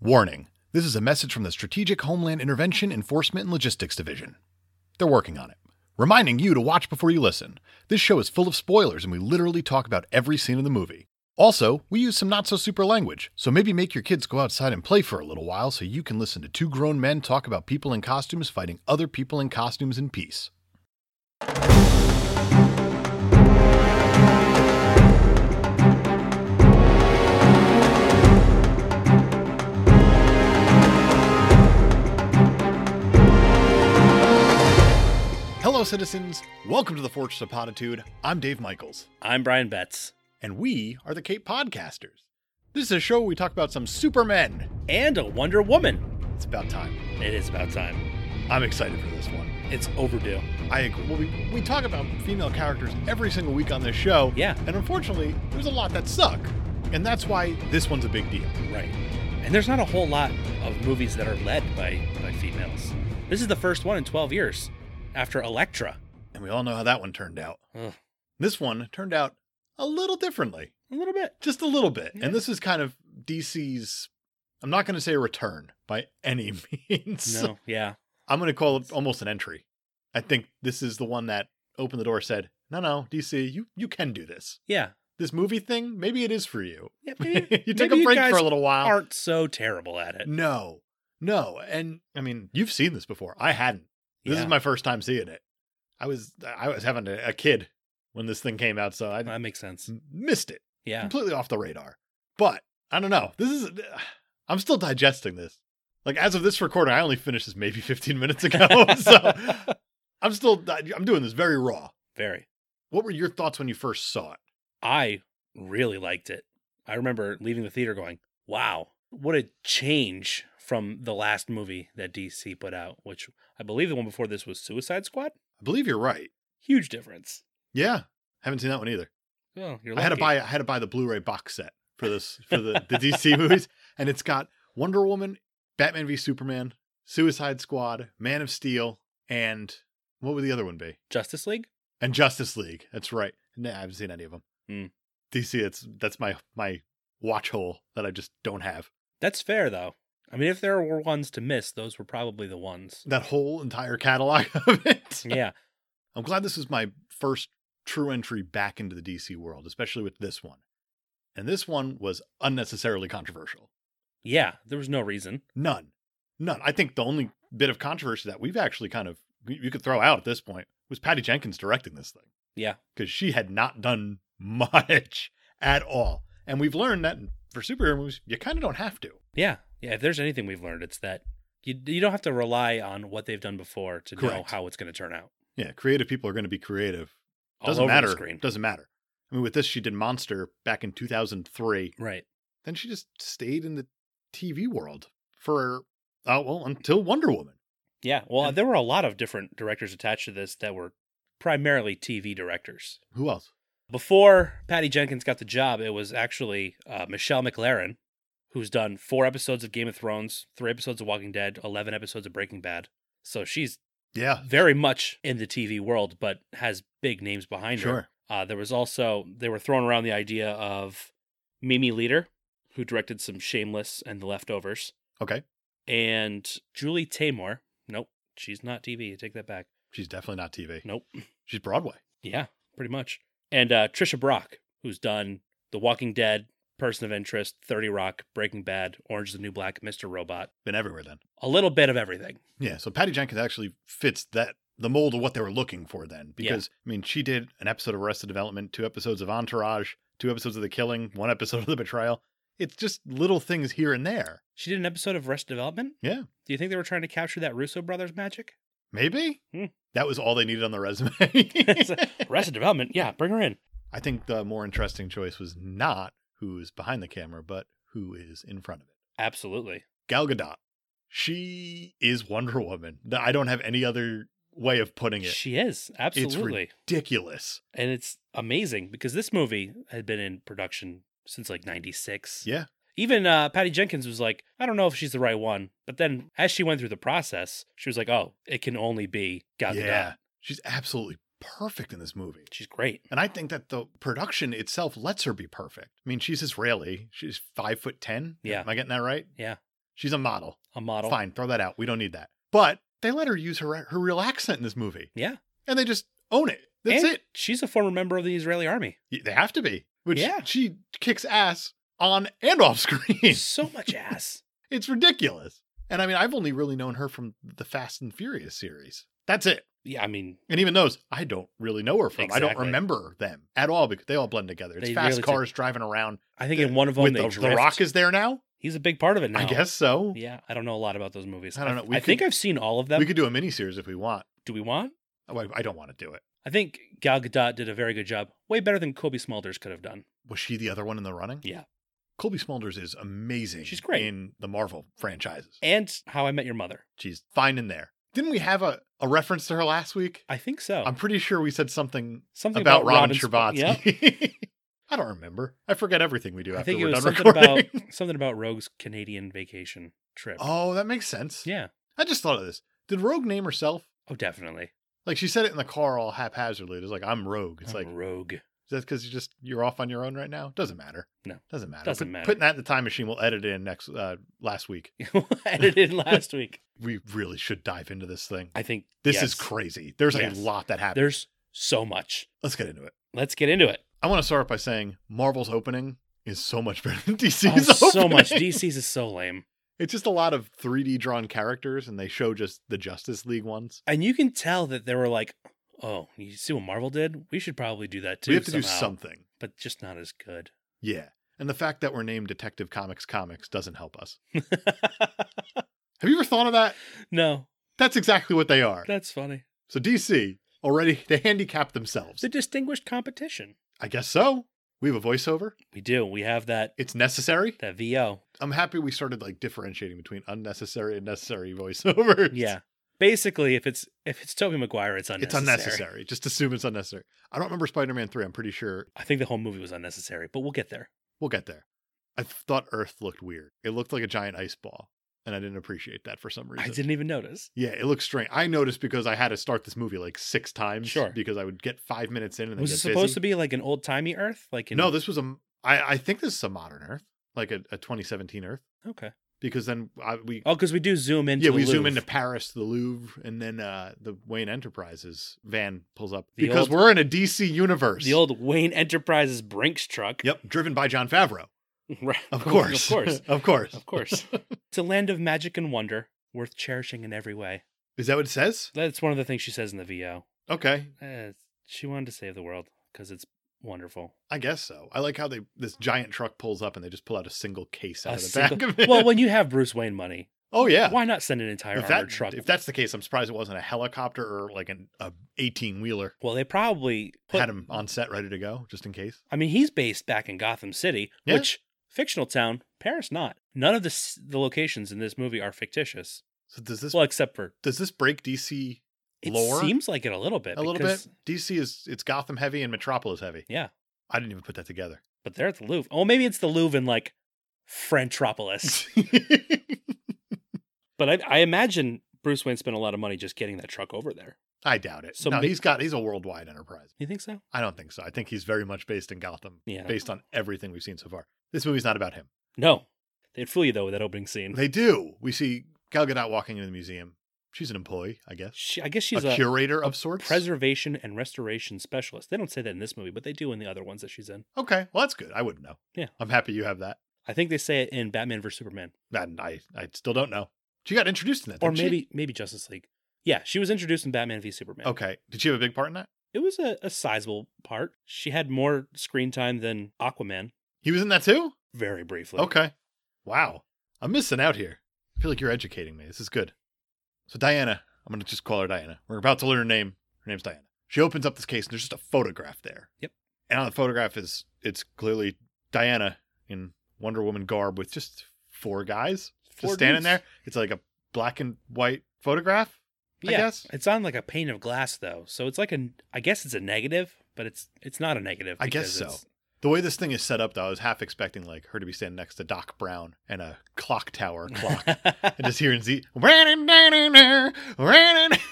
Warning this is a message from the Strategic Homeland Intervention Enforcement and Logistics Division. They're working on it. Reminding you to watch before you listen. This show is full of spoilers and we literally talk about every scene in the movie. Also, we use some not so super language, so maybe make your kids go outside and play for a little while so you can listen to two grown men talk about people in costumes fighting other people in costumes in peace. Hello, citizens. Welcome to the Fortress of Potitude. I'm Dave Michaels. I'm Brian Betts. and we are the Cape Podcasters. This is a show where we talk about some supermen. And a Wonder Woman. It's about time. It is about time. I'm excited for this one. It's overdue. I agree. Well, we, we talk about female characters every single week on this show. Yeah. And unfortunately, there's a lot that suck. And that's why this one's a big deal. Right. And there's not a whole lot of movies that are led by, by females. This is the first one in 12 years after Elektra. And we all know how that one turned out. Ugh. This one turned out a little differently, A little bit. just a little bit. Yeah. And this is kind of DC's, I'm not going to say return by any means. No. Yeah. I'm going to call it almost an entry. I think this is the one that opened the door, said, "No, no, DC, you you can do this. Yeah. This movie thing, maybe it is for you. yeah you maybe- take maybe a break you guys for a little while. aren't so terrible at it. No, no, and I mean, you've seen this before. I hadn't. This Yeah. is my first time seeing it. I was I was having a, a kid when this thing came out, so I That makes sense. missed it Yeah. completely off the radar. But I don't know. This is I'm still digesting this. Like as of this recording, I only finished this maybe 15 minutes ago, so I'm still I'm doing this very raw. Very. What were your thoughts when you first saw it? I really liked it. I remember leaving the theater going, wow, what a change from the last movie that DC put out, which I believe the one before this was Suicide Squad. I believe you're right. Huge difference. Yeah, haven't seen that one either. Oh, you're I had to lucky. buy I had to buy the Blu-ray box set for this for the, the DC movies, and it's got Wonder Woman, Batman v Superman, Suicide Squad, Man of Steel, and what would the other one be? Justice League. and Justice League. That's right. Nah, I haven't seen any of them. Hmm. DC, that's that's my my watch hole that I just don't have. That's fair though. I mean, if there were ones to miss, those were probably the ones. That whole entire catalog of it. Yeah, I'm glad this is my first true entry back into the DC world, especially with this one. And this one was unnecessarily controversial. yeah. There was no reason. None, none. I think the only bit of controversy that we've actually kind of you you could throw out at this point was Patty Jenkins directing this thing. Yeah. because she had not done much at all. And we've learned that for superhero movies, you kind of don't have to. Yeah, yeah. If there's anything we've learned, it's that you you don't have to rely on what they've done before to know Correct. how it's going to turn out. Yeah, creative people are going to be creative. All Doesn't over the matter. screen. Doesn't matter. I mean, with this, she did Monster back in 2003. Right. Then she just stayed in the TV world for, oh, well, until Wonder Woman. Yeah. Well, And- there were a lot of different directors attached to this that were primarily TV directors. Who else? Before Patty Jenkins got the job, it was actually uh, Michelle McLaren, who's done four episodes of Game of Thrones, three episodes of Walking Dead, 11 episodes of Breaking Bad. So she's Yeah, very much in the TV world, but has big names behind her. sure. Uh, there was also, they were throwing around the idea of Mimi Leader, who directed some Shameless and The Leftovers, Okay. and Julie Taymor. Nope, she's not TV. I take that back. She's definitely not TV. Nope. She's Broadway. Yeah, pretty much. And uh, Trisha Brock, who's done The Walking Dead, Person of Interest, 30 Rock, Breaking Bad, Orange is the New Black, Mr. Robot. Been everywhere then. A little bit of everything. Yeah, so Patty Jenkins actually fits that the mold of what they were looking for then Yeah. because I mean she did an episode of Arrested Development, two episodes of Entourage, two episodes of The Killing, one episode of The Betrayal. It's just little things here and there. She did an episode of Rest Development. Yeah. Do you think they were trying to capture that Russo brothers magic? Maybe Hmm. that was all they needed on the resume. Rest Development, yeah, bring her in. I think the more interesting choice was not who's behind the camera, but who is in front of it. Absolutely. Gal Gadot. She is Wonder Woman. I don't have any other way of putting it. She is. Absolutely. Ridiculous. and it's amazing because this movie had been in production since like 96. Yeah. Even uh, Patty Jenkins was like, I don't know if she's the right one. But then as she went through the process, she was like, oh, it can only be Gal Gadot. Yeah. She's absolutely perfect in this movie. She's great. And I think that the production itself lets her be perfect. I mean, she's Israeli. She's five foot ten. Yeah. Am I getting that right? Yeah. She's a model. A model. Fine, throw that out. We don't need that. But they let her use her her real accent in this movie, Yeah. and they just own it. That's And it. She's a former member of the Israeli army. Y- They have to be. Which Yeah. she kicks ass on and off screen. so much ass. It's ridiculous. And I mean, I've only really known her from the Fast and Furious series. That's it. Yeah, I mean, And even those, I don't really know her from. I don't Exactly. remember them at all because they all blend together. It's They fast really do. cars driving around. I think in one of them with they the, drift. the Rock is there now. He's a big part of it now. I guess so. Yeah, I don't know a lot about those movies. I don't know. We I think could- I've seen all of them. We could do a miniseries if we want. Do we want? Oh, I, I don't want to do it. I think Gal Gadot did a very good job, way better than Kobe Smulders could have done. Was she the other one in the running? Yeah. Colby Smulders is amazing. She's great. Eh. in the Marvel franchises. And How I Met Your Mother. She's fine in there. Didn't we have a, a reference to her last week? I think so. I'm pretty sure we said something something about, Robin Sp- Yeah. Scherbatsky. I don't remember. I forget everything we do I after think we're it was done something recording. about something about Rogue's Canadian vacation trip. Oh, that makes sense. Yeah. I just thought of this. Did Rogue name herself? Oh, definitely. Like she said it in the car all haphazardly. It was like I'm Rogue. It's I'm like Rogue. is that because you just you're off on your own right now? Doesn't matter. No. doesn't matter. Doesn't Put- matter. Putting that in the time machine, we'll edit it in next uh, last week. Edited last week. We really should dive into this thing. I think This yes. is crazy. There's Yes. a lot that happened. There's so much. Let's get into it. Let's get into it. I want to start by saying Marvel's opening is so much better than Oh, DC's. so much. opening. DC's is so lame. It's just a lot of 3D drawn characters, and they show just the Justice League ones. And you can tell that they were like, oh, you see what Marvel did? We should probably do that too. we have to do somehow." something. But just not as good. Yeah. And the fact that we're named Detective Comics Comics doesn't help us. Have you ever thought of that? no, That's exactly what they are. that's funny. So DC already they handicap themselves. The distinguished competition. I guess so. We have a voiceover. We do. We have that It's necessary. that VO. I'm happy we started like differentiating between unnecessary and necessary voiceovers. Yeah. Basically, if it's if it's Toby Maguire, it's It's unnecessary. unnecessary. Just assume it's unnecessary. I don't remember Spider Man 3. I'm pretty sure I think the whole movie was unnecessary, but we'll get there. we'll get there. I thought Earth looked weird. It looked like a giant ice ball, and I didn't appreciate that for some reason. I didn't even notice. Yeah, it looks strange. I noticed because I had to start this movie like six times. Sure. Because I would get five minutes in and then was get it supposed busy. to be like an old timey Earth? Like in, No, this was a. I, I think this is a modern Earth, like a, a 2017 Earth, okay. because then I, we. Oh, because we do zoom into yeah, the we zoom Louvre. into Paris, the Louvre, and then uh, the Wayne Enterprises van pulls up The because old- we're in a DC universe. the old Wayne Enterprises Brinks truck. Yep, driven by John Favreau, Right. of course, of course, of course. of course. it's a land of magic and wonder, worth cherishing in every way. Is that what it says? That's one of the things she says in the VO. Okay, Eh, she wanted to save the world because it's wonderful. I guess so. I like how they this giant truck pulls up and they just pull out a single case out A of the back single- of it. Well, when you have Bruce Wayne money, oh yeah. why not send an entire If, armored that, truck? if that's the case, I'm surprised it wasn't a helicopter or like an a 18 wheeler. well, they probably put, Had him on set ready to go just in case. I mean, he's based back in Gotham City, Yeah. which fictional town. Paris, not. None of the s- the locations in this movie are fictitious. So does this Well, except for does this break DC it Lore? seems like it a little bit. a little because- bit? DC is it's Gotham heavy and Metropolis heavy. Yeah, I didn't even put that together. but they're at the Louvre. Oh, maybe it's the Louvre in like Frenchropolis. but I, I imagine Bruce Wayne spent a lot of money just getting that truck over there. I doubt it. So no, may- he's got he's a worldwide enterprise. You think so? I don't think so. I think he's very much based in Gotham, Yeah. based on everything we've seen so far. This movie's not about him. No, they'd fool you though with that opening scene. They do. We see Gal Gadot walking into the museum. She's an employee, I guess. She, I guess she's a, a, curator of sorts. preservation and restoration specialist. They don't say that in this movie, but they do in the other ones that she's in. okay, well that's good. I wouldn't know. Yeah. I'm happy you have that. I think they say it in Batman vs Superman, And I, I still don't know. She got introduced in that, or didn't she? maybe maybe Justice League. Yeah, she was introduced in Batman v Superman. Okay, did she have a big part in that? It was a, a sizable part. She had more screen time than Aquaman, He was in that too. very briefly. Okay, wow. I'm missing out here. I feel like you're educating me. This is good. So Diana, I'm gonna just call her Diana. We're about to learn her name. Her name's Diana. She opens up this case and there's just a photograph there. Yep. And on the photograph is it's clearly Diana in Wonder Woman garb with just four guys. Four just standing there. dudes. It's like a black and white photograph. I Yeah, guess. it's on like a pane of glass though, so it's like a. I guess it's a negative, but it's it's not a negative. I guess because so. it's- The way this thing is set up, though, I was half expecting like her to be standing next to Doc Brown and a clock tower clock, and just hearing Z. that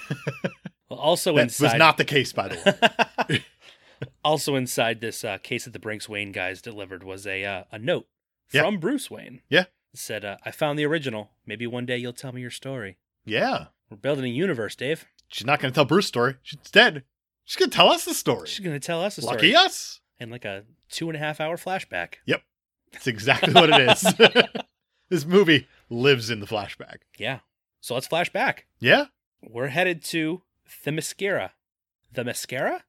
Well, also was inside not the case, by the way. also inside this uh, case that the Brinks Wayne guys delivered was a uh, a note Yeah. from Bruce Wayne. Yeah. said, uh, I found the original. Maybe one day you'll tell me your story. Yeah. We're building a universe, Dave. She's not going to tell Bruce's story. She's dead. She's going to tell us the story. She's going to tell us a story. Lucky us. In like a two and a half hour flashback. That's exactly what it is. this movie lives in the flashback. Yeah. So let's flash back. Yeah. We're headed to Themyscira. Themyscira? I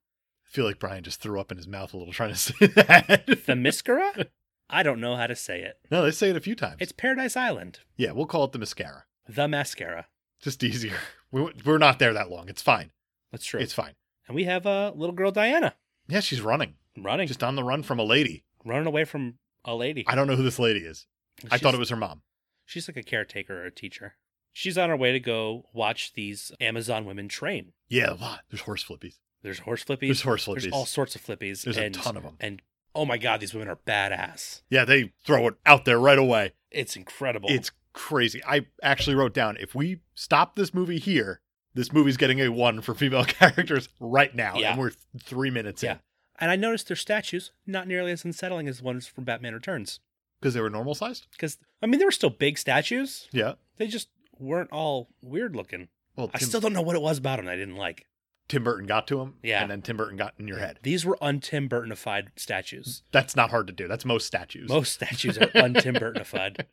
feel like Brian just threw up in his mouth a little trying to say that. Themyscira? I don't know how to say it. no, they say it a few times. It's Paradise Island. yeah, we'll call it the mascara. The Mascara. Just easier. We, we're not there that long. It's fine. That's true. It's fine. and we have uh, little girl Diana Yeah, she's running. running, Just on the run from a lady. running away from a lady. I don't know who this lady is. I She's- thought it was her mom. She's like a caretaker or a teacher. She's on her way to go watch these Amazon women train. Yeah, a lot. There's horse flippies. There's horse flippies. There's horse There's flippies. all sorts of flippies. There's a and, ton of 'em. And oh my God, these women are badass. yeah, they throw it out there right away. It's incredible. It's crazy. I actually wrote down if we stop this movie here, this movie's getting a one for female characters right now. Yeah. And we're th- three minutes Yeah. in. and I noticed their statues not nearly as unsettling as the ones from Batman Returns. Because they were normal sized? Because I mean, they were still big statues. Yeah. They just weren't all weird looking. Well, I Tim, still don't know what it was about them that I didn't like. Tim Burton got to him. Yeah. And then Tim Burton got in your head. These were un Tim Burtonified statues. That's not hard to do. That's most statues. Most statues are un Tim Burtonified.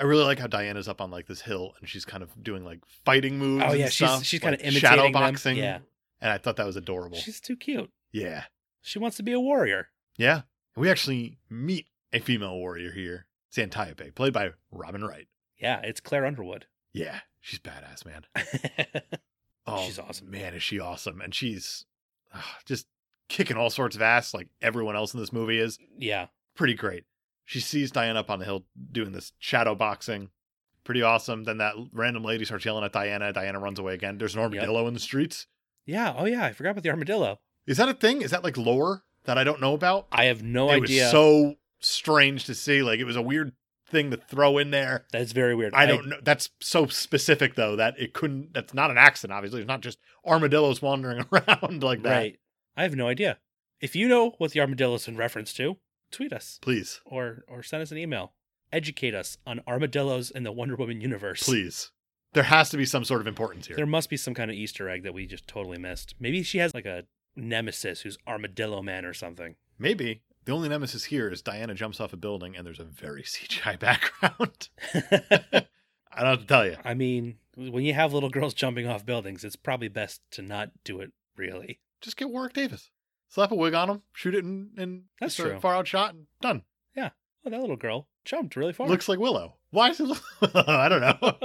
I really like how Diana's up on like this hill and she's kind of doing like fighting moves. Oh and yeah, stuff, she's she's kind of like, imitating shadow them. boxing. Yeah, and I thought that was adorable. she's too cute. Yeah, She wants to be a warrior. yeah. We actually meet a female warrior here, Santiope, played by Robin Wright. Yeah, it's Claire Underwood. Yeah, she's badass, man. Oh, She's awesome. man. Is she awesome? And she's ah, just kicking all sorts of ass, like everyone else in this movie is. yeah, Pretty great. She sees Diana up on the hill doing this shadow boxing. Pretty awesome. Then that random lady starts yelling at Diana. Diana runs away again. There's an armadillo in the streets. yeah. Oh yeah, I forgot about the armadillo. Is that a thing? Is that like lore that I don't know about? I have no it idea. was so strange to see. Like it was a weird thing to throw in there. That's very weird. I don't know. That's so specific though that it couldn't. That's not an accident. Obviously, it's not just armadillos wandering around like that. right. I have no idea. If you know what the armadillo is in reference to, tweet us Please, or or send us an email. Educate us on armadillos in the Wonder Woman universe. please. There has to be some sort of importance here. There must be some kind of Easter egg that we just totally missed. Maybe she has like a nemesis who's Armadillo Man or something. Maybe the only nemesis here is Diana jumps off a building and there's a very CGI background. I don't have to tell you. I mean, when you have little girls jumping off buildings, it's probably best to not do it really. Just get Warwick Davis. Slap a wig on him, shoot it in, in That's sort of true. far out shot, and done. Oh, that little girl jumped really far. Looks like Willow. Why does it look? I don't know.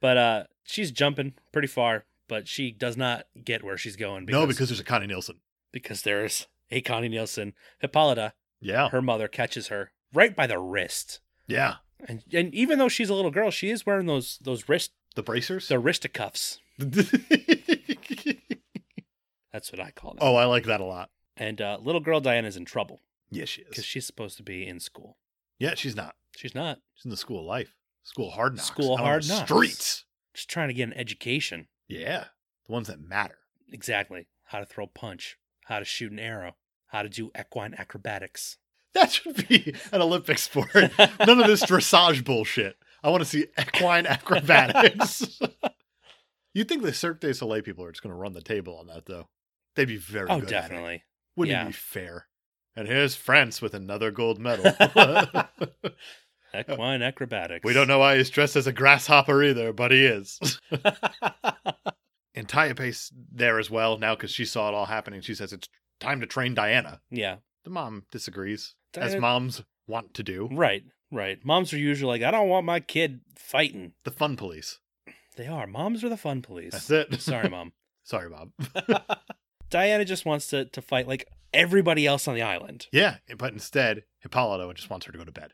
but uh she's jumping pretty far, but she does not get where she's going because no, because there's a Connie Nielsen. because there's a Connie Nielsen. Hippolyta, Yeah, her mother catches her right by the wrist. yeah. And and even though she's a little girl, she is wearing those those wrist The bracers. the wrist cuffs. That's what I call them. oh, I like that a lot. And uh, little girl Diana's in trouble Yeah, she because is. she's supposed to be in school. yeah, she's not. She's not. She's in the school of life, school of hard knocks, School of out on hard the knocks. streets. Just trying to get an education. Yeah, the ones that matter. Exactly. How to throw a punch, how to shoot an arrow, how to do equine acrobatics. That should be an Olympic sport. None of this dressage bullshit. I want to see equine acrobatics. You'd think the Cirque du Soleil people are just going to run the table on that, though. They'd be very oh, good at it. definitely. Wouldn't Yeah. it be fair? And here's France with another gold medal. Equine acrobatics. we don't know why he's dressed as a grasshopper either, but he is. and Tayape's there as well now because she saw it all happening. She says it's time to train Diana. yeah. The mom disagrees, as Diana- moms want to do. Right. Right. Moms are usually like, I don't want my kid fighting. The fun police. They are. Moms are the fun police. That's it. Sorry, mom. Sorry, Bob. Diana just wants to, to fight like everybody else on the island. Yeah, but instead, Hippolyto just wants her to go to bed.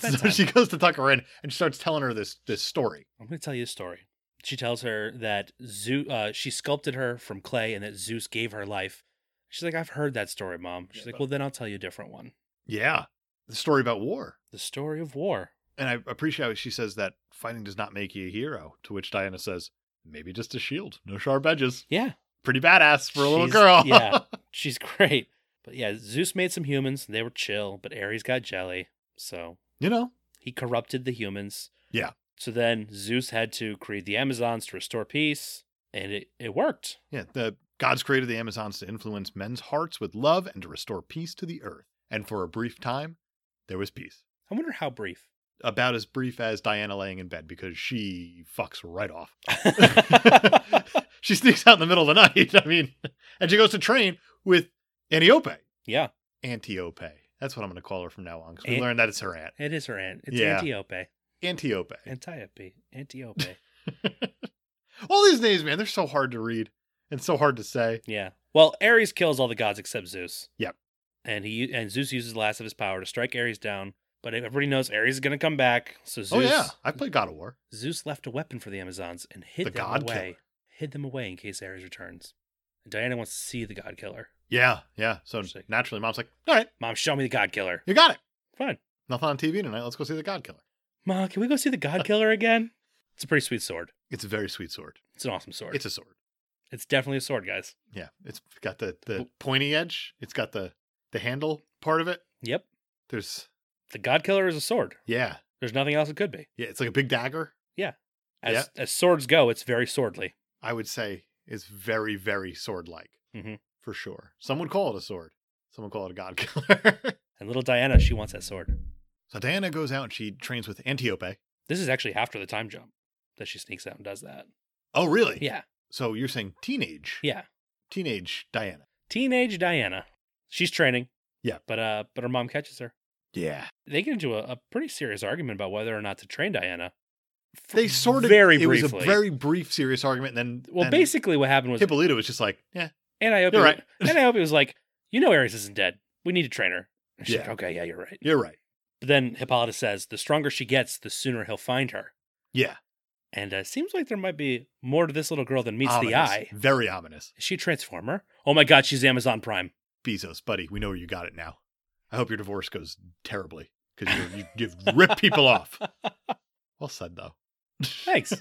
So bedtime. she goes to tuck her in and she starts telling her this this story. I'm going to tell you a story. She tells her that Zeus, uh, she sculpted her from clay and that Zeus gave her life. She's like, I've heard that story, mom. She's Yeah, like, but- well, then I'll tell you a different one. Yeah, the story about war. The story of war. And I appreciate how she says that fighting does not make you a hero, to which Diana says, maybe just a shield, no sharp edges. Yeah. Pretty badass for a little She's- girl. yeah. She's great. But yeah, Zeus made some humans and they were chill, but Ares got jelly. So you know, He corrupted the humans. Yeah. So then Zeus had to create the Amazons to restore peace, and it, it worked. Yeah, the gods created the Amazons to influence men's hearts with love and to restore peace to the earth. And for a brief time, there was peace. I wonder how brief. About as brief as Diana laying in bed because she fucks right off. she sneaks out in the middle of the night. I mean, and she goes to train with Antiope. yeah, Antiope. That's what I'm going to call her from now on because we An- learned that it's her aunt. it is her aunt. It's Yeah. Antiope. Antiope. Antiope. Antiope. All these names, man, they're so hard to read and so hard to say. yeah. Well, Ares kills all the gods except Zeus. Yep. And he and Zeus uses the last of his power to strike Ares down. But everybody knows Ares is going to come back. So Zeus, Oh, yeah. I played God of War. Zeus left a weapon for the Amazons and hid The them God away. Killer. Hid them away in case Ares returns. And Diana wants to see the God Killer. Yeah, yeah. So Sick. naturally, mom's like, all right, Mom, show me the God Killer. you got it. Fine. Nothing on TV tonight. Let's go see the God Killer. Mom, can we go see the God Killer again? It's a pretty sweet sword. It's a very sweet sword. It's an awesome sword. It's a It's, sword. definitely a sword, guys. Yeah, it's got the the W- pointy edge. It's got the the handle part of it. Yep. There's The God Killer is a sword. yeah, There's nothing else it could be. yeah. It's like a big dagger. As, as swords go, it's very swordly. I would say is very very sword like Mhm. for sure. Some would call it a sword. Some would call it a god killer. And little Diana, she wants that sword. so Diana goes out and she trains with Antiope. This is actually after the time jump that she sneaks out and does that. Oh really? Yeah. So you're saying teenage? Yeah. Teenage Diana. Teenage Diana. She's training. Yeah. But uh but her mom catches her. Yeah. They get into a, a pretty serious argument about whether or not to train Diana. F- They sort of very It briefly. was a very brief serious argument. And then well, then basically what happened was Hippolyta was just like, yeah, Antiope, You're right. Antiope was like, you know, Ares isn't dead. We need to train her. And she's Yeah. like, okay, yeah, you're right. you're right. But then Hippolyta says, the stronger she gets, the sooner he'll find her. Yeah. And uh, it seems like there might be more to this little girl than meets the Ominous. eye. Very ominous. Is she a transformer? Oh my God, she's Amazon Prime. Bezos, buddy, we know you got it now. I hope your divorce goes terribly because you, you, you've ripped people off. Well said, though. Thanks.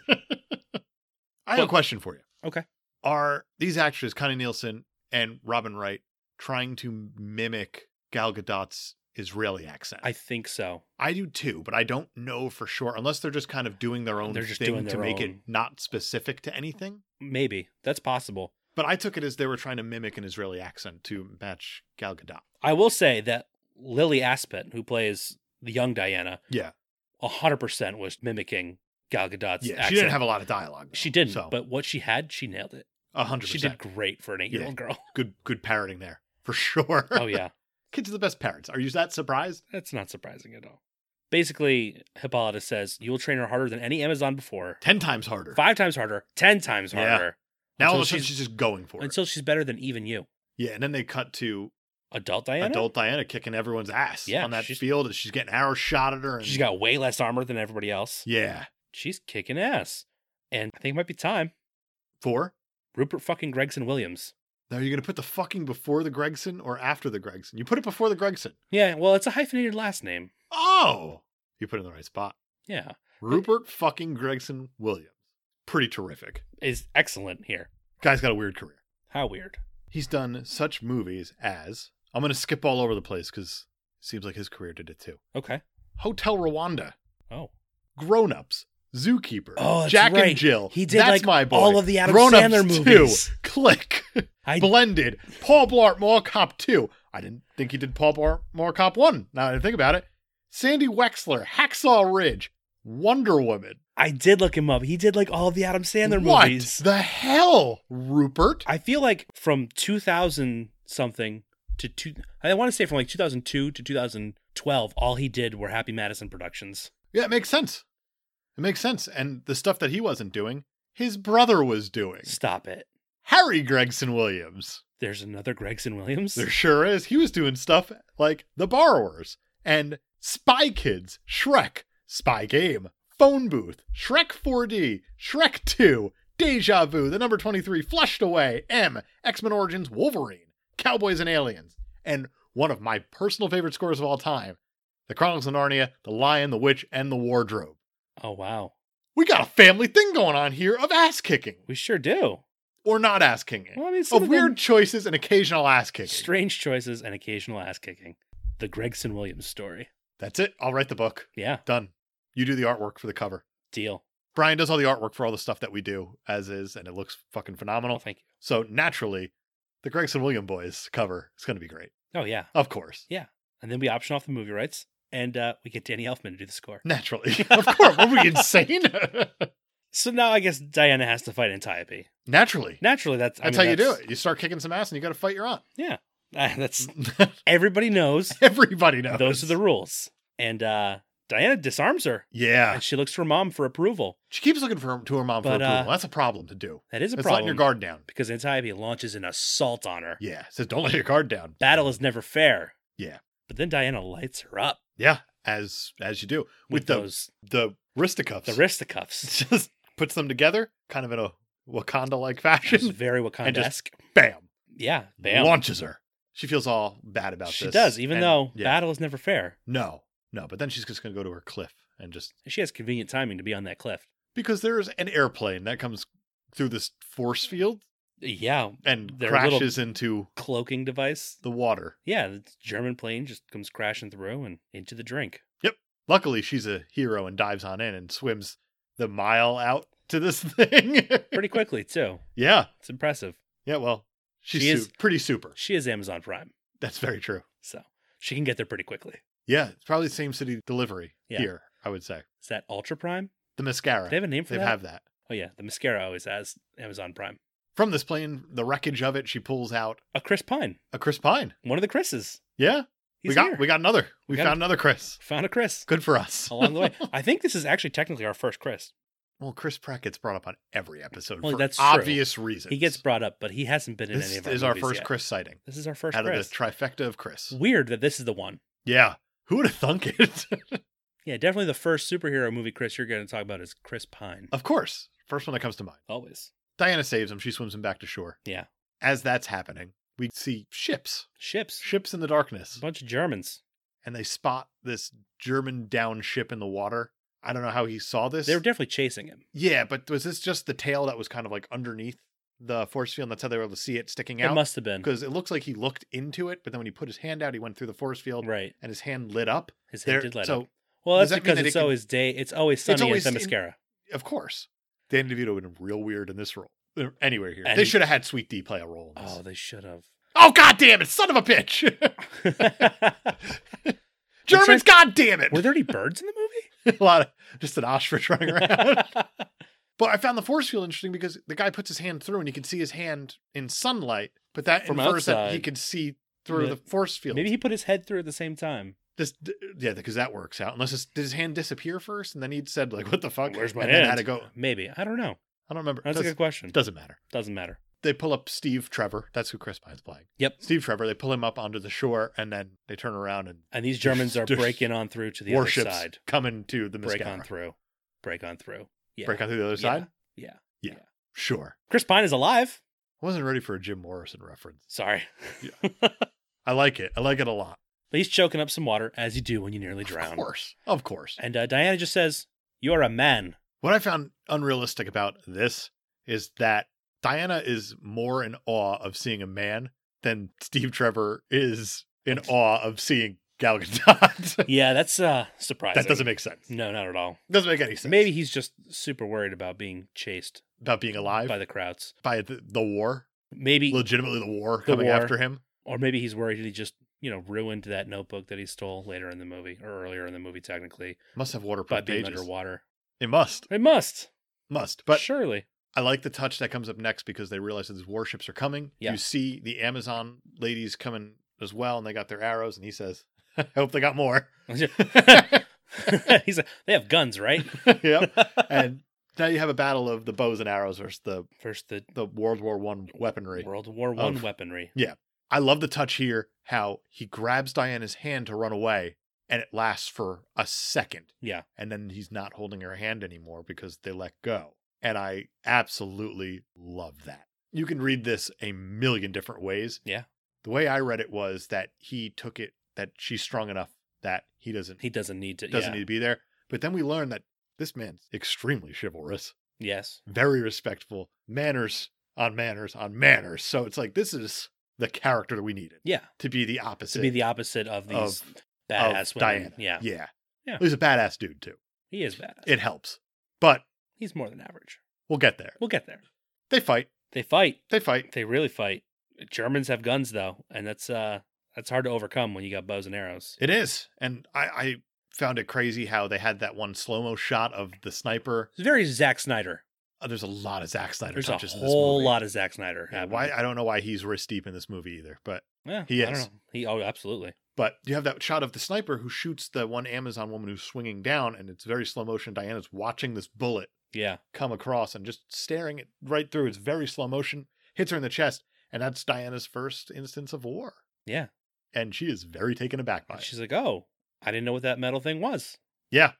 I have a Well- question for you. Okay. Are these actors, Connie Nielsen and Robin Wright, trying to mimic Gal Gadot's Israeli accent? I think so. I do too, but I don't know for sure unless they're just kind of doing their own They're just thing doing to their make it own. not specific to anything. Maybe. That's possible. But I took it as they were trying to mimic an Israeli accent to match Gal Gadot. I will say that Lily Aspet, who plays the young Diana, Yeah. 100% was mimicking Gal Gadot's Yeah, accent. she didn't have a lot of dialogue. though, She didn't, so but what she had, she nailed it. a hundred She percent. did great for an eight year old girl. good good parroting there for sure. Oh, yeah. kids are the best parents. Are you that surprised? That's not surprising at all. Basically, Hippolyta says, You will train her harder than any Amazon before, Ten times harder. five times harder, 10 times Yeah. harder, now all of until a sudden she's- she's just going for until she's better than even you. it. Yeah, and then they cut to Adult Diana? adult Diana kicking everyone's ass Yeah, on that she's- field as she's getting arrows shot at her. And, She's got way less armor than everybody else. yeah She's kicking ass. And I think it might be time. four. Rupert fucking Gregson Williams. Now you're gonna put the fucking before the Gregson or after the Gregson? You put it before the Gregson. Yeah, well, it's a hyphenated last name. Oh, you put it in the right spot. Yeah. Rupert fucking Gregson Williams. Pretty terrific. Is excellent here. Guy's got a weird career. How weird. He's done such movies as I'm going to skip all over the place because it seems like his career did it too. Okay. Hotel Rwanda, Oh. Grown Ups, Zookeeper, Oh, that's Jack right. and Jill. He did, that's like, my boy. all of the Adam Grown-Ups Sandler 2, movies. Click, I Blended, Paul Blart Mall Cop Two. I didn't think he did Paul Blart Mall Cop One. Now that I think about it, Sandy Wexler, Hacksaw Ridge, Wonder Woman. I did look him up. He did like all of the Adam Sandler what movies. the hell, Rupert? I feel like from 2000 something to two, I want to say from like 2002 to 2012, all he did were Happy Madison Productions. Yeah, it makes sense. It makes sense. And the stuff that he wasn't doing, his brother was doing. Stop it. Harry Gregson Williams. There's another Gregson Williams. There sure is. He was doing stuff like The Borrowers and Spy Kids, Shrek, Spy Game, Phone Booth, Shrek 4D, Shrek 2, Deja Vu, The Number 23, Flushed Away, M, X Men Origins, Wolverine, Cowboys and Aliens, and one of my personal favorite scores of all time The Chronicles of Narnia, The Lion, The Witch, and The Wardrobe. Oh, wow. We got a family thing going on here of ass kicking We sure do. or not ass kicking, Well, I mean, some of them- weird choices and occasional ass kicking. strange choices and occasional ass kicking. The Gregson Williams story. That's it. I'll write the book. Yeah, Done. You do the artwork for the cover. deal. Brian does all the artwork for all the stuff that we do as is, and it looks fucking Oh, phenomenal. thank you. So naturally, the Gregson William boys cover is going to be great. Oh yeah, Of course. and then we option off the movie rights, and uh, we get Danny Elfman to do the score. Naturally. of course. Were we insane? So now I guess Diana has to fight Antiope. naturally. Naturally, that's I That's mean, how that's- you do it. You start kicking some ass and you got to fight your aunt. Ah, that's everybody knows Everybody knows. those are the rules. And uh, Diana disarms her, Yeah. and she looks to her mom for approval. She keeps looking for to her mom But, for uh, approval. That's a problem to do. That is a It's problem letting your guard down. because Antiope launches an assault on her. Yeah. Says don't let your guard down. Battle is never fair. Yeah. but then Diana lights her up Yeah. As as you do with, with, the those the wristicuffs. the wristicuffs. just puts them together, kind of in a Wakanda like It's fashion. very Wakanda-esque. Bam. Yeah, bam. Launches her. She feels all bad about she this. does, even and- though yeah. battle is never fair. No, no. But then she's just going to go to her cliff and just She has convenient timing to be on that cliff. because there's an airplane that comes through this force field Yeah, and Their little- crashes into cloaking device. the water. Yeah, the German plane just comes crashing through and into the drink. Luckily, she's a hero and dives on in and swims the mile out to this thing. Pretty quickly, too. yeah, It's impressive. yeah. Well, she's She is- su- pretty super. She is Amazon Prime, That's very true. so she can get there pretty quickly. Yeah, it's probably the same city delivery Yeah. here. I would say Is that Ultra Prime? the mascara. They have a name for They that? have that. Oh, yeah. The mascara always has Amazon Prime. From this plane, the wreckage of it, she pulls out A Chris Pine. a Chris Pine. One of the Chris's. Yeah, He's we got here. we got another. We, We got found another Chris. Found a Chris Good for us. along the way. I think this is actually technically our first Chris. Well, Chris Pratt gets brought up on every episode Well, for that's true. obvious reasons. He gets brought up, but he hasn't been in This any of our is our movies first yet. Chris sighting This is our first out Chris. of the trifecta of Chris. Weird that this is the one. Yeah, who would have thunk it? Yeah, definitely the first superhero movie Chris you're going to talk about is Chris Pine. of course, first one that comes to mind. Always. Diana saves him. She swims him back to shore. Yeah. As that's happening, we see ships, Ships. ships in the darkness. A bunch of Germans. and they spot this German down ship in the water. I don't know how he saw this. They were definitely chasing him. yeah, but was this just the tail that was kind of like underneath the force field? And that's how they were able to see it sticking It out. must have been. Because it looks like he looked into it, but then when he put his hand out, he went through the force field Right. and his hand lit up. His There- head did light so, up. Well, does that's that mean because that it it's can- always day. It's always sunny always at in- the mascara. Of course, Danny DeVito would have been real weird in this role. Or Anywhere here, And they he- should have had Sweet D play a role. In this. Oh, they should have. Oh, god damn it, son of a bitch! Germans, god damn it! were there any birds in the movie? a lot of just an ostrich running around. But I found the force field interesting because the guy puts his hand through and you can see his hand in sunlight, but that From infers that he outside. can see through Yeah. the force field. Maybe he put his head through at the same time. this, yeah, because that works out. Unless his, did his hand disappear first, and then he said like, "What the fuck?" Where's my and Then had hand? to go. Maybe I don't know. I don't remember. That's a Does- good question. Doesn't matter. Doesn't matter. They pull up Steve Trevor. That's who Chris Pine's playing. Yep. Steve Trevor. They pull him up onto the shore, and then they turn around and And these Germans are There's breaking on through to the other warships side. coming to the Break Mascara. on through. Break on through. Yeah. Break on through the other Yeah. side. Yeah. Sure. Chris Pine is alive. I wasn't ready for a Jim Morrison reference. Sorry. I like it. I like it a lot. But he's choking up some water as you do when you nearly Of drown. course. Of course. And uh, Diana just says, "You are a man." What I found unrealistic about this is that Diana is more in awe of seeing a man than Steve Trevor is in awe of seeing Gal Gadot. Yeah, that's uh surprising. that doesn't make sense. no, not at all. Doesn't make any sense. Maybe he's just super worried about being chased about being alive by by the, the crowds. the war, Maybe, legitimately the war The coming war. after him. or maybe he's worried he just you know ruined that notebook that he stole later in the movie or earlier in the movie technically Must have by waterproof being pages. underwater. It must, It must, must. But surely. I like the touch that comes up next because they realize that these warships are coming. Yeah. You see the Amazon ladies coming as well, and they got their arrows. And he says, "I hope they got more." he's like, they have guns, right? yep. and now you have a battle of the bows and arrows versus the First, the the World War One weaponry. World War One Of- weaponry. I love the touch here. How he grabs Diana's hand to run away, and it lasts for a second. Yeah. and then he's not holding her hand anymore because they let go. And I absolutely love that. You can read this a million different ways. Yeah. The way I read it was that he took it that she's strong enough that he doesn't He doesn't need to. doesn't yeah. need to be there. But then we learn that this man's extremely chivalrous. Yes. very respectful, manners on manners on manners. So it's like this is the character that we needed Yeah. to be the opposite. To be the opposite of these of badass of Diana. women. Yeah. yeah, Yeah. He's a badass dude too. He is badass. It helps, but He's more than average. we'll get there. We'll get there. They fight. They fight. They fight. They really fight. Germans have guns though, and that's uh that's hard to overcome when you got bows and arrows. It is, and I, I found it crazy how they had that one slow mo shot of the sniper. It's very Zack Snyder. Oh, there's a lot of Zack Snyder There's a touches in this whole movie. lot of Zack Snyder. Yeah, happening. why I don't know why he's wrist deep in this movie either, but Yeah, He I don't is. know. He oh absolutely. But you have that shot of the sniper who shoots the one Amazon woman who's swinging down, and it's very slow motion. Diana's watching this bullet Yeah. come across and just staring it right through. It's very slow motion, hits her in the chest, and that's Diana's first instance of war. Yeah. And she is very taken aback by And it. she's like, Oh, I didn't know what that metal thing was. yeah.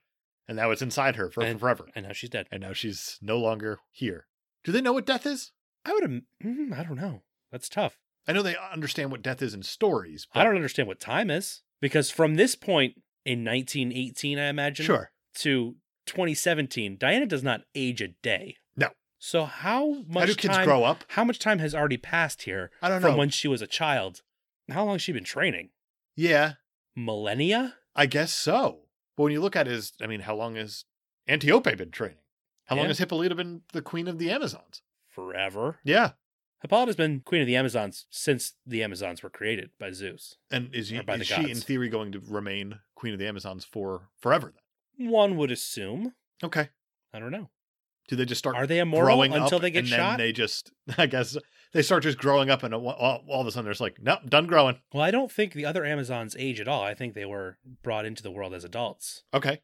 And now it's inside her for forever. And now she's dead. And now she's no longer here. Do they know what death is? I would have mm, I don't know. That's tough. I know they understand what death is in stories. But I don't understand what time is. Because from this point in nineteen eighteen, I imagine Sure. to 2017, Diana does not age a day. No. So how much How do kids time, grow up? How much time has already passed here I don't from know. when she was a child? How long has she been training? yeah. Millennia? I guess so. But when you look at it, is I mean, how long has Antiope been training? How long Yeah. has Hippolyta been the queen of the Amazons? Forever. Yeah, Hippolyta's been queen of the Amazons since the Amazons were created by Zeus. and is, Or you, by is the she in gods. theory going to remain queen of the Amazons for forever? Then One would assume. okay, I don't know. do they just start Are they immortal growing until up they get and then shot? They just, I guess, they start just growing up, and all, all of a sudden, they're just like, nope, done growing. Well, I don't think the other Amazons age at all. I think they were brought into the world as adults. Okay,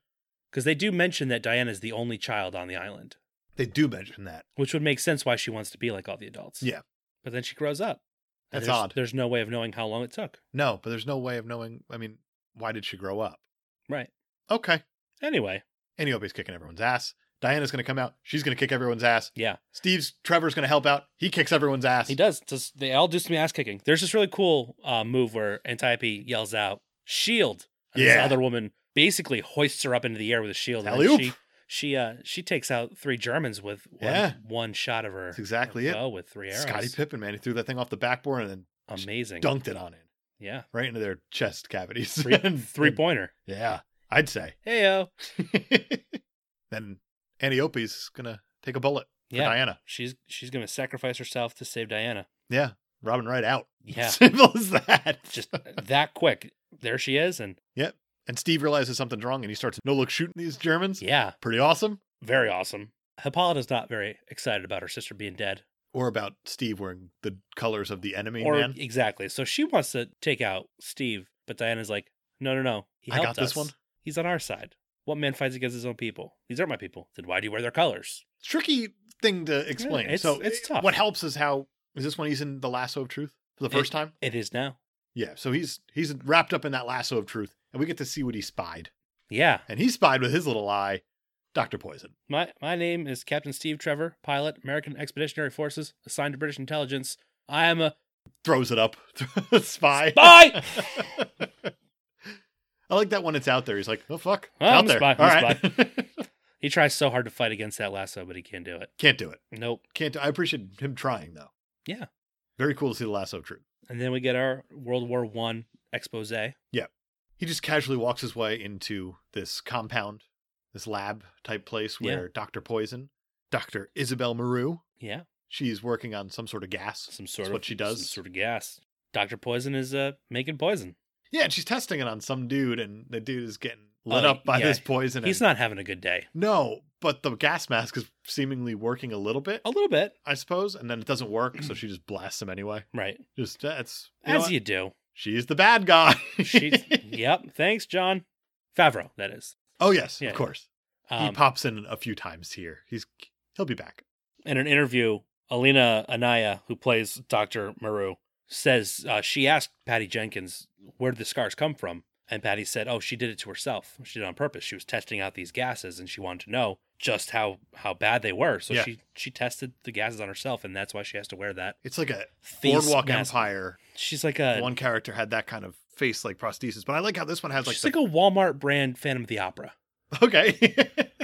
Because they do mention that Diana's the only child on the island, they do mention that. which would make sense why she wants to be like all the adults. Yeah. But then she grows up. And That's there's- odd. There's no way of knowing how long it took. No, but there's no way of knowing. I mean, why did she grow up? Right. Okay, Anyway, Antiope's kicking everyone's ass. Diana's gonna come out. She's gonna kick everyone's ass. yeah, Steve's Trevor's gonna help out. He kicks everyone's ass. he does. Just, they all do some ass kicking. There's this really cool uh, move where Antiope yells out, "Shield!" And Yeah. This other woman basically hoists her up into the air with a shield. and then Alley-oop. she she uh she takes out three Germans with one, Yeah. one shot of her. That's exactly it. bow with three arrows. Scotty Pippen, man, he threw that thing off the backboard and then Amazing. dunked it on in Yeah. right into their chest cavities. Three And- three and- pointer. Yeah, I'd say. Heyo. then Antiope's gonna take a bullet for Yeah. Diana. She's she's gonna sacrifice herself to save Diana. Yeah, Robin Wright out. Yeah. simple as that. Just that quick. There she is, and and Steve realizes something's wrong and he starts no look shooting these Germans. yeah, Pretty awesome. very awesome. Hippolyta's not very excited about her sister being dead. Or about Steve wearing the colors of the enemy or man. exactly. So she wants to take out Steve, but Diana's like, no, no, no. He I got helped this us. one. He's on our side. What man fights against his own people? These aren't my people. Then why do you wear their colors? tricky thing to explain. it's- so it's it- tough. What helps is how is this when he's in the lasso of truth for the It- first time? It is now. Yeah. So he's he's wrapped up in that lasso of truth, and we get to see what he spied. Yeah. And he spied with his little eye, Doctor Poison. My my name is Captain Steve Trevor, pilot, American Expeditionary Forces, assigned to British intelligence. I am a Throws it up. spy. spy. I like that when it's out there. He's like, oh fuck, it's I'm out a there. spy, All I'm a right. he tries so hard to fight against that lasso, but he can't do it. Can't do it. Nope. Can't. Do, I appreciate him trying though. Yeah. Very cool to see the lasso of truth. And then we get our World War One expose. he just casually walks his way into this compound, this lab type place Yeah. where Dr. Poison, Dr. Isabel Maru, Yeah. she's working on some sort of gas. Some sort That's of what she does. Some sort of gas. Doctor Poison is uh making poison. Yeah, and she's testing it on some dude, and the dude is getting lit Oh, up by yeah. this poison. He's and- not having a good day. No, but the gas mask is seemingly working a little bit, A little bit. I suppose, and then it doesn't work, so she just blasts him anyway. Right. Just that's you know As what? you do. she's the bad guy. She's Yep. Thanks, John. Favreau, that is. oh yes, Yeah. of course. he Um, pops in a few times here. He's he'll be back. in an interview, Alina Anaya, who plays Dr. Maru, says uh, she asked Patty Jenkins, where did the scars come from? And Patty said, oh, she did it to herself. She did it on purpose. She was testing out these gases and she wanted to know just how, how bad they were. So Yeah. she, she tested the gases on herself and that's why she has to wear that. It's like a face Boardwalk mask. Empire She's like a, one character had that kind of face like prosthesis, but I like how this one has like, she's like a Walmart brand Phantom of the Opera. the- okay,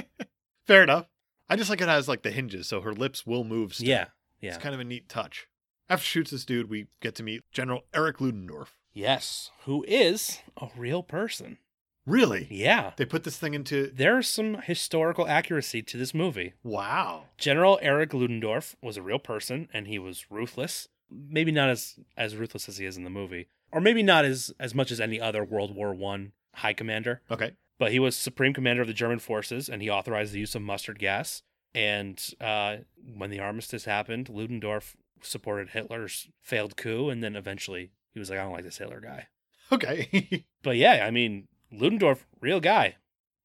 fair enough. I just like it has like the hinges, so her lips will move. Still. Yeah. Yeah. it's kind of a neat touch. After she shoots this dude, we get to meet General Eric Ludendorff, Yes, who is a real person. Really? Yeah. They put this thing into. There's some historical accuracy to this movie. Wow. General Erich Ludendorff was a real person and he was ruthless. Maybe not as, as ruthless as he is in the movie, or maybe not as, as much as any other World War One high commander, Okay. but he was supreme commander of the German forces and he authorized the use of mustard gas. And uh, when the armistice happened, Ludendorff supported Hitler's failed coup. And then eventually he was like, I don't like this Hitler guy. Okay. But yeah, I mean, Ludendorff, real guy.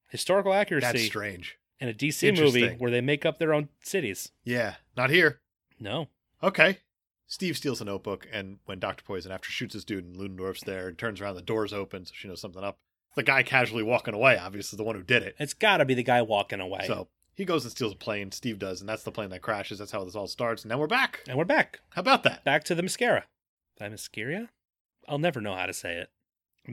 Historical That's accuracy strange. in a DC movie Interesting. where they make up their own cities. Yeah. Not here. No. Okay. Steve steals a notebook, and when Dr. Poison after shoots his dude, and Ludendorff's there and turns around, the door's open, so she knows something up. The guy casually walking away, obviously, the one who did it. It's got to be the guy walking away. So he goes and steals a plane, Steve does, and that's the plane that crashes. That's how this all starts. And then we're back. and we're back. How about that? Back to the mascara. By mascara? I'll never know how to say it.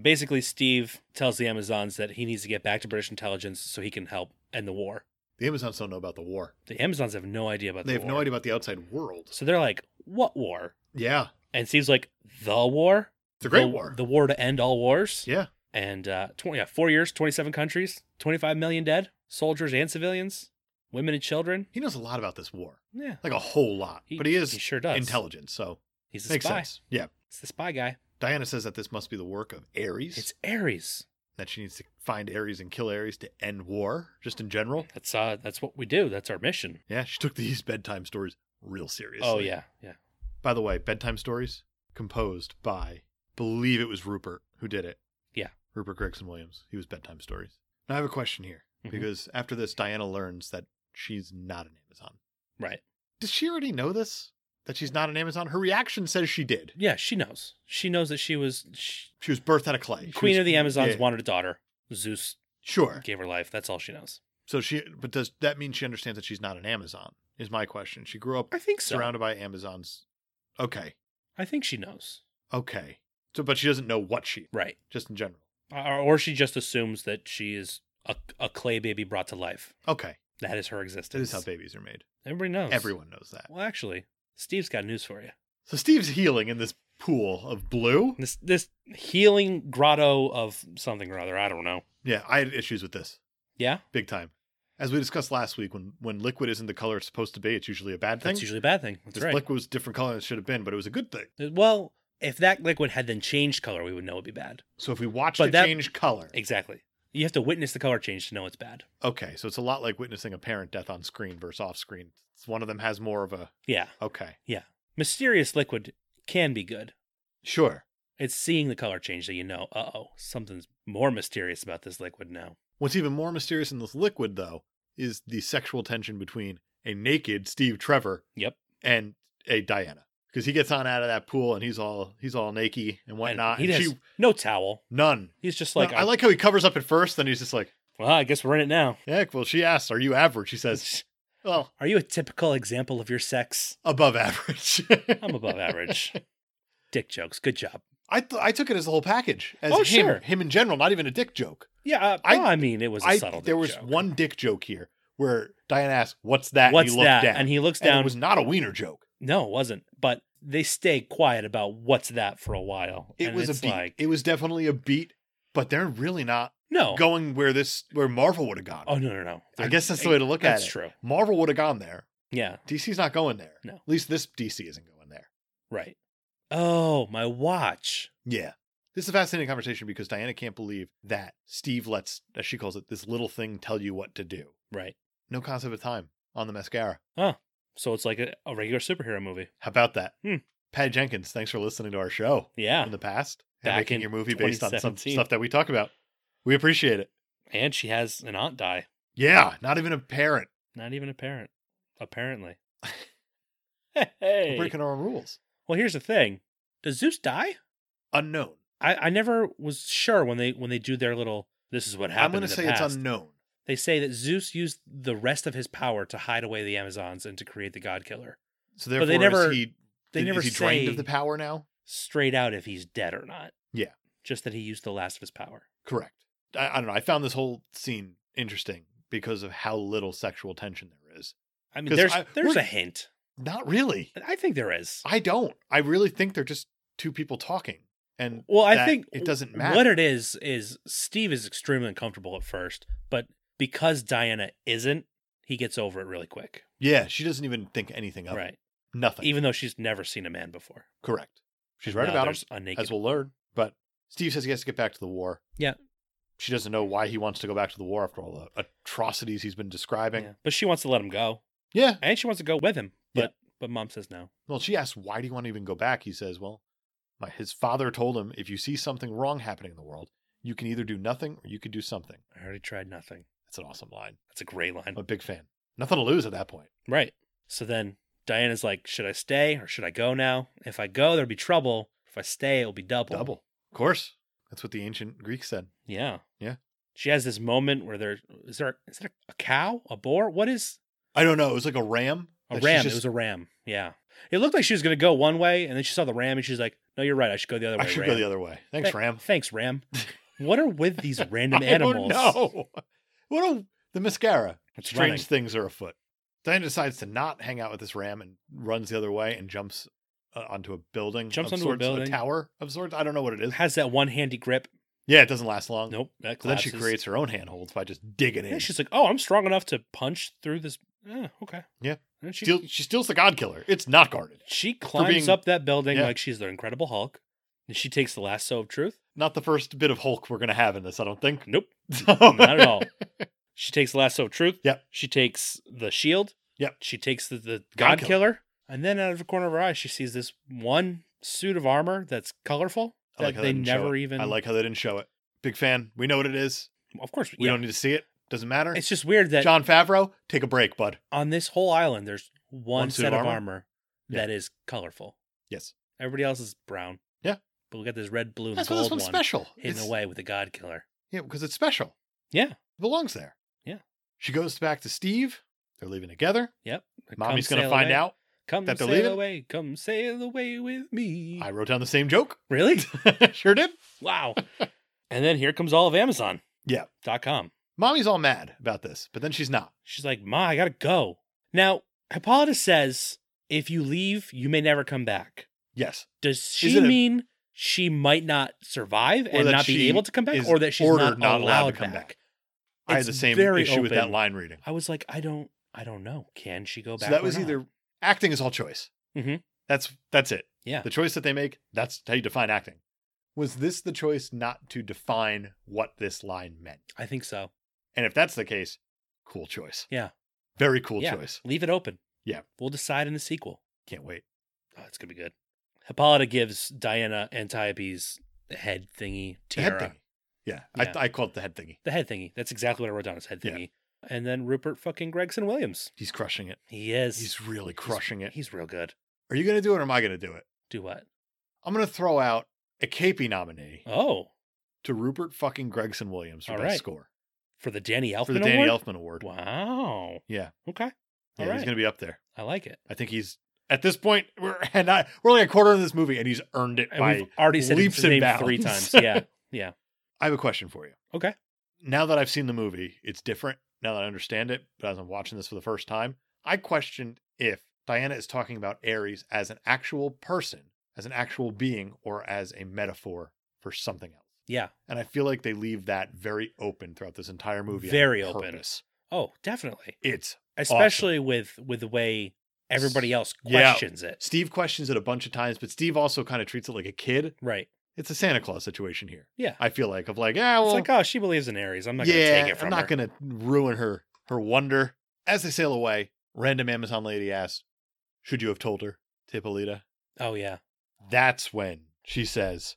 Basically, Steve tells the Amazons that he needs to get back to British intelligence so he can help end the war. The Amazons don't know about the war. The Amazons have no idea about they the have war. no idea about the outside world. So they're like, what war? Yeah. And Steve's like, the war? The Great War. The war to end all wars? yeah. And uh, 20, yeah, four years, 27 countries, 25 million dead, soldiers and civilians, women and children. He knows a lot about this war, Yeah, like a whole lot. He- but he is he sure does. intelligent, so he's a makes spy. sense. Yeah. It's the spy guy. Diana says that this must be the work of Ares, It's Ares. that she needs to find Ares and kill Ares to end war, just in general. That's uh, that's what we do. That's our mission. Yeah, she took these bedtime stories real seriously. Oh yeah, yeah. By the way, bedtime stories composed by, believe it was Rupert who did it. Yeah. Rupert Gregson Williams. He was bedtime stories. Now I have a question here Mhm. because after this, Diana learns that she's not an Amazon. Right. Does she already know this? That she's not an Amazon? Her reaction says she did. Yeah, she knows. She knows that she was she, She was birthed out of clay. She queen was- of the Amazons. yeah, Wanted a daughter. Zeus Sure. gave her life. That's all she knows. So she, but does that mean she understands that she's not an Amazon? Is my question. She grew up I think so. surrounded by Amazons. Okay. I think she knows. Okay. So, but she doesn't know what she, Right. just in general. Or, or she just assumes that she is a, a clay baby brought to life. Okay. That is her That existence. is how babies are made. Everybody knows. Everyone knows that. Well, actually, Steve's got news for you. So Steve's healing in this pool of blue. This this healing grotto of something or other. I don't know. Yeah, I had issues with this Yeah, big time. As we discussed last week, when when liquid isn't the color it's supposed to be, it's usually a bad thing. that's usually a bad thing. That's this right. liquid was a different color than it should have been, but it was a good thing. well, if that liquid had then changed color, we would know it'd be bad. So if we watched But it that- change color, Exactly. You have to witness the color change to know it's bad. okay, so it's a lot like witnessing a parent death on screen versus off screen. It's one of them has more of a Yeah. okay, Mysterious liquid can be good. sure. It's seeing the color change that you know, uh oh, something's more mysterious about this liquid now. What's even more mysterious in this liquid, though, is the sexual tension between a naked Steve Trevor Yep. and a Diana because he gets on out of that pool and he's all he's all naked and whatnot. And he and has she- no towel. none. He's just like, No, I like how he covers up at first, then he's just like, well, I guess we're in it now. "Heck." Well, she asks, "Are you average?" She says, "Well, Are you a typical example of your sex? above average." I'm above average. Dick jokes. Good job. I th- I took it as the whole package as Oh, him sure. him in general, not even a dick joke. Yeah. Uh, I- well, I, mean, it was a I subtle. there dick was joke. one dick joke here where Diana asks, "What's that?" What's and he looked that? Down. And he looks And down. It was not a wiener joke. no, it wasn't. But they stay quiet about what's that for a while. It and was a it's beat. like, it was definitely a beat, but they're really not no. going where this where Marvel would have gone. Oh no, no, no. I guess that's the way to look at That's it. true. Marvel would have gone there. Yeah, DC's not going there. No. At least this DC isn't going there. right. Oh, my watch. Yeah. This is a fascinating conversation because Diana can't believe that Steve lets, as she calls it, this little thing tell you what to do. Right. No concept of time on the mascara. So it's like a, a regular superhero movie. How about that? Hmm. Pat Jenkins, thanks for listening to our show Yeah. in the past and Back making in your movie based on some 2017. stuff that we talk about. We appreciate it. And she has an aunt die. Yeah, not even a parent. Not even a parent, apparently. hey. We're breaking our own rules. Well, here's the thing. Does Zeus die? Unknown. I, I never was sure when they when they do their little. This is what happened. I'm going in to the say past. it's unknown. They say that Zeus used the rest of his power to hide away the Amazons and to create the God Killer. So therefore, But they never- is he, They is never he say drained of the power now? straight out if he's dead or not. Yeah. Just that he used the last of his power. Correct. I, I don't know. I found this whole scene interesting because of how little sexual tension there is. I mean, 'Cause there's I- there's we're- a hint. Not really. I think there is. I don't. I really think they're just two people talking. And Well, I that think it doesn't matter. What it is is Steve is extremely uncomfortable at first, but because Diana isn't, he gets over it really quick. yeah, she doesn't even think anything of Right. it. Nothing. Even though she's never seen a man before. Correct. She's right Now about him, there's a naked. as we'll learn. But Steve says he has to get back to the war. Yeah. She doesn't know why he wants to go back to the war after all the atrocities he's been describing. Yeah. But she wants to let him go. yeah. And she wants to go with him. But Yeah. but mom says no. Well, she asks, why do you want to even go back? He says, well, my, his father told him if you see something wrong happening in the world, you can either do nothing or you could do something. I already tried nothing. That's an awesome line. That's a great line. I'm a big fan. Nothing to lose at that point. Right. So then Diana's like, should I stay or should I go now? If I go, there'll be trouble. If I stay, it'll be double. Double. Of course. That's what the ancient Greeks said. Yeah. Yeah. She has this moment where there is there is it a cow, a boar? What is I don't know. It was like a ram. a that she's ram? just- It was a ram. Yeah. It looked like she was gonna go one way, and then she saw the ram, and she's like, "No, you're right. I should go the other way." I should ram. go the other way. Thanks, Th- ram. Thanks, ram. What are with these random animals? No. What a, the mascara. It's Strange running. things are afoot. Diana decides to not hang out with this ram and runs the other way and jumps uh, onto a building. Jumps of onto a sorts, building. tower of sorts. I don't know what it is. Has that one handy grip? Yeah, it doesn't last long. Nope. That So then she collapses. creates her own handholds by just digging Yeah, in. she's like, "Oh, I'm strong enough to punch through this." Yeah, okay. Yeah. And she Steal, she steals the God Killer. It's not guarded. She climbs being- up that building Yeah. like she's the Incredible Hulk, and she takes the lasso of truth. Not the first bit of Hulk we're gonna have in this. I don't think. Nope, So- not at all. She takes the lasso of truth. Yep. She takes the shield. Yep. She takes the, the God God killer. and then out of the corner of her eye, she sees this one suit of armor that's colorful I that how they didn't show never it. even. I like how they didn't show it. Big fan. We know what it is. Of course, We yeah. don't need to see it. Doesn't matter. It's just weird that John Favreau, take a break, bud. on this whole island, there's one, One suit set of of armor? armor, Yeah. that is colorful. Yes. Everybody else is brown. Yeah. But we got this red, blue, and That's why gold this one's one special. hidden It's- away with the God Killer. Yeah, because it's special. It Yeah. belongs there. Yeah. She goes back to Steve. They're leaving together. Mommy's Come going to sail find away. out. Come That they're sail leaving? away, come sail away with me. I wrote down the same joke. really? sure did. Wow. and then here comes all of Amazon. Yeah. Dot com. Mommy's all mad about this, but then she's not. She's like, Ma, I gotta go. Now, Hippolytus says, if you leave, you may never come back. Yes. Does Is she it a- mean she might not survive and that not be she able to come back? is Or that she's ordered not, allowed, to come back? I had It's the same very issue with that open. line reading. I was like, I don't I don't know. Can she go back? So that or was not? either acting is all choice. Mhm. That's that's it. Yeah. The choice that they make, that's how you define acting. Was this the choice not to define what this line meant? I think so. And if that's the case, cool choice. Yeah. Very cool Yeah. choice. Leave it open. Yeah. We'll decide in the sequel. Can't wait. Oh, it's gonna be good. Hippolyta gives Diana Antiope's head thingy The tiara. head thingy. Yeah. Yeah. I, I call it the head thingy. The head thingy. That's exactly what I wrote down. His head Yeah. thingy. And then Rupert fucking Gregson Williams. He's crushing it. He is. He's really crushing it. He's real good. Are you going to do it or am I going to do it? Do what? I'm going to throw out a KP nominee Oh, to Rupert fucking Gregson Williams for All best right. score for the Danny Elfman for the Danny Award? Elfman Award. Wow. Yeah. Okay. Yeah, All right. he's going to be up there. I like it. I think he's at this point we're and I, we're only a quarter of this movie and he's earned it And by we've already said leaps his and name bounds. three times. Yeah. Yeah. I have a question for you. Okay. Now that I've seen the movie, it's different now that I understand it, but as I'm watching this for the first time, I questioned if Diana is talking about Ares as an actual person, as an actual being, or as a metaphor for something else. Yeah. And I feel like they leave that very open throughout this entire movie. on Very open. purpose. Oh, definitely. It's Especially with with the way everybody else Yeah. questions it. Steve questions it a bunch of times, but Steve also kind of treats it like a kid. Right. It's a Santa Claus situation here. Yeah. I feel like of like, yeah, well, it's like, oh, she believes in Aries. I'm not yeah, gonna take it from I'm not her. gonna ruin her her wonder. As they sail away, random Amazon lady asks, "Should you have told her, Tippolita?" Oh yeah. That's when she says,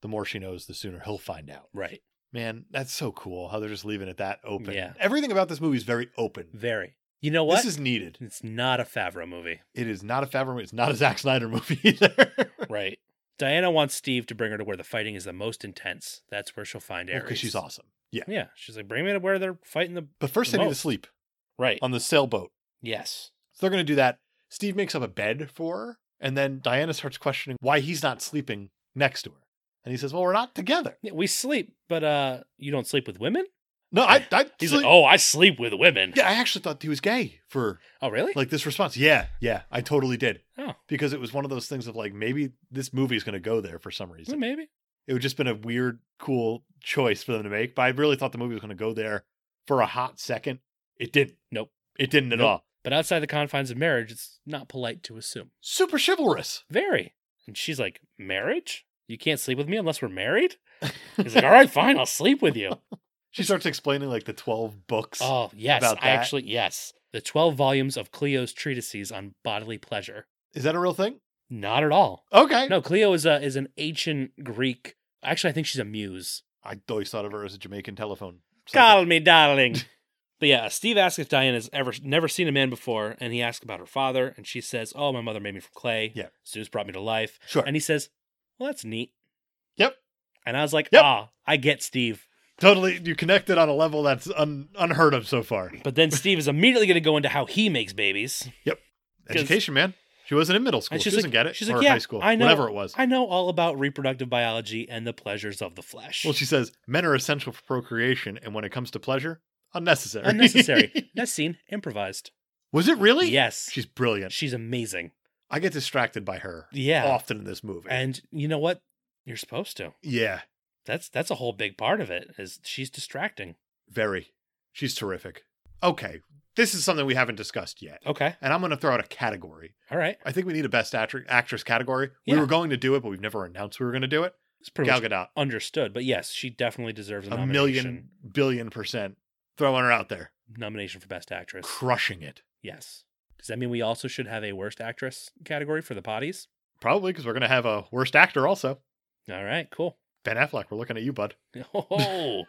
"The more she knows, the sooner he'll find out." Right. Man, that's so cool how they're just leaving it that open. Yeah. Everything about this movie is very open. Very. You know what? This is needed. it's not a Favreau movie. It is not a Favreau movie. It's not a Zack Snyder movie either. Right. Diana wants Steve to bring her to where the fighting is the most intense. That's where she'll find Ares. Because Oh, she's awesome. Yeah. Yeah. She's like, bring me to where they're fighting the. But first, The they need to most. sleep Right. on the sailboat. yes. So they're going to do that. Steve makes up a bed for her, and then Diana starts questioning why he's not sleeping next to her. And he says, "Well, we're not together." Yeah, we sleep, but uh, you don't sleep with women? No, I, I He's sleep- like, oh, I sleep with women. yeah, I actually thought he was gay for Oh, really? like this response. Yeah, yeah, I totally did oh, well, because it was one of those things of like maybe this movie is going to go there for some reason. maybe. It would just been a weird, cool choice for them to make. But I really thought the movie was going to go there for a hot second. It didn't. Nope. It didn't at Nope. all. But outside the confines of marriage, it's not polite to assume. Super chivalrous. Very. And she's like, Marriage? You can't sleep with me unless we're married? He's like, All right, fine, I'll sleep with you. She starts explaining like the twelve books. Oh, yes. About I that. actually, yes. The 12 volumes of Cleo's treatises on bodily pleasure. Is that a real thing? Not at all. Okay. No, Cleo is, a, is an ancient Greek. Actually, I think she's a muse. I always thought of her as a Jamaican telephone. Call me, darling. but yeah, Steve asks if Diane has ever never seen a man before, and he asks about her father, and she says, "Oh, my mother made me from clay. Yeah. Zeus brought me to life." Sure. And he says, "Well, that's neat." Yep. And I was like, Yep. "Ah, I get Steve." totally. You connected on a level that's un- unheard of so far. But then Steve is immediately going to go into how he makes babies. Education, man. She wasn't in middle school. And She she's doesn't like- get it. she's or like, yeah, high school. I know. Whatever it was. I know all about reproductive biology and the pleasures of the flesh. Well, she says men are essential for procreation, and when it comes to pleasure, unnecessary. Unnecessary. Next scene, improvised. was it really? Yes, She's brilliant. she's amazing. I get distracted by her Yeah, often in this movie. and you know what? You're supposed to. yeah, that's that's a whole big part of it is she's distracting very. She's terrific. Okay, this is something we haven't discussed yet, okay and I'm going to throw out a category. all right I think we need a best actri- actress category. We Yeah. were going to do it, but we've never announced we were going to do it. it's pretty Gal much Gadot, understood but yes she definitely deserves a, a nomination million billion percent throwing her out there, nomination for best actress crushing it. yes does that mean we also should have a worst actress category for the potties Probably because we're going to have a worst actor also. all right cool Ben Affleck, we're looking at you, bud. oh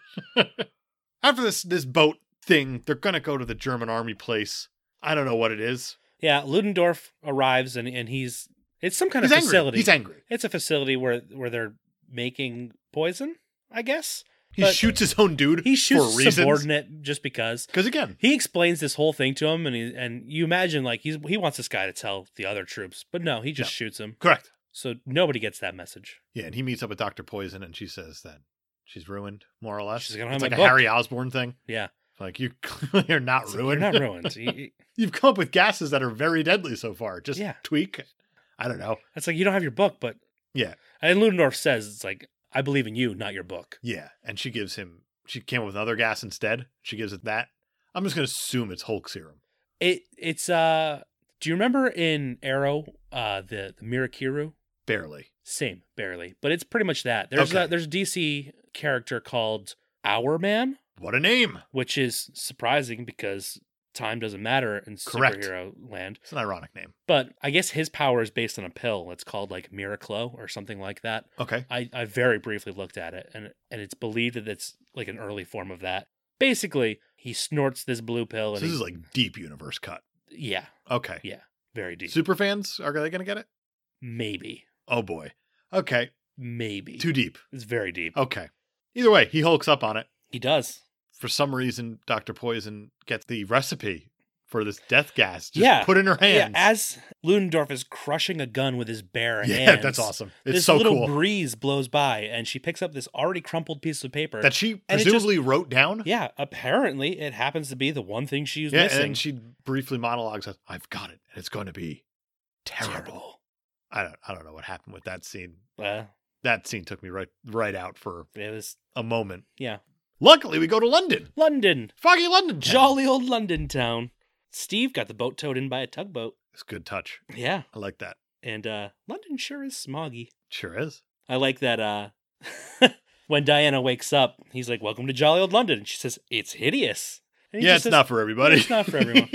after this this boat thing, they're gonna go to the German army place. I don't know what it is. yeah ludendorff arrives and and he's it's some kind He's of angry. facility He's angry. it's a facility where where they're making poison i guess He But- shoots his own dude. he shoots for reasons. subordinate just because Because again, he explains this whole thing to him and he, and you imagine like he's he wants this guy to tell the other troops but no he just No. shoots him correct. so nobody gets that message Yeah, and he meets up with Doctor Poison, and she says that she's ruined, more or less. She's gonna it's have my like a book. Harry Osborne thing. yeah Like you, you're not It's like, ruined. you're not ruined You- you- You've come up with gases that are very deadly so far. Just Yeah. tweak. I don't know. it's like you don't have your book but Yeah. and ludendorff says it's like i believe in you not your book Yeah, and she gives him. She came up with another gas instead. She gives it that. I'm just gonna assume it's Hulk serum. it it's uh do you remember in arrow uh the, the mirakiru Barely. same barely but it's pretty much that there's Okay. a there's a dc character called our man What a name! which is surprising because time doesn't matter in Correct. superhero land It's an ironic name. But I guess his power is based on a pill. It's called like Miraclo or something like that. Okay. I, I very briefly looked at it and and it's believed that it's like an early form of that. Basically, he snorts this blue pill and So this he- is like deep universe cut. yeah, Okay. Yeah, very deep. Super fans, are they going to get it? maybe. Oh boy. Okay. Maybe. Too deep. It's very deep. Okay. Either way, he hulks up on it. He does. For some reason, Dr. Poison gets the recipe for this death gas just Yeah. put in her Yeah, hands. as Ludendorff is crushing a gun with his bare Yeah, hands. that's awesome. It's this so little cool. breeze blows by and she picks up this already crumpled piece of paper. that she and it presumably wrote down. yeah, apparently it happens to be the one thing she's Yeah, missing. and she briefly monologues, "I've got it, and it's going to be terrible." I don't, I don't know what happened with that scene. Well, That scene took me right, right out for it was a moment. yeah. Luckily, we go to London, London. foggy London, town. Jolly old London town. Steve got the boat towed in by a tugboat. It's a good touch. Yeah. I like that. And uh London sure is smoggy. Sure is. I like that uh when Diana wakes up, he's like, Welcome to Jolly Old London. And she says, It's hideous. And he yeah, just it's says- not for everybody. It's not for everyone.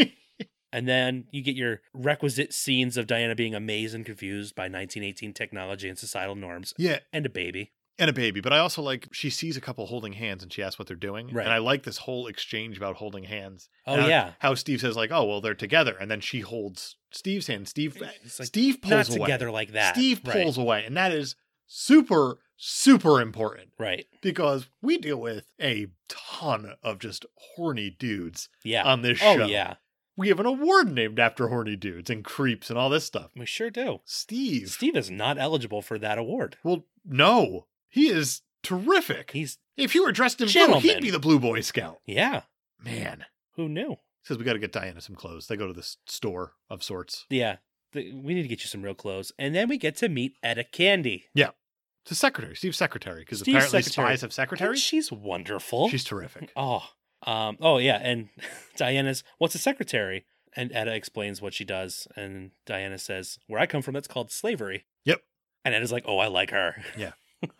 And then you get your requisite scenes of Diana being amazed and confused by 1918 technology and societal norms yeah, and a baby. and a baby. But I also like she sees a couple holding hands and she asks what they're doing. Right. And I like this whole exchange about holding hands. Oh, And yeah. How Steve says, like, oh, well, they're together. And then she holds Steve's hand. Steve It's like, Steve Not pulls away. together like that. Steve Right. pulls away. And that is super, super important Right. because we deal with a ton of just horny dudes Yeah. on this oh, show. yeah. We have an award named after horny dudes and creeps and all this stuff. We sure do. Steve. Steve is not eligible for that award. Well, no, he is terrific. He's if he were dressed in blue, he'd Gentleman. be the Blue Boy Scout. yeah. Man Who knew? says we got to get Diana some clothes. They go to this store of sorts. Yeah. Th- We need to get you some real clothes, and then we get to meet Etta Candy. to secretary, Steve's secretary, because Steve's apparently secretary. spies have secretaries. And she's wonderful. She's terrific. Oh, um, oh yeah, and Diana's what's a secretary? And Etta explains what she does, and Diana says, "Where I come from, that's called slavery." Yep. And Etta's like, "Oh, I like her."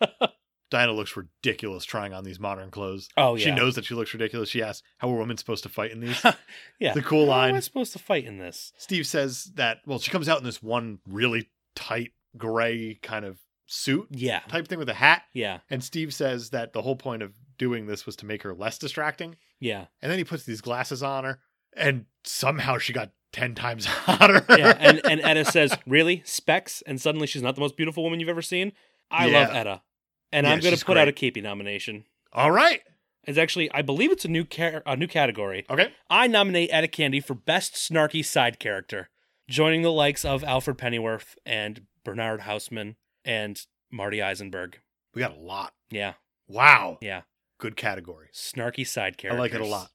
Diana looks ridiculous trying on these modern clothes. Oh yeah, She knows that she looks ridiculous. She asks how a woman's supposed to fight in these. yeah, The cool How am I line. supposed to fight in this? Steve says that, well, she comes out in this one really tight gray kind of suit Yeah, type thing with a hat. yeah, And Steve says that the whole point of doing this was to make her less distracting. yeah, And then he puts these glasses on her, and somehow she got 10 times hotter. yeah. And and Etta says, "Really, specs?" And suddenly she's not the most beautiful woman you've ever seen. I Yeah. love Etta, and Yeah, I'm going she's to put out a great. keepy nomination. All right. It's actually, I believe it's a new car- a new category. Okay. I nominate Etta Candy for Best Snarky Side Character, joining the likes of Alfred Pennyworth and Bernard Hausman and Marty Eisenberg. We got a lot. Yeah, Wow. yeah. Good category. Snarky side I characters. like it a lot.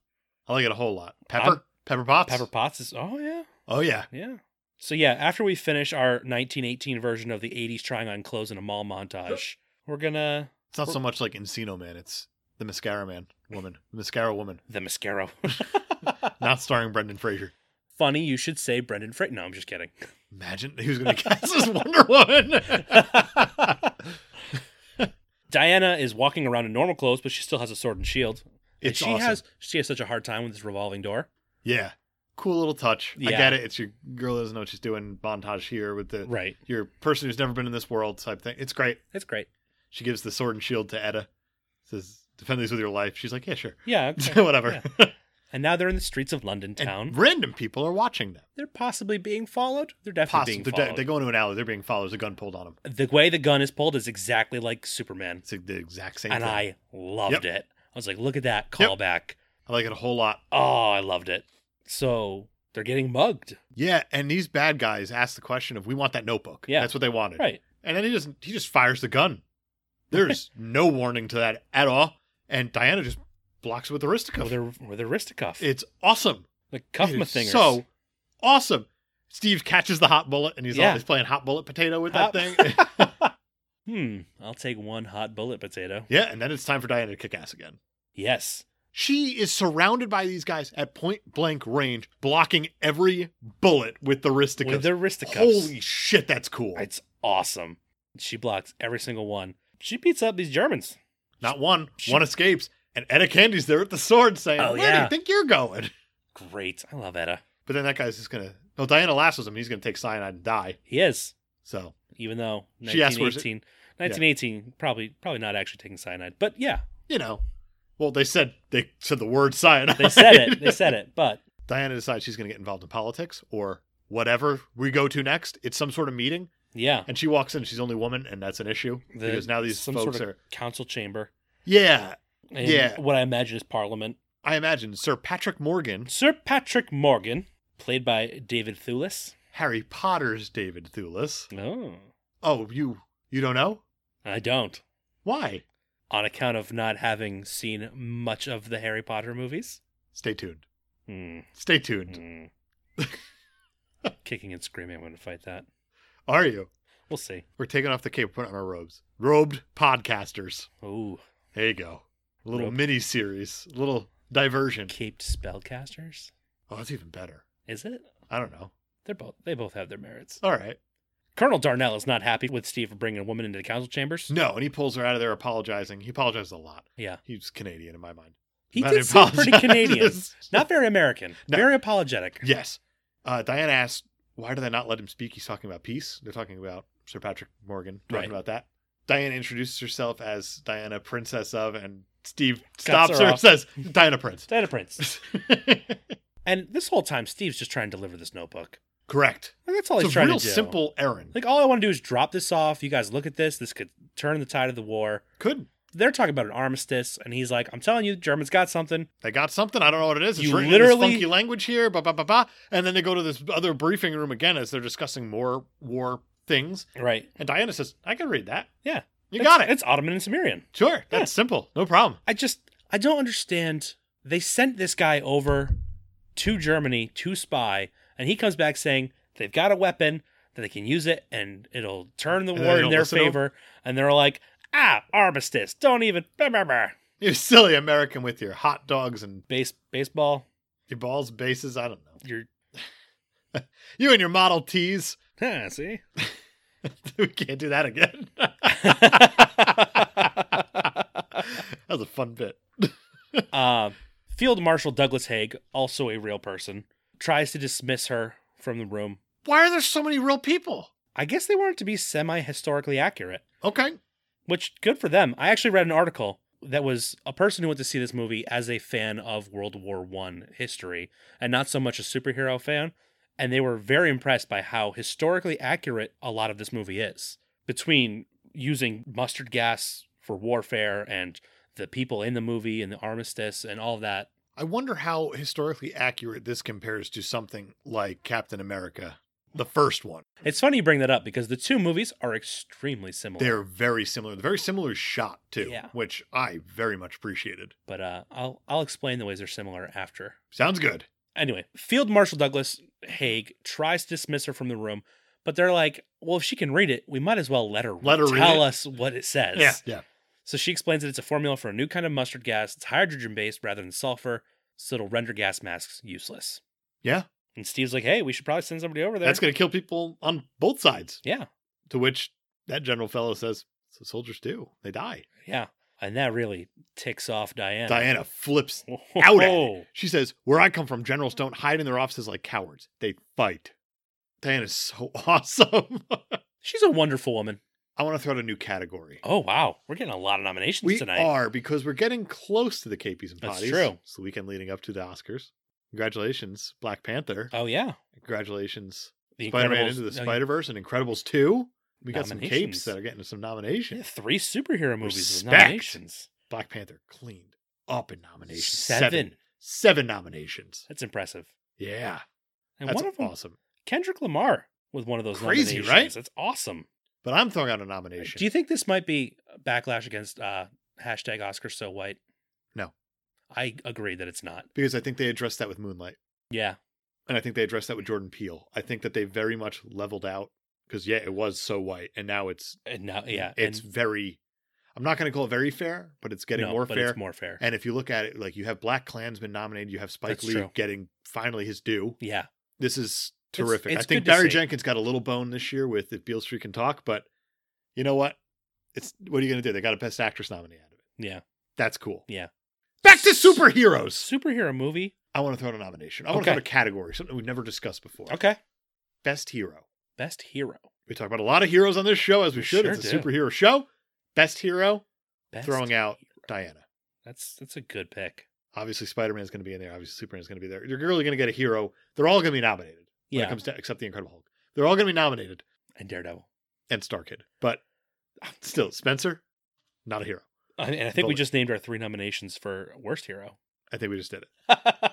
I like it a whole lot. Pepper? I'm- Pepper Potts? Pepper Potts is, oh, yeah, Oh, yeah. yeah. So, yeah, after we finish our 1918 version of the 80s trying on clothes in a mall montage, we're gonna. It's not so much like Encino Man, it's the Mascara Man woman, the Mascara Woman, The mascara. not starring Brendan Fraser. Funny, you should say Brendan Fraser. No, I'm just kidding. Imagine who's going to cast as Wonder Woman. Diana is walking around in normal clothes, but she still has a sword and shield. And it's she awesome. has she has such a hard time with this revolving door. Yeah. Cool little touch. I Yeah. get it. It's your girl doesn't know what she's doing montage here with the Right. your person who's never been in this world type thing. It's great. That's great. She gives the sword and shield to Etta. Says, defend these with your life. She's like, yeah, sure. Yeah. okay. Whatever. and now they're in the streets of London And town. random people are watching them. they're possibly being followed. They're definitely Possibly. being They're de- followed. they go into an alley. They're being followed. There's a gun pulled on them. the way the gun is pulled is exactly like Superman. It's the exact same And thing. I loved it. I was like, look at that callback. I like it a whole lot. Oh, I loved it. So they're getting mugged. Yeah, and these bad guys ask the question of, "We want that notebook." Yeah. that's what they wanted. Right. And then he doesn't. He just fires the gun. There's no warning to that at all. And Diana just blocks it with the wrist With cuff. their with their wrist cuff. It's awesome. the It cuffma is thingers. So awesome. Steve catches the hot bullet, and he's Yeah. always playing hot bullet potato with Hot- that thing. hmm. I'll take one hot bullet potato. yeah, and then it's time for Diana to kick ass again. Yes. She is surrounded by these guys at point blank range, blocking every bullet with the wrist With cuff. their wrist cuffs. Holy shit, that's cool. It's awesome. She blocks every single one. She beats up these Germans. Not one. She- one escapes, and Etta Candy's there at the sword saying, Oh, "Where do yeah. you think you're going?" Great. I love Etta. But then that guy's just gonna. Well, Diana lassos him. He's gonna take cyanide and die. He is, So even though She asked where is it- 1918, 1918 probably probably not actually taking cyanide, but yeah, you know. Well, they said they said the word cyanide. they said it. They said it. But Diana decides she's gonna get involved in politics or whatever we go to next. It's some sort of meeting, yeah, and she walks in. She's the only woman, and that's an issue The- because now these some folks sort of are. council chamber. Yeah, And Yeah. what I imagine is Parliament. I imagine Sir Patrick Morgan, Sir Patrick Morgan, played by David Thewlis. Harry Potter's David Thewlis. Oh, Oh, you you don't know I don't, why? on account of not having seen much of the Harry Potter movies. Stay tuned. Hmm. Stay tuned. Mm. Kicking and screaming, I'm going to fight that. Are you? We'll see. We're taking off the cape, putting on our robes. Robed podcasters. Ooh, There you go. A little Robed. mini series, a little diversion. caped spellcasters. Oh, that's even better. Is it? I don't know. They're both. They both have their merits. All right. Colonel Darnell is not happy with Steve for bringing a woman into the council chambers. No, and he pulls her out of there apologizing. He apologizes a lot. Yeah, He's Canadian in my mind. he But did seem pretty apologizes. Canadian, not very American. No. Very apologetic. Yes. Uh, Diana asks, why do they not let him speak? He's talking about peace. They're talking about Sir Patrick Morgan, talking Right. about that. Diana introduces herself as Diana, Princess of, and Steve Cuts stops her her and off. says, Diana Prince. Diana Prince. And this whole time, Steve's just trying to deliver this notebook. Correct. Like, that's all he's it's a trying real to do. simple errand. Like all I want to do is drop this off. You guys look at this. This could turn the tide of the war. Could They're talking about an armistice, and he's like, "I'm telling you, Germans got something." they got something? I don't know what it is. It's You written in literally- this funky language here. Blah blah blah blah. And then they go to this other briefing room again as they're discussing more war things. Right? And Diana says, "I can read that. Yeah. You It's- got it. It's Ottoman and Sumerian. sure. That's simple. No problem. I just I don't understand. They sent this guy over to Germany to spy, and he comes back saying they've got a weapon. that they can use it and it'll turn the And they war in don't their listen to 'em? favor. And they're like, ah, armistice. Don't even. Blah, blah, blah. You silly American with your hot dogs and Base baseball. your balls, bases. I don't know. You're You and your Model Ts. huh, see. we can't do that again. that was a fun bit. Uh, Field Marshal Douglas Haig, also a real person, tries to dismiss her from the room. Why are there so many real people? I guess they wanted to be semi historically accurate. Okay. which good for them. I actually read an article that was a person who went to see this movie as a fan of World War One history and not so much a superhero fan, and they were very impressed by how historically accurate a lot of this movie is between using mustard gas for warfare and the people in the movie and the armistice and all of that. I wonder how historically accurate this compares to something like Captain America, the first one. It's funny you bring that up because the two movies are extremely similar. They're very similar. Very similar shot too, Yeah. which I very much appreciated. but uh, I'll I'll explain the ways they're similar after. Sounds good. Anyway, Field Marshal Douglas Haig tries to dismiss her from the room, but they're like, "Well, if she can read it, we might as well let her Let her read tell it. us what it says." Yeah. So she explains that it's a formula for a new kind of mustard gas. It's hydrogen based rather than sulfur, so it'll render gas masks useless. Yeah. And Steve's like, "Hey, we should probably send somebody over there." That's going to kill people on both sides. Yeah, To which that general fellow says, "So soldiers do. They die." yeah, and that really ticks off Diane. Diana flips Whoa. out at it. She says, Where I come from, generals don't hide in their offices like cowards. They fight. Diana's so awesome. She's a wonderful woman. I want to throw out a new category. Oh wow, we're getting a lot of nominations we tonight. are because we're getting close to the KPs and That's Potties. true. It's the weekend leading up to the Oscars. Congratulations, Black Panther. Oh yeah, Congratulations, the Spider Man Incredibles- Into the oh, Spider Verse and Incredibles 2. We got some capes Nominations. that are getting some yeah, nominations. three superhero movies with Respect. nominations. Black Panther cleaned up in nominations. Seven. Seven nominations. That's impressive. Yeah. And that's one of them, awesome. Kendrick Lamar, with one of those Crazy, nominations. right? That's awesome. But I'm throwing out a nomination. Do you think this might be backlash against uh, hashtag Oscar so white? No. I agree that it's not. because I think they addressed that with Moonlight, Yeah, and I think they addressed that with Jordan Peele. I think that they very much leveled out because yeah, it was so white, and now it's and now yeah, it's and- very. I'm not going to call it very fair, but it's getting no, more but fair. It's more fair. And if you look at it, like you have Black Klansman nominated, you have Spike That's Lee true. getting finally his due. yeah, This is It's- terrific. I it's think good to Barry see. Jenkins got a little bone this year with if Beale Street can talk, but you know what? It's what are you going to do? They got a Best Actress nominee out of it. yeah. That's cool. Yeah. Back to superheroes. Superhero movie. I want to throw out a nomination. I want Okay. to throw out a category, something we've never discussed before. Okay. Best hero. Best hero. We talk about a lot of heroes on this show, as we We should. sure it's a do. superhero show. Best hero, Best throwing out Diana. That's that's a good pick. Obviously, Spider Man's going to be in there. Obviously, Superman's going to be there. You're really going to get a hero. They're all going to be nominated. When Yeah, It comes to, except the Incredible Hulk. They're all going to be nominated and Daredevil. and Star Kid. But still, Spencer, not a hero. And and I think we Bullet. just named our three nominations for worst hero. I think we just did it.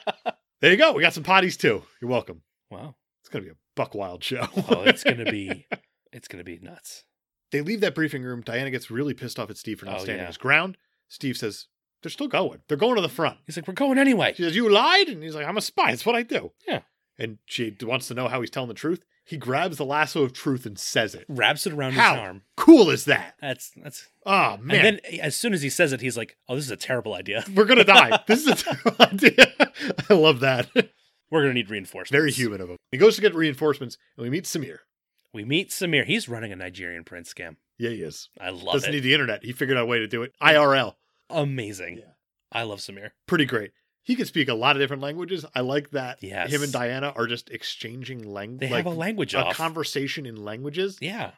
There you go. We got some potties too. You're welcome. wow. It's going to be a buck wild show. Oh, it's gonna be it's gonna be nuts. they leave that briefing room. Diana gets really pissed off at Steve for not Oh, standing yeah. his ground. Steve says, They're still going. They're going to the front. He's like, we're going anyway. She says, You lied? And he's like, I'm a spy. It's what I do. Yeah. And she wants to know how he's telling the truth. He grabs the lasso of truth and says it. wraps it around How? his arm. Cool is that? That's that's. Oh, man. And then as soon as he says it, he's like, "Oh, this is a terrible idea. We're going to die. this is a terrible idea. I love that. We're gonna need reinforcements." Very human of him. He goes to get reinforcements and we meet Samir. We meet Samir. He's running a Nigerian print scam. Yeah, he is. I love Doesn't it. need the internet. He figured out a way to do it. IRL. Amazing. Yeah. I love Samir. pretty great. He can speak a lot of different languages. I like that Yes. him and Diana are just exchanging language. They have a language a off. conversation in languages. yeah.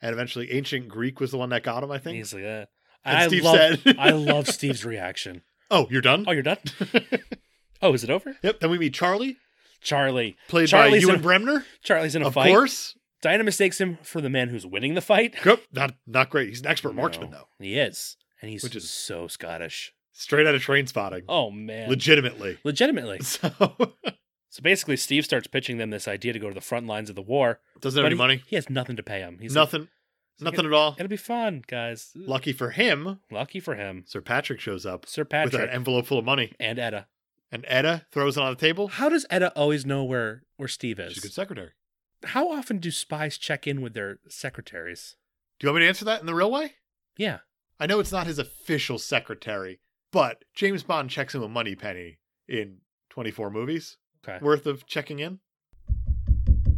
And eventually ancient Greek was the one that got him, I think. He's like, uh, And I Steve love. said- I love Steve's reaction. Oh, you're done? Oh, you're done. oh, is it over? Yep. Then we meet Charlie, Charlie. played by Charlie's Ewan in a Bremner. Charlie's in a Of fight. course. Diana mistakes him for the man who's winning the fight. Yep. Not not great. He's an expert marksman No. though. He is, and he's Which is- so Scottish. Straight out of train spotting. Oh man. Legitimately. Legitimately. So So basically, Steve starts pitching them this idea to go to the front lines of the war. doesn't have any he, money. He has nothing to pay him. He's like, nothing. nothing at all. It'll be fun, guys. Lucky for him, Lucky for him, Sir Patrick shows up Sir with Patrick an envelope full of money. and Edda. And Etta throws it on the table. How does Edda always know where where Steve is? She's a good secretary. How often do spies check in with their secretaries? Do you want me to answer that in the real way? Yeah. I know it's not his official secretary, but James Bond checks him a money penny in 24 movies Okay. worth of checking in.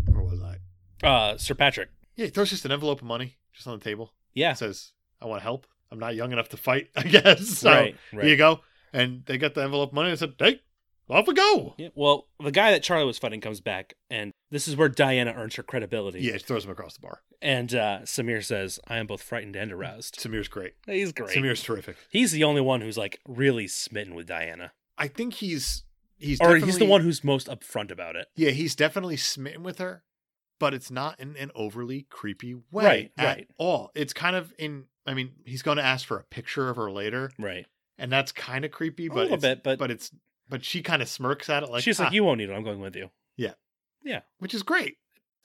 Where was I? Uh, Sir Patrick. Yeah, he throws just an envelope of money just on the table. Yeah. Says, I want to help. I'm not young enough to fight, I guess. So right. here you Right. go. And they got the envelope of money and said, Hey, off we go. Yeah, well, the guy that Charlie was fighting comes back, and this is where Diana earns her credibility. Yeah, he throws him across the bar. And uh, Samir says, I am both frightened and aroused. Samir's great. He's great. Samir's terrific. He's the only one who's like really smitten with Diana. I think he's he's or he's the definitely- one who's most upfront about it. Yeah, he's definitely smitten with her, but it's not in an overly creepy way Right, at right. all. It's kind of in. I mean, he's going to ask for a picture of her later, Right. and that's kind of creepy. But a little it's, bit, but, but it's but she kind of smirks at it, like she's "Ah," like, You won't need it. I'm going with you. which is great.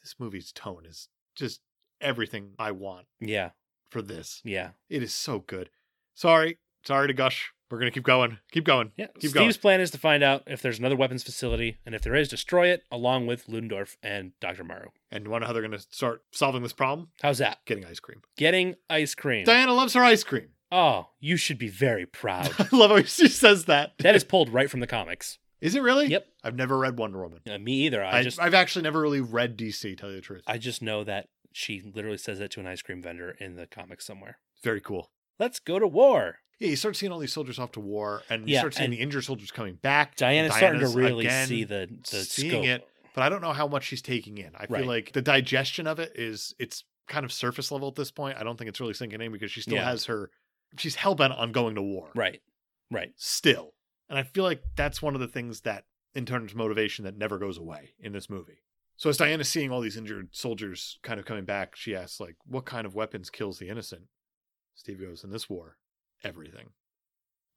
This movie's tone is just everything I want Yeah. for this. Yeah. It is so good. Sorry, sorry to gush. We're gonna keep going, keep going. Yeah. Keep Steve's going. plan is to find out if there's another weapons facility, and if there is, destroy it along with Ludendorff and Dr. Maru. And wonder how they're gonna start solving this problem? How's that? Getting ice cream. Getting ice cream. Diana loves her ice cream. Oh, you should be very proud. I love how she says that. that is pulled right from the comics. Is it really? Yep. I've never read Wonder Woman. Uh, me either. I, I just I've actually never really read DC, tell you the truth. I just know that she literally says that to an ice cream vendor in the comics somewhere. Very cool. Let's go to war. Yeah, you start seeing all these soldiers off to war and you Yeah, start seeing and- the injured soldiers coming back. Diana's, starting to really again see the the seeing scope. it, but I don't know how much she's taking in. I feel Right. like the digestion of it is it's kind of surface level at this point. I don't think it's really sinking in because she still Yeah. has her she's hell bent on going to war. Right. Right. Still. And I feel like that's one of the things that in terms of motivation that never goes away in this movie. So as Diana's seeing all these injured soldiers kind of coming back, she asks, like, what kind of weapons kills the innocent? Steve goes, in this war, everything.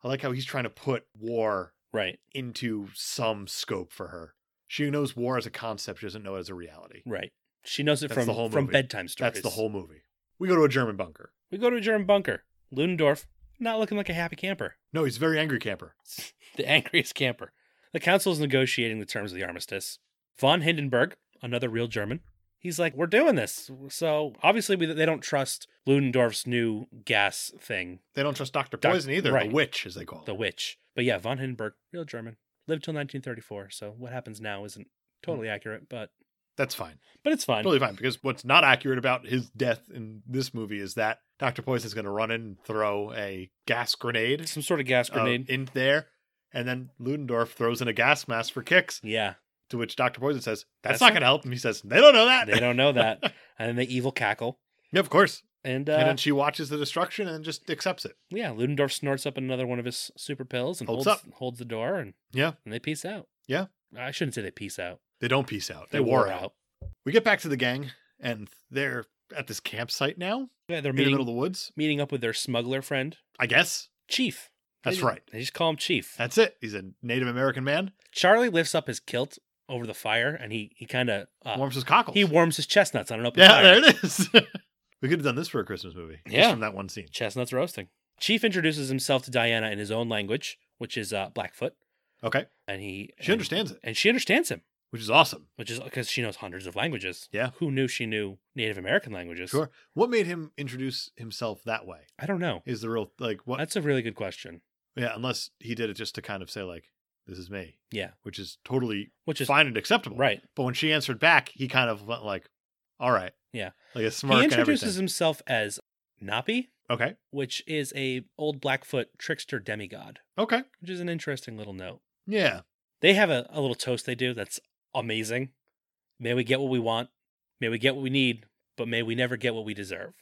I like how he's trying to put war Right. into some scope for her. She knows war as a concept, she doesn't know it as a reality. Right. She knows it That's from the whole from movie. bedtime stories. That's the whole movie. We go to a German bunker. We go to a German bunker. Ludendorff not looking like a happy camper. No, he's a very angry camper. the angriest camper. The council is negotiating the terms of the armistice. Von Hindenburg, another real German, he's like, "We're doing this." So obviously, we, they don't trust Ludendorff's new gas thing, They don't trust Dr. Doc- Poison either, right. the witch, as they call the it. witch. But yeah, von Hindenburg, real German, lived till 1934. So what happens now isn't totally Hmm. accurate, but That's fine. but it's fine. Totally fine. Because what's not accurate about his death in this movie is that Dr. Poison is going to run in and throw a gas grenade, Some sort of gas uh, grenade. in there. And then Ludendorff throws in a gas mask for kicks, yeah, to which Dr. Poison says, That's, That's not not- going to help. And he says, They don't know that. they don't know that, and then they evil cackle. yeah, of course. And, uh, and then she watches the destruction and just accepts it. yeah, Ludendorff snorts up another one of his super pills and holds Holds holds, the door and Yeah. and they peace out. Yeah. I shouldn't say they peace out. They don't peace out. They, war, out. We get back to the gang, and they're at this campsite now Yeah, they're in the meeting middle of the woods. meeting up with their smuggler friend, I guess Chief. They that's ju- right. They just call him Chief. That's it. He's a Native American man. Charlie lifts up his kilt over the fire and he he kind of uh, warms his cockles. he warms his chestnuts on an open Oh. yeah, fire. there it is. we could have done this for a Christmas movie. just Yeah. from that one scene. Chestnuts roasting. Chief introduces himself to Diana in his own language, which is uh, Blackfoot, Okay, and he she and- understands it, and she understands him, which is awesome. which is because she knows hundreds of languages. Yeah. who knew she knew Native American languages? Sure. What made him introduce himself that way? I don't know. Is the real like what? That's a really good question. yeah, unless he did it just to kind of say like, "This is me," Yeah, which is totally which is fine and acceptable. right. But when she answered back, he kind of went like, "All right." Yeah. Like a smirk he and introduces everything. himself as Napi, Okay. which is a old Blackfoot trickster demigod, Okay. which is an interesting little note. Yeah. They have a, a little toast they do that's amazing. May we get what we want, may we get what we need, but may we never get what we deserve.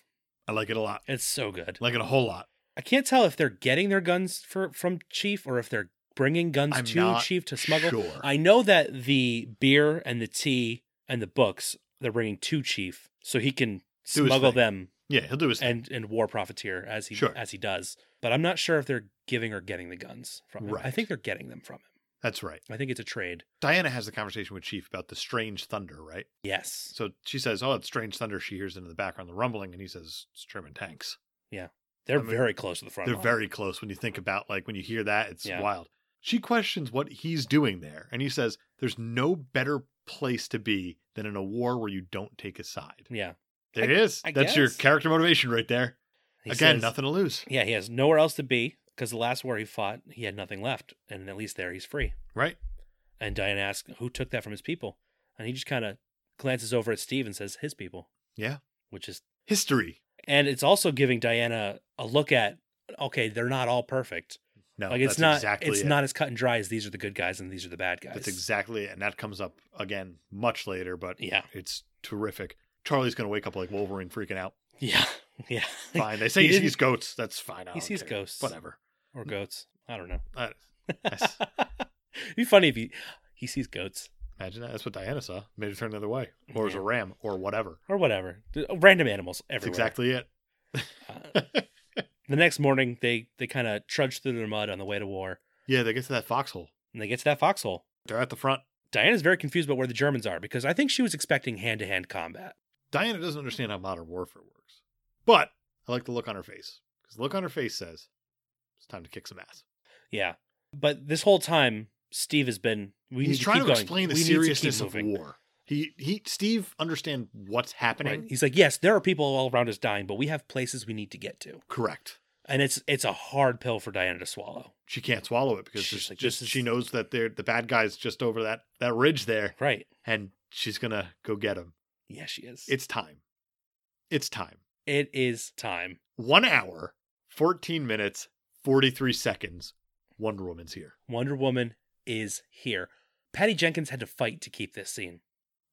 I like it a lot. It's so good. Like it a whole lot. I can't tell if they're getting their guns for from Chief or if they're bringing guns I'm to not Chief to smuggle. Sure. I know that the beer and the tea and the books they're bringing to Chief so he can Do his smuggle thing. them yeah, he'll do his thing. and and war profiteer as he Sure. as he does. But I'm not sure if they're giving or getting the guns from him. I Right. think they're getting them from him. That's right. I think it's a trade. Diana has the conversation with Chief about the strange thunder, right? Yes. So she says, "Oh, it's strange thunder." She hears into the background the rumbling, and he says, "It's German tanks." They're I mean, very close to the front. They're line. very close when you think about like when you hear that, it's Yeah. wild. She questions what he's doing there, and he says, "There's no better place to be than in a war where you don't take a side. Yeah. There it is. I That's your guess. character motivation right there. He Again, says- nothing to lose. Yeah, he has nowhere else to be because the last war he fought, he had nothing left, and at least there he's free. Right? And Diane asks, "Who took that from his people?" And he just kind of glances over at Steve and says, "His people." Yeah. Which is, History. and it's also giving Diana a look at, okay, they're not all perfect. No, like it's that's not, exactly it's it. not as cut and dry as these are the good guys and these are the bad guys. That's exactly it. And that comes up again much later, but Yeah. it's terrific. Charlie's going to wake up like Wolverine freaking out. Yeah. Yeah. Fine. They say He he, didn't- sees goats. That's fine. I He don't sees care. ghosts. Whatever. or goats. I don't know. Uh, Nice. It'd be funny if he he sees goats imagine that. That's what Diana saw. Made her turn the other way. Or it was a ram or whatever. or whatever. D- uh, Random animals That's everywhere. exactly it. Uh, the next morning, they they kind of trudge through the mud on the way to war, Yeah, they get to that foxhole. and they get to that foxhole. They're at the front. Diana's very confused about where the Germans are because I think she was expecting hand to hand combat. Diana doesn't understand how modern warfare works. But I like the look on her face. Because the look on her face says, it's time to kick some ass. Yeah, but this whole time, Steve has been. We need He's to trying keep to going. explain the We need to keep seriousness of moving. war. He he Steve understand what's happening. Right? He's like, yes, there are people all around us dying, but we have places we need to get to, Correct. and it's it's a hard pill for Diana to swallow. She can't swallow it because She's it's like, this just is- she knows that they're the bad guys just over that that ridge there, Right? and she's gonna go get him. Yeah, she is. It's time. It's time. it is time. One hour, fourteen minutes, forty three seconds. Wonder Woman's here. Wonder Woman is here. Patty Jenkins had to fight to keep this scene.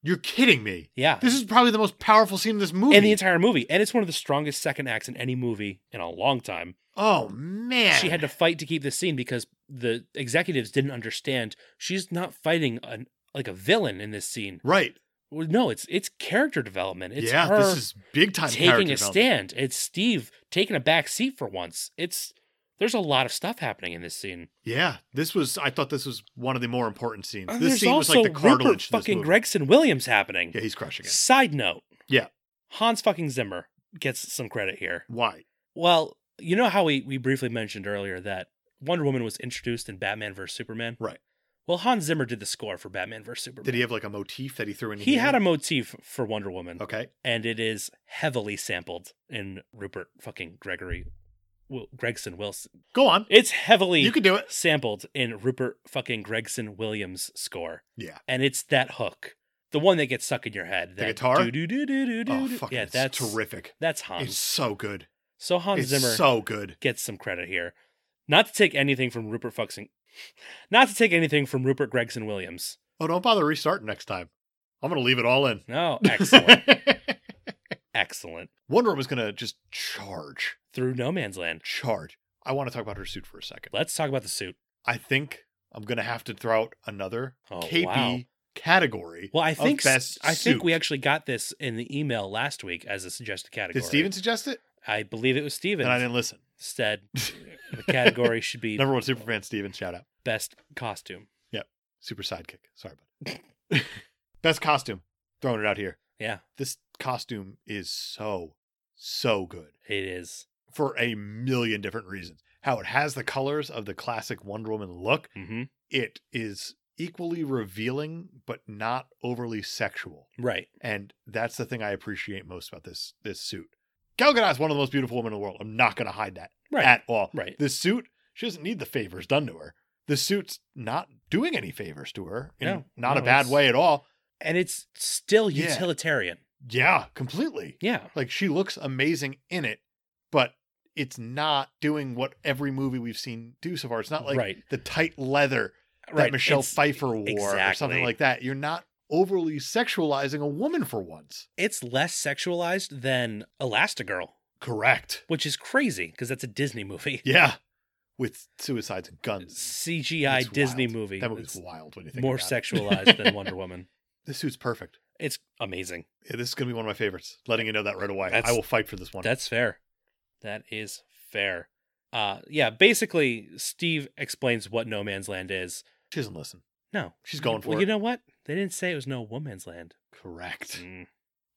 You're kidding me. Yeah. This is probably the most powerful scene in this movie. in the entire movie. And it's one of the strongest second acts in any movie in a long time. oh man, She had to fight to keep this scene because the executives didn't understand she's not fighting an like a villain in this scene. right. Well, No, it's it's character development. It's yeah, her this is big time taking character a development. stand. It's Steve taking a back seat for once. It's there's a lot of stuff happening in this scene. Yeah, this was. I thought this was one of the more important scenes. And this there's scene was also like the cartilage. Rupert to this fucking movie. Gregson Williams happening. Yeah, he's crushing it. Side note. Yeah. Hans fucking Zimmer gets some credit here. Why? Well, you know how we, we briefly mentioned earlier that Wonder Woman was introduced in Batman vs Superman? Right. Well, Hans Zimmer did the score for Batman vs Superman. Did he have like a motif that he threw in? He here? had a motif for Wonder Woman, Okay. and it is heavily sampled in Rupert fucking Gregory Wil Gregson Wilson. Go on. It's heavily You can do it. sampled in Rupert fucking Gregson Williams' score, Yeah. and it's that hook, the one that gets stuck in your head. The that guitar? doo-doo-doo-doo-doo-doo. Oh, fucking, yeah, it's that's terrific. That's Hans. It's so good. so Hans It's Zimmer so good. gets some credit here. Not to take anything from Rupert Fuxing, not to take anything from Rupert Gregson Williams. Oh, don't bother restarting next time. I'm gonna leave it all in. No, excellent, excellent. Wonder Woman's gonna just charge, Through No Man's Land. charge. I want to talk about her suit for a second. Let's talk about the suit. I think I'm gonna have to throw out another Oh, KP wow. category. Well, I of think best I think we suit. actually got this in the email last week as a suggested category. Did Steven suggest it? I believe it was Steven And I didn't listen. said the category should be Number one superfan Steven, shout out. best costume. Super sidekick. Sorry about it. Best costume. Throwing it out here. Yeah, This costume is so, so good it is. for a million different reasons. How it has the colors of the classic Wonder Woman look. hmm It is equally revealing, but not overly sexual. Right. And that's the thing I appreciate most about this this suit. Gal Gadot is one of the most beautiful women in the world. I'm not going to hide that Right. at all. Right. The suit, she doesn't need the favors done to her. The suit's not doing any favors to her in No, not no, a bad it's- way at all. and it's still Yeah. utilitarian. Yeah, completely. Yeah. Like she looks amazing in it, but it's not doing what every movie we've seen do so far. It's not like Right. the tight leather that Right. Michelle It's- Pfeiffer wore or exactly. something like that. You're not overly sexualizing a woman for once. It's less sexualized than Elastigirl. Correct. which is crazy because that's a Disney movie, Yeah. With suicides and guns. CGI It's Disney wild. movie. That movie's It's wild when you think more about it. sexualized than Wonder Woman. This suit's perfect. It's amazing. Yeah, this is gonna be one of my favorites. Letting you know that right away. I That's- will fight for this one. That's fair. That is fair. Uh, yeah. Basically, Steve explains what No Man's Land is. She doesn't listen. No, She's going for well, it. you know what? They didn't say it was no woman's land. Correct. Mm.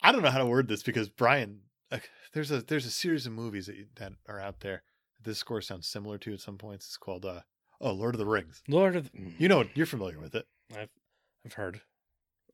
I don't know how to word this because Brian, uh, there's a there's a series of movies that, you- that are out there. This score sounds similar to at some points. It's called uh, Oh Lord of the Rings. Lord of the... mm, You know, you're familiar with it. I've I've heard.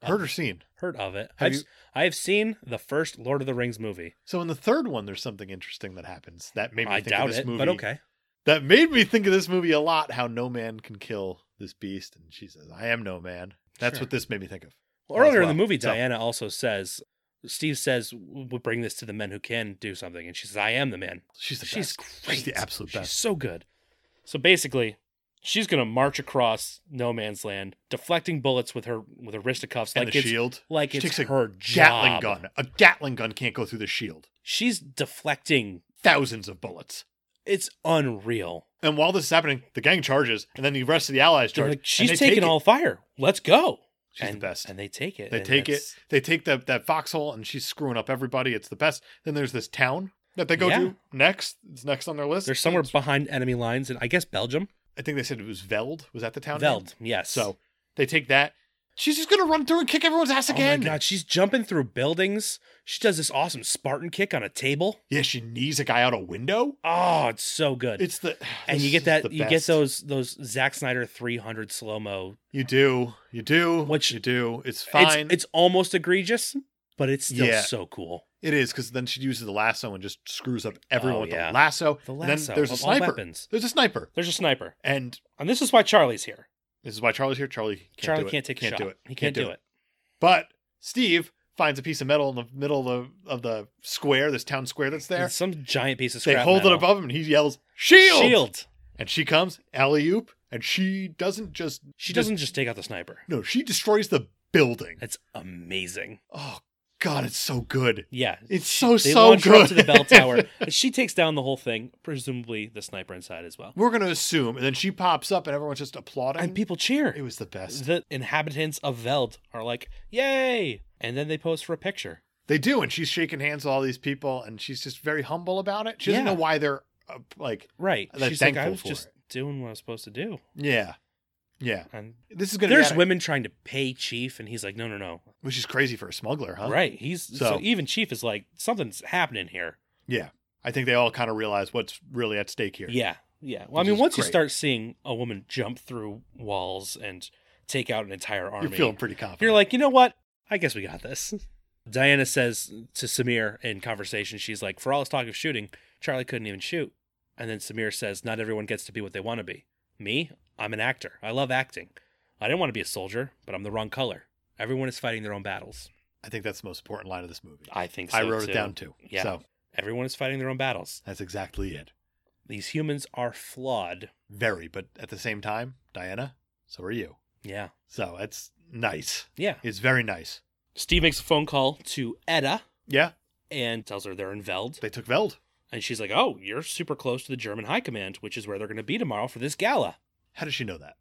Heard or seen? heard of it. Have I've, you- I have seen the first Lord of the Rings movie. So in the third one, there's something interesting that happens that made me I think doubt of this it, movie. but okay. That made me think of this movie a lot. How no man can kill this beast, and she says, "I am no man." That's Sure. what this made me think of. Well, as earlier in the well. movie, So- Diana also says, Steve says, "We'll bring this to the men who can do something," and she says, "I am the man." She's the she's best. great. She's the absolute She's best. so good. So basically, she's gonna march across no man's land, deflecting bullets with her with her wrist of cuffs, And like the it's shield. like She it's takes a her Gatling job. gun. A Gatling gun can't go through the shield. She's deflecting. Thousands of bullets. It's unreal. And while this is happening, the gang charges, and then the rest of the allies They're charge. like, and she's they take taking it. all fire. Let's go. She's and, the best. And they take it. They and take it. that's- They take that that foxhole, and she's screwing up everybody. It's the best. Then there's this town that they go Yeah. to next. It's next on their list. They're somewhere behind enemy lines, and I guess Belgium. I think they said it was Veld. Was that the town? name? Veld, yes. So they take that. She's just gonna run through and kick everyone's ass again. Oh my god, she's jumping through buildings. She does this awesome Spartan kick on a table. Yeah, she knees a guy out a window. Oh, it's so good. It's the and this you get is that the you get best. those those Zack Snyder 300 slow mo. You do. You do. Which- What you do. It's It's, fine. It's, it's almost egregious, but it's still Yeah. so cool. because then she uses the lasso and just screws up everyone Oh, with yeah. the lasso. The And lasso then there's a of all sniper. weapons. There's a sniper. There's a sniper, And and this is why Charlie's here. this is why Charlie's here. Charlie can't Charlie do it. can't take can't a shot. do it. He can't, do, it. But Steve finds a piece of metal in the middle of the, of the square, this town square that's there. It's some giant piece of They scrap hold it metal. above him and he yells, Shield! Shield. And she comes, alley oop, and she doesn't just. She doesn't just take out the sniper. No, she destroys the building. It's amazing. Oh, God, it's so good. Yeah, It's so, They so launch good. her up to the bell tower. and she takes down the whole thing, presumably the sniper inside as well. We're going to assume. And then she pops up and everyone's just applauding. And people cheer. it was the best. The inhabitants of Veld are like, "Yay!" And then they pose for a picture. They do. And she's shaking hands with all these people and she's just very humble about it. She doesn't Yeah. know why they're uh, like, Right? They're She's like, "I thankful was for just it. doing what I was supposed to do." yeah. Yeah. And This is going to there's be. women trying to pay Chief, and he's like, "No, no, no." Which is crazy for a smuggler, huh? Right? He's so, So- even Chief is like, "Something's happening here." Yeah. I think they all kind of realize what's really at stake here. Yeah, yeah. Well, Which I mean, is once you great. start seeing a woman jump through walls and take out an entire army, You're feeling pretty confident. You're like, you know what? I guess we got this. Diana says to Samir in conversation, she's like, for all his talk of shooting, Charlie couldn't even shoot. And then Samir says, not everyone gets to be what they want to be. Me, I'm an actor. I love acting. I didn't want to be a soldier, but I'm the wrong color. Everyone is fighting their own battles. I think that's the most important line of this movie. I think so. I wrote too. it down too. Yeah. So Everyone is fighting their own battles. that's exactly it. These humans are flawed. Very, but at the same time, Diana, so are you. Yeah. So that's nice. Yeah. It's very nice. Steve makes a phone call to Edda Yeah. and tells her they're in Veld. They took Veld. And she's like, "Oh, you're super close to the German High Command, which is where they're going to be tomorrow for this gala." How does she know that?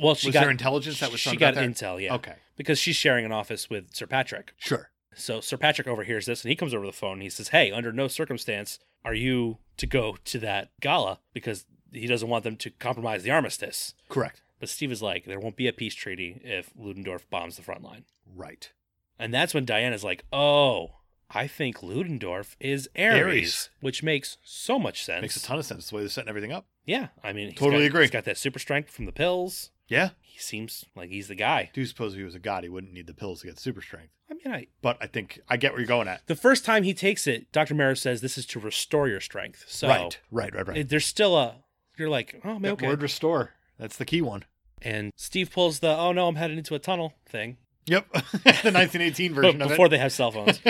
Well, she was got there intelligence that was she found got out there? intel, yeah, Okay. because she's sharing an office with Sir Patrick. Sure. So Sir Patrick overhears this, and he comes over the phone. and He says, "Hey, under no circumstance are you to go to that gala because he doesn't want them to compromise the armistice." Correct. But Steve is like, "There won't be a peace treaty if Ludendorff bombs the front line," Right. and that's when Diana's like, "Oh." I think Ludendorff is Ares, Ares. which makes so much sense. Makes a ton of sense. That's the way they're setting everything up. Yeah, I mean, he's Totally got, agree. He's got that super strength from the pills. Yeah. He seems like he's the guy. Do suppose if he was a god, he wouldn't need the pills to get super strength. I mean, I But I think I get where you're going at. the first time he takes it, Doctor Mero says this is to restore your strength. So right. Right, right, right. it- there's still a you're like, oh, man, That okay. word restore. That's the key one. And Steve pulls the oh no, I'm headed into a tunnel thing Yep. the 1918 version of it. before they have cell phones,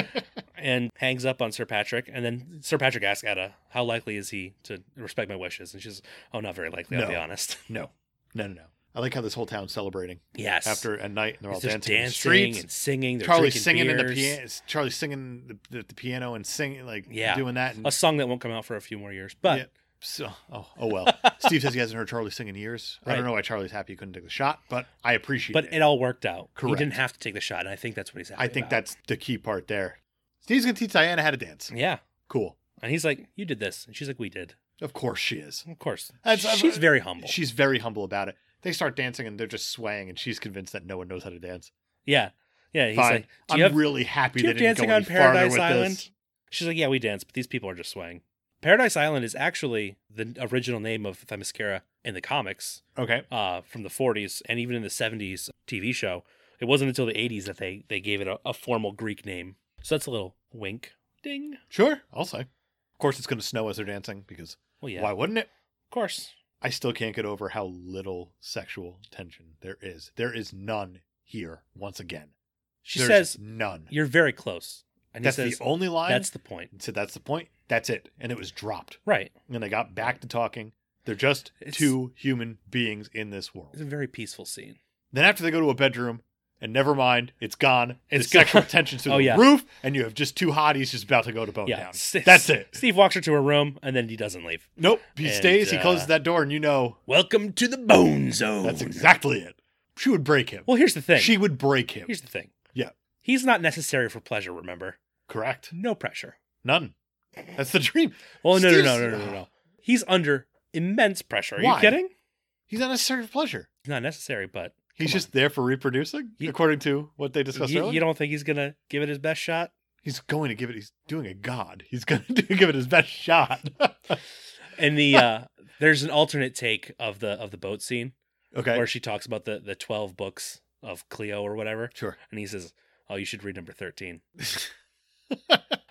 and hangs up on Sir Patrick. And then Sir Patrick asks Ada, how likely is he to respect my wishes? And she's, oh, not very likely. I'll No. be honest. No, no, no, no. I like how this whole town's celebrating Yes. after at night, and they're all There's dancing, dancing, in the streets. and singing. they're Charlie's drinking singing in the beers. piano. Charlie's singing the, the, the piano and singing like Yeah. doing that. And, A song that won't come out for a few more years, but Yeah. so, oh, oh well. Steve says he hasn't heard Charlie sing in years. I Right. don't know why Charlie's happy he couldn't take the shot, but I appreciate but it. it all worked out. He Correct. didn't have to take the shot, and I think that's what he's. Happy I think about. that's the key part there. Steve's gonna teach Diana how to dance. yeah. Cool. And he's like, "You did this," and she's like, "We did." Of course she is. Of course, That's- uh, I've- she's very humble. She's very humble about it. They start dancing and they're just swaying, and she's convinced that no one knows how to dance. yeah, yeah. He's Fine. like, "Do I'm you have, really happy do you they have didn't dancing go on any farther Paradise with Island?" this. She's like, "Yeah, we dance, but these people are just swaying." Paradise Island is actually the original name of Themyscira in the comics Okay. uh, from the 40s and even in the 70s TV show. It wasn't until the 80s that they, they gave it a, a formal Greek name. So that's a little wink. Ding. Sure, I'll say. Of course, it's going to snow as they're dancing because Well, yeah. why wouldn't it? Of course. I still can't get over how little sexual tension there is. There is none here. Once again, She There's says, none. You're very close. And That's he says, the only line. That's the point. so that's the point. That's it. And it was dropped. Right. And they got back to talking. They're just It's- two human beings in this world. It's a very peaceful scene. Then after they go to a bedroom, and never mind, it's gone. It's It's gone. sexual tension through Oh, the yeah. roof, and you have just two hotties just about to go to bone yeah. Oh, down. S- That's it. Steve walks her to her room and then he doesn't leave. Nope. He And, stays. He uh, closes that door, and you know Welcome to the bone zone. that's exactly it. She would break him. Well, here's the thing. She would break him. Here's the thing. Yeah. He's not necessary for pleasure, remember? Correct. No pressure. None. That's the dream. Well, no, no, no, no, Steve's- no, no, no. He's under immense pressure. Are Why? you kidding? He's not necessary for pleasure. It's not necessary, but He's Come just there for reproducing, You- according to what they discussed you, earlier. you don't think he's gonna give it his best shot? he's going to give it. He's doing a god. He's going to give it his best shot. And the uh there's an alternate take of the of the boat scene okay. where she talks about the the twelve books of Cleo or whatever, Sure. and he says, "Oh, you should read number 13.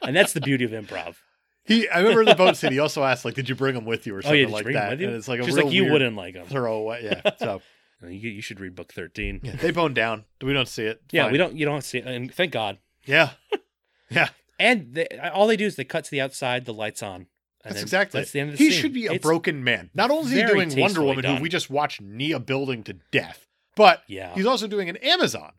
and that's the beauty of improv. He, I remember in the boat scene. He also asked, like, "Did you bring him with you or Oh, something yeah, did you like bring him that?" with you? And it's like a She's real like, "You weird wouldn't like him. throwaway. Yeah, so You, you should read book 13. yeah, they bone down. We don't see it. It's yeah fine. we don't. You don't see, and thank God. Yeah, And they, all they do is they cut to the outside, the lights on. that's And then exactly. That's it. the end of the he scene. should be a It's- broken man. Not only is he very doing Wonder tastefully Woman, who done. we just watched knee a building to death, but Yeah, he's also doing an Amazon.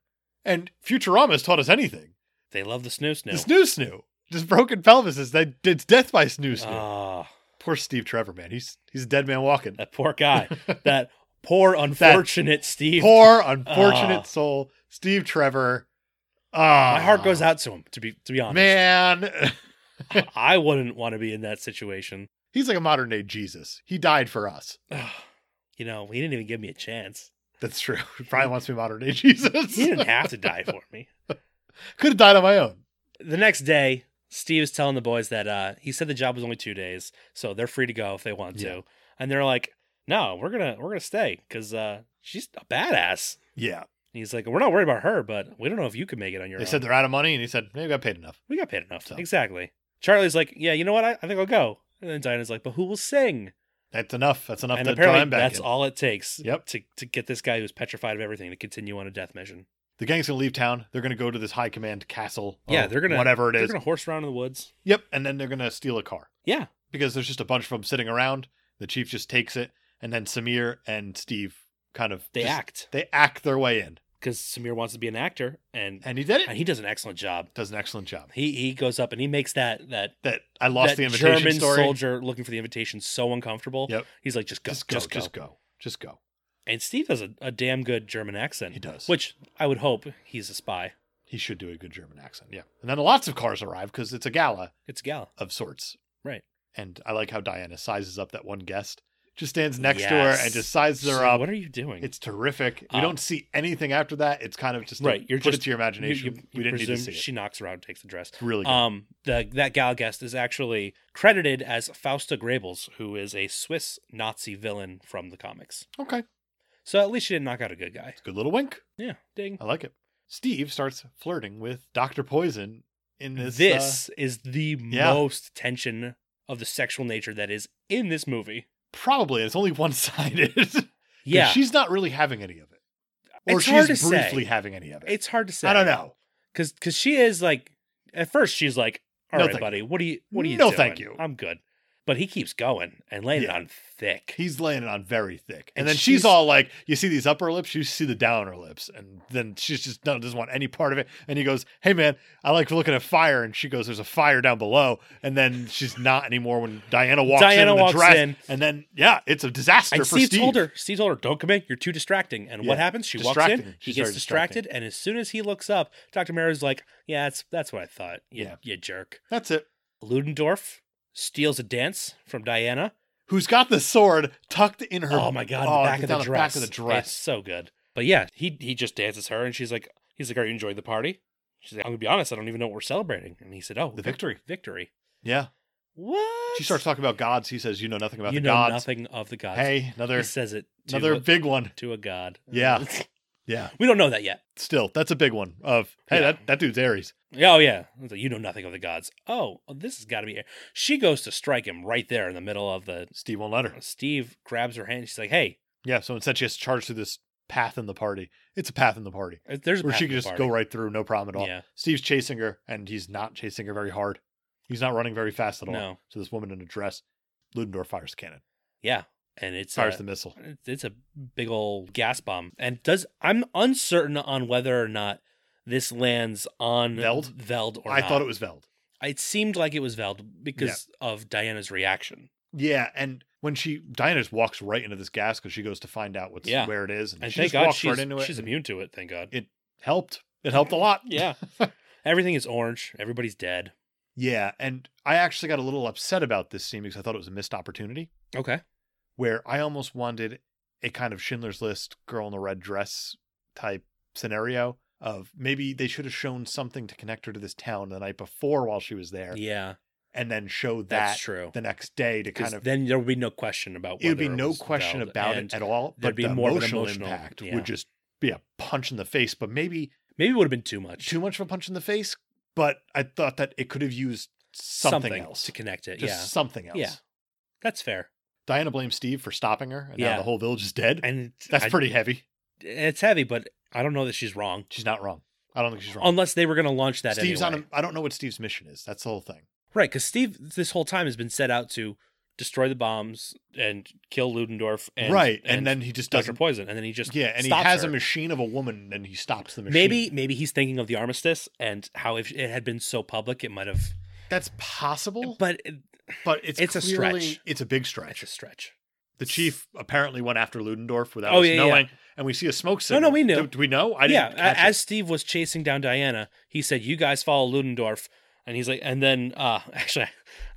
And Futurama has taught us anything. they love the snoo snoo. The snoo snoo, just broken pelvises. That it's death by snoo snoo. Ah, Poor Steve Trevor, man. He's he's a dead man walking. that poor guy. that poor unfortunate Steve. Poor unfortunate Ah. soul, Steve Trevor. Ah, My heart goes out to him. To be to be honest, man. I wouldn't want to be in that situation. He's like a modern day Jesus. He died for us. you know, he didn't even give me a chance. That's true. He probably wants to be modern day Jesus. He didn't have to die for me. Could have died on my own. The next day, Steve is telling the boys that uh, he said the job was only two days, so they're free to go if they want Yeah. to. And they're like, "No, we're gonna we're gonna stay because uh, she's a badass." Yeah. And he's like, "We're not worried about her, but we don't know if you could make it on your They own." said they're out of money, and he said, "Maybe I got paid enough." we got paid enough. So. Exactly. Charlie's like, "Yeah, you know what? I, I think I'll go." And then Diana's like, "But who will sing?" That's enough. That's enough and to draw apparently, him back. that's in. all it takes. Yep. To to get this guy who's petrified of everything to continue on a death mission. The gang's gonna leave town. They're gonna go to this high command castle. or yeah, they're gonna whatever it they're is. gonna horse around in the woods. Yep. And then they're gonna steal a car Yeah. because there's just a bunch of them sitting around. The chief just takes it, and then Samir and Steve kind of They just- act. 'Cause act They act their way in, because Samir wants to be an actor, and and he did it. and Uh, he does an excellent job. Does an excellent job. He he goes up and he makes that that. That I lost that the invitation German story. soldier looking for the invitation so uncomfortable. Yep. He's like, just go, just go, just go, just go, And Steve has a, a damn good German accent. He does. Which I would hope he's a spy. He should do a good German accent. Yeah. And then lots of cars arrive because it's a gala It's Gal. of sorts. Right. And I like how Diana sizes up that one guest. Just stands next to her and Yes. just sizes her So up. What are you doing? It's terrific. We Uh, don't see anything after that. It's kind of just right. You're put just it to your you- imagination. you- you we didn't need to presume see it. She knocks around, takes the dress. It's really good. Um, the that gal guest is actually credited as Fausta Grabels, who is a Swiss Nazi villain from the comics. okay. So at least she didn't knock out a good guy. Good little wink. Yeah, ding. I like it. Steve starts flirting with Dr. Poison in this. This, uh, is the yeah. most tension of the sexual nature that is in this movie. probably. It's only one sided. Yeah, She's not really having any of it. Or It's she's hard to say. briefly having any of it. it's hard to say. I don't know. because because she is like at first she's like all No, right, thank buddy what do you what do you No, thank doing? you. i'm good but he keeps going and laying it Yeah. on thick He's laying it on very thick. And, And then she's, she's- all like, you see these upper lips, you see the downer lips. And then she's just no, doesn't want any part of it. And he goes, Hey man, I like looking at fire. And she goes, There's a fire down below. And then she's not anymore when Diana walks Diana in. in walks the dress. in. And then yeah, it's a disaster and for Steve, Steve. told her steve told her don't come in you're too distracting and what Yeah. happens she walks in Distracting. he She's gets very distracting. distracted and as soon as he looks up dr Mara's like yeah that's that's what i thought you, Yeah. you jerk That's it. ludendorff steals a dance from diana Who's got the sword tucked in her oh my god oh, the back of the down dress back of the dress. it's so good but yeah he he just dances her and she's like he's like are you enjoying the party she's like i'm gonna be honest i don't even know what we're celebrating and he said oh The victory. victory Yeah. What? She starts talking about gods. He says, You know nothing about you the know gods. nothing of the gods. Hey, another he says it to, another a, big one. to a god. Yeah. Yeah. We don't know that yet. Still, that's a big one of, hey, Yeah. that, that dude's Aries. Yeah, Oh yeah, It's like, you know nothing of the gods. Oh, this has got to be. She goes to strike him right there in the middle of the. Steve won't let her. Steve grabs her hand. She's like, "Hey, Yeah. So instead, she has to charge through this path in the party. It's a path in the party there's a where path she to can the just party." go right through, no problem at all. Yeah, Steve's chasing her, and he's not chasing her very hard. He's not running very fast at all. No. So this woman in a dress, Ludendorff fires the cannon, yeah, and it's fires uh, the missile. It's- it's a big old gas bomb and does i'm uncertain on whether or not this lands on Veld? veld or I not. thought it was Veld. it seemed like it was veld because of diana's reaction Yeah, and when she Diana just walks right into this gas because she goes to find out what's Yeah. where it is, and, and she just thank god walks she's, right into it. she's and immune to it thank god It- helped. It helped a lot. yeah everything is orange everybody's dead yeah, and I actually got a little upset about this scene because I thought it was a missed opportunity okay where I almost wanted a kind of Schindler's List girl in a red dress type scenario of maybe they should have shown something to connect her to this town the night before while she was there, yeah and then show that's that true the next day to 'Cause kind of then there would be no question about it would be whether no was question Veld. about And it at all. there'd But be the more of an emotional, emotional- impact yeah. would just be a punch in the face, but maybe maybe it would have been too much too much of a punch in the face. But I thought that it could have used something, else, to connect it just yeah something else. Yeah. that's fair Diana blames Steve for stopping her, and Yeah. now the whole village is dead. and That's I- pretty heavy. it's heavy but i don't know that she's wrong She's not wrong. I don't think she's wrong. unless they were going to launch that Steve's anyway. on. A, I don't know what Steve's mission is. That's the whole thing. right because steve this whole time has been set out to destroy the bombs and kill ludendorff and right, and, then he just dr doesn't. poison and then he just Yeah, and he stops has her. a machine of a woman, and he stops the machine. maybe maybe he's thinking of the armistice and how if it had been so public it might have that's possible, but, but it- it's it's a clearly- stretch. It's a big stretch. it's a stretch The chief apparently went after Ludendorff without Oh, us yeah, yeah. knowing, and we see a smoke No, signal. no, we knew. Do, do we know? I yeah didn't. a- catch it. as steve was chasing down diana he said you guys follow ludendorff and he's like and then uh actually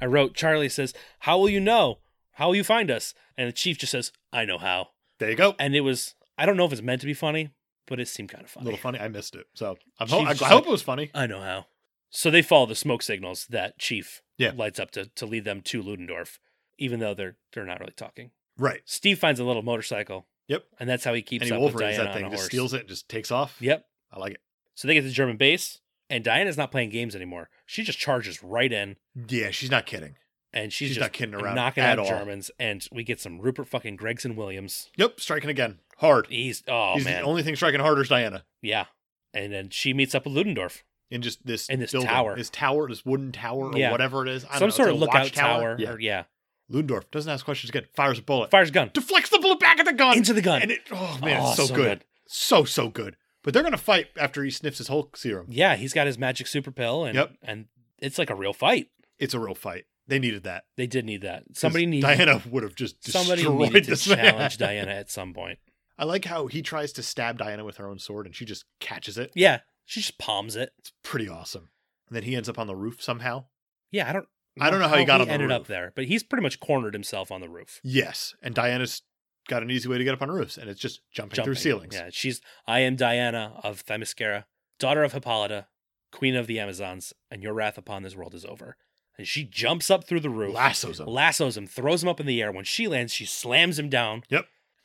i wrote charlie says how will you know how will you find us and the chief just says i know how there you go. and it was i don't know if it's meant to be funny but it seemed kind of A funny little funny. I missed it. So I'm Chief's ho- I, just I hope like- it was funny. I know how. So they follow the smoke signals that Chief Yeah. lights up to, to lead them to Ludendorff, even though they're they're not really talking. Right. Steve finds a little motorcycle. Yep. And that's how he keeps And he up with Wolverines Diana that thing, on a just horse. steals it, and just takes off. Yep. I like it. So they get to the German base, and Diana's not playing games anymore. She just charges right in, Yeah, she's not kidding. and she's, She's, just not kidding around knocking at out all. Germans. And we get some Rupert fucking Gregson Williams. Yep, striking again, hard. He's oh He's man, the only thing striking harder is Diana yeah. And then she meets up with Ludendorff, in just this In this building, tower. this tower, this wooden tower or Yeah. whatever it is. I some don't know, sort it's of a lookout watchtower. tower. Yeah. or- yeah, Ludendorff doesn't ask questions again. Fires a bullet, fires a gun deflects the bullet back at the gun, into the gun. and it. Oh man, Oh, it's so, good. so so good. But they're gonna fight after he sniffs his Hulk serum. Yeah, he's got his magic super pill, and Yep. and it's like a real fight. It's a real fight. They needed that. 'Cause They did need that. Somebody needed Diana would have just destroyed somebody needed to this challenge man. Diana at some point. I like how he tries to stab Diana with her own sword and she just catches it. Yeah, she just palms it. It's pretty awesome. And then he ends up on the roof somehow. Yeah, I don't. I don't know how he got on the ended roof. up there, but he's pretty much cornered himself on the roof. Yes, and Diana's got an easy way to get up on roofs, and it's just jumping, jumping. through ceilings. Yeah, she's. I am Diana of Themyscira, daughter of Hippolyta, queen of the Amazons, and your wrath upon this world is over. And she jumps up through the roof, Lassos him. lassos him, throws him up in the air. When she lands, she slams him down.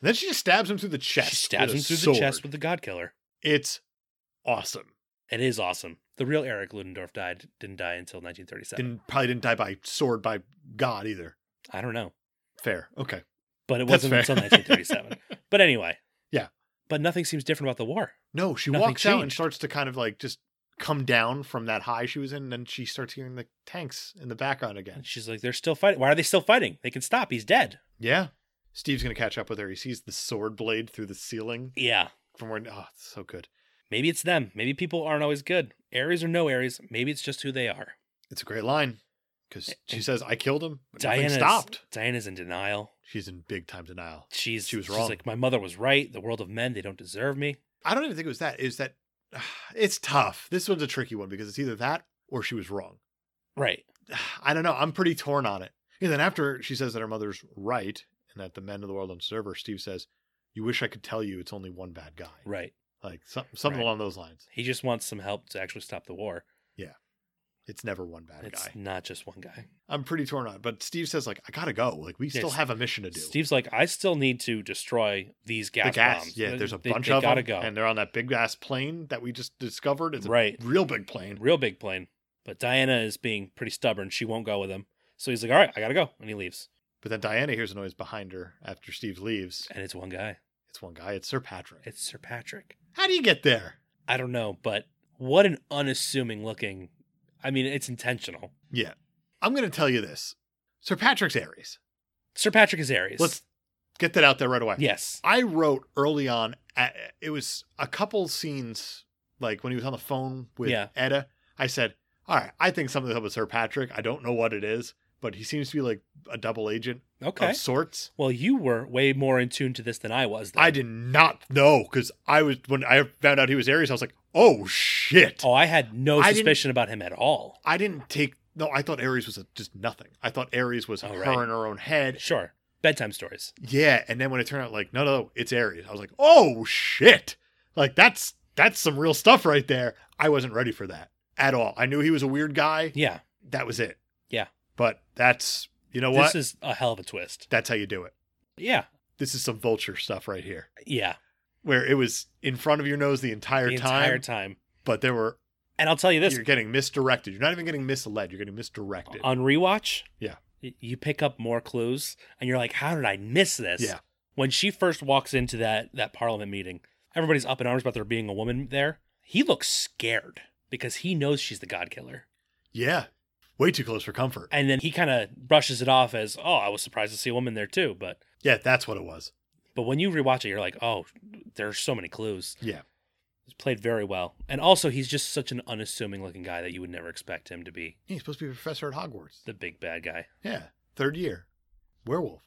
then she just stabs him through the chest. she stabs with him a through sword. the chest with the God Killer. It's awesome. It is awesome. The real Eric Ludendorff died didn't die until 1937. Didn't probably didn't die by sword by God either. I don't know, Fair. Okay. but it That's wasn't fair. until 1937. but anyway, Yeah. But nothing seems different about the war. No, she Nothing walks out and changed. starts to kind of like just come down from that high she was in, and then she starts hearing the tanks in the background again. And she's like, "They're still fighting. Why are they still fighting? They can stop. He's dead." Yeah. Steve's gonna catch up with her. He sees the sword blade through the ceiling Yeah. from where oh, it's so good. Maybe it's them. Maybe people aren't always good. Aries or no Aries, maybe it's just who they are. It's a great line. Because she And- says, I killed him, but nothing Diana's stopped. Diana's in denial. She's in big time denial. She's She was she's wrong. like, "My mother was right. The world of men, they don't deserve me." I don't even think it was that. It was that it's tough. This one's a tricky one because it's either that or she was wrong. Right. I don't know. I'm pretty torn on it. And then after she says that her mother's right and that the men of the world don't serve her, Steve says, You wish I could tell you it's only one bad guy. Right. Like some, something Right. along those lines. He just wants some help to actually stop the war. Yeah. It's never one bad It's guy. not just one guy. I'm pretty torn on. it, But Steve says like, I gotta go. Like we Yeah, still S- have a mission to do. Steve's like, I still need to destroy these gas, the gas, bombs. yeah. There's a They- bunch they of gotta them, go. and they're on that big ass plane that we just discovered. It's a Right. real big plane. Real big plane. But Diana is being pretty stubborn. She won't go with him. So he's like, all right, I gotta go. And he leaves. But then Diana hears a noise behind her after Steve leaves. And it's one guy. It's one guy. It's Sir Patrick. It's Sir Patrick. How do you get there? I don't know, but what an unassuming looking. I mean, it's intentional. Yeah, I'm gonna tell you this. Sir Patrick's Aries. Sir Patrick is Aries. Let's get that out there right away. yes. I wrote early on. uh, It was a couple scenes, like when he was on the phone with Yeah. Etta. I said, "All right, I think something's up with Sir Patrick. I don't know what it is, but he seems to be like a double agent Okay. of sorts." Well, you were way more in tune to this than I was. Then. I did not know because I was when I found out he was Aries. I was like, "Oh shit!" Oh, I had no I didn't- suspicion about him at all. I didn't take. No, I thought Aries was a, just nothing. I thought Aries was Oh, her right. in her own head. Sure. Bedtime stories. Yeah, and then when it turned out like, no, no, it's Aries. I was like, oh shit, like that's that's some real stuff right there. I wasn't ready for that at all. I knew he was a weird guy. Yeah. That was it. Yeah. but that's you know what? This is a hell of a twist. that's how you do it. Yeah. This is some vulture stuff right here, Yeah. where it was in front of your nose the entire, the time, entire time. but there were And I'll tell you this you're getting misdirected. You're not even getting misled. You're getting misdirected. on rewatch. Yeah. y- You pick up more clues and you're like, how did I miss this? Yeah. When she first walks into that that parliament meeting, everybody's up in arms about there being a woman there. He looks scared because he knows she's the god killer. yeah, way too close for comfort. And then he kind of brushes it off as, "Oh, I was surprised to see a woman there too." But Yeah, that's what it was. but when you rewatch it, you're like, "Oh, there's so many clues." Yeah. It's played very well. And also, he's just such an unassuming looking guy that you would never expect him to be He's supposed to be a professor at Hogwarts. the big bad guy. Yeah, third year. Werewolf.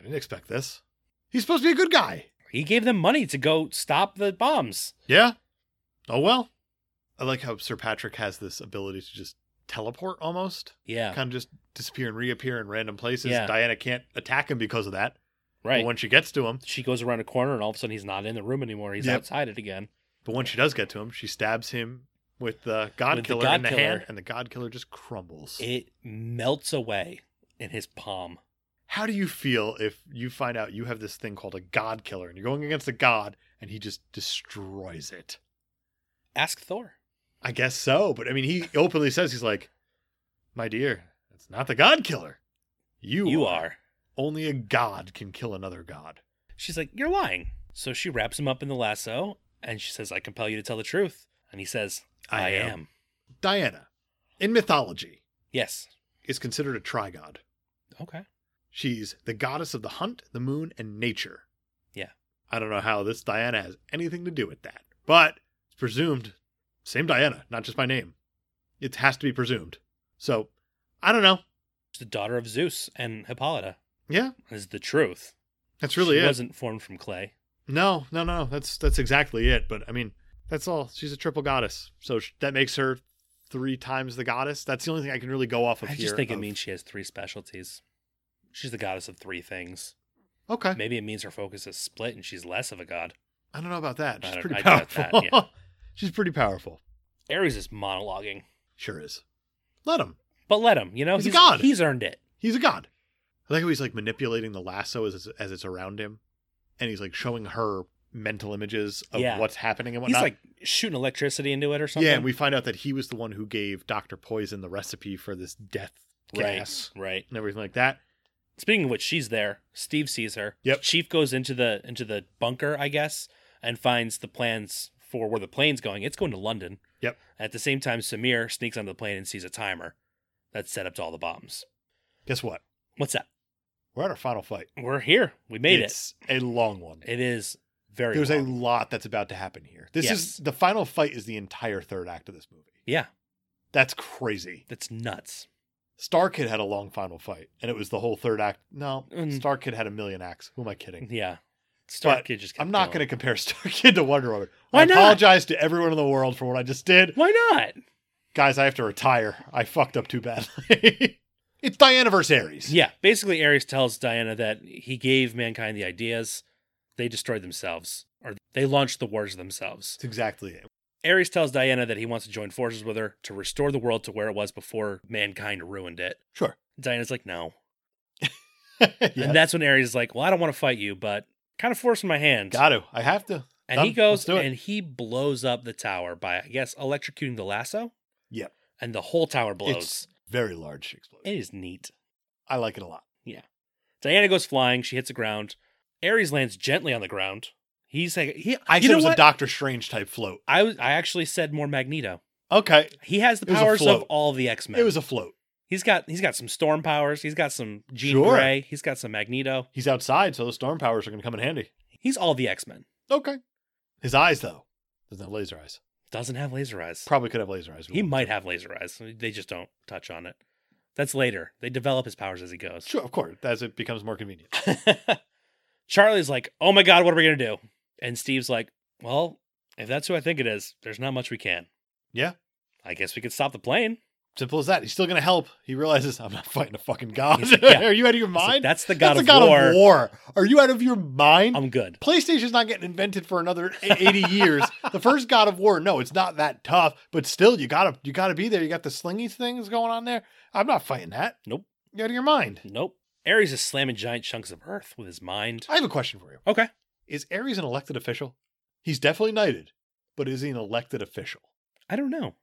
I didn't expect this. He's supposed to be a good guy. He gave them money to go stop the bombs. Yeah. Oh well. I like how Sir Patrick has this ability to just teleport almost. Yeah. Kind of just disappear and reappear in random places. Yeah. Diana can't attack him because of that. right. But when she gets to him, she goes around a corner and all of a sudden he's not in the room anymore. He's Yep. outside it again. but when she does get to him, she stabs him with the God With the Killer God in the Killer. hand, and the God Killer just crumbles. It melts away in his palm. how do you feel if you find out you have this thing called a God Killer and you're going against a god and he just destroys it? Ask Thor. I guess so, but I mean, he openly says he's like, "My dear, that's not the God Killer. You, You, are. Only a god can kill another god." She's like, You're lying. So she wraps him up in the lasso and she says, I compel you to tell the truth. And he says, I, I am. am. Diana, in mythology, Yes. is considered a trigod. Okay. She's the goddess of the hunt, the moon, and nature. Yeah. I don't know how this Diana has anything to do with that, but it's presumed same Diana, not just by name. It has to be presumed. So, I don't know. She's the daughter of Zeus and Hippolyta Yeah, is the truth. that's really she it. wasn't formed from clay. No, no, no. That's that's exactly it. But I mean, that's all. She's a triple goddess, so sh- that makes her three times the goddess. That's the only thing I can really go off of. I here just think it of- means she has three specialties. She's the goddess of three things. okay. Maybe it means her focus is split and she's less of a god. I don't know about that. I She's don't- pretty I doubt powerful. that, yeah. She's pretty powerful. Ares is monologuing. Sure is. Let him. But let him, you know, He's a god. He's earned it. He's a god. I like how he's like manipulating the lasso as as it's around him, and he's like showing her mental images of Yeah. what's happening and he's whatnot. like shooting electricity into it or something. yeah, and we find out that he was the one who gave Doctor Poison the recipe for this death right, gas right. and everything like that. Speaking of which, she's there. Steve sees her. Yep. Chief goes into the into the bunker, I guess, and finds the plans for where the plane's going. It's going to London. Yep. At the same time, Samir sneaks onto the plane and sees a timer that's set up to all the bombs. Guess what? What's that? We're at our final fight. We're here. We made it's a long one. it. It is very. There's a long. lot that's about to happen here. This is Yes. the final fight is the entire third act of this movie. yeah. That's crazy. That's nuts. Star Kid had a long final fight, and it was the whole third act. No, Mm. Star Kid had a million acts. Who am I kidding? Yeah. Star But Kid just. I'm not going to compare Star Kid to Wonder Woman. Why I not? apologize to everyone in the world for what I just did, Why not? guys. I have to retire. I fucked up too badly. it's Dianaverse Ares. Yeah, basically, Ares tells Diana that he gave mankind the ideas, they destroyed themselves, or they launched the wars themselves. That's exactly it. Ares tells Diana that he wants to join forces with her to restore the world to where it was before mankind ruined it. Sure. Diana's like, no. Yeah. And that's when Ares is like, well, I don't want to fight you, but kind of forcing my hand. Got to. I have to. and done. he Let's goes do it. and he blows up the tower by, I guess, electrocuting the lasso. Yep. And the whole tower blows. It's very large explosion. It is neat. I like it a lot. Diana goes flying. She hits the ground. Ares lands gently on the ground. He's like, he, I you said it know was a what? Doctor Strange type float. I was, I actually said more Magneto. Okay. He has the It was a powers of float. all the X Men. It was a float. He's got he's got some storm powers. He's got some Jean Sure. Grey. He's got some Magneto. He's outside, so those storm powers are going to come in handy. He's all the X Men. Okay. His eyes, though, doesn't have laser eyes. Doesn't have laser eyes. Probably could have laser eyes. He might have laser eyes. They just don't touch on it. That's later. They develop his powers as he goes. Sure, of course, as it becomes more convenient. Charlie's like, "Oh my god, what are we gonna do?" And Steve's like, "Well, if that's who I think it is, there's not much we can." Yeah. I guess we could stop the plane. Simple as that. He's still going to help. He realizes I'm not fighting a fucking god. He's like, yeah. Are you out of your It's like, mind? that's the god, That's of, a god war. Um, of war. Are you out of your mind? I'm good. PlayStation's not getting invented for another e- 80 years. The first God of War, no, it's not that tough, but still you gotta you gotta be there. You got the slingy things going on there. I'm not fighting that. Nope. You out of your mind. Nope. Ares is slamming giant chunks of earth with his mind. I have a question for you. Okay. Is Ares an elected official? He's definitely knighted, but is he an elected official? I don't know.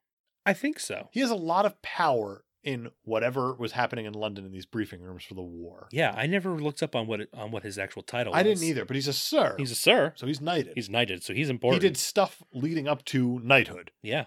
I think so. He has a lot of power in whatever was happening in London in these briefing rooms for the war. Yeah, I never looked up on what it, on what his actual title. I was. didn't either, but he's a sir. He's a sir. so he's knighted. He's knighted, so he's he important. did stuff leading up to knighthood. Yeah,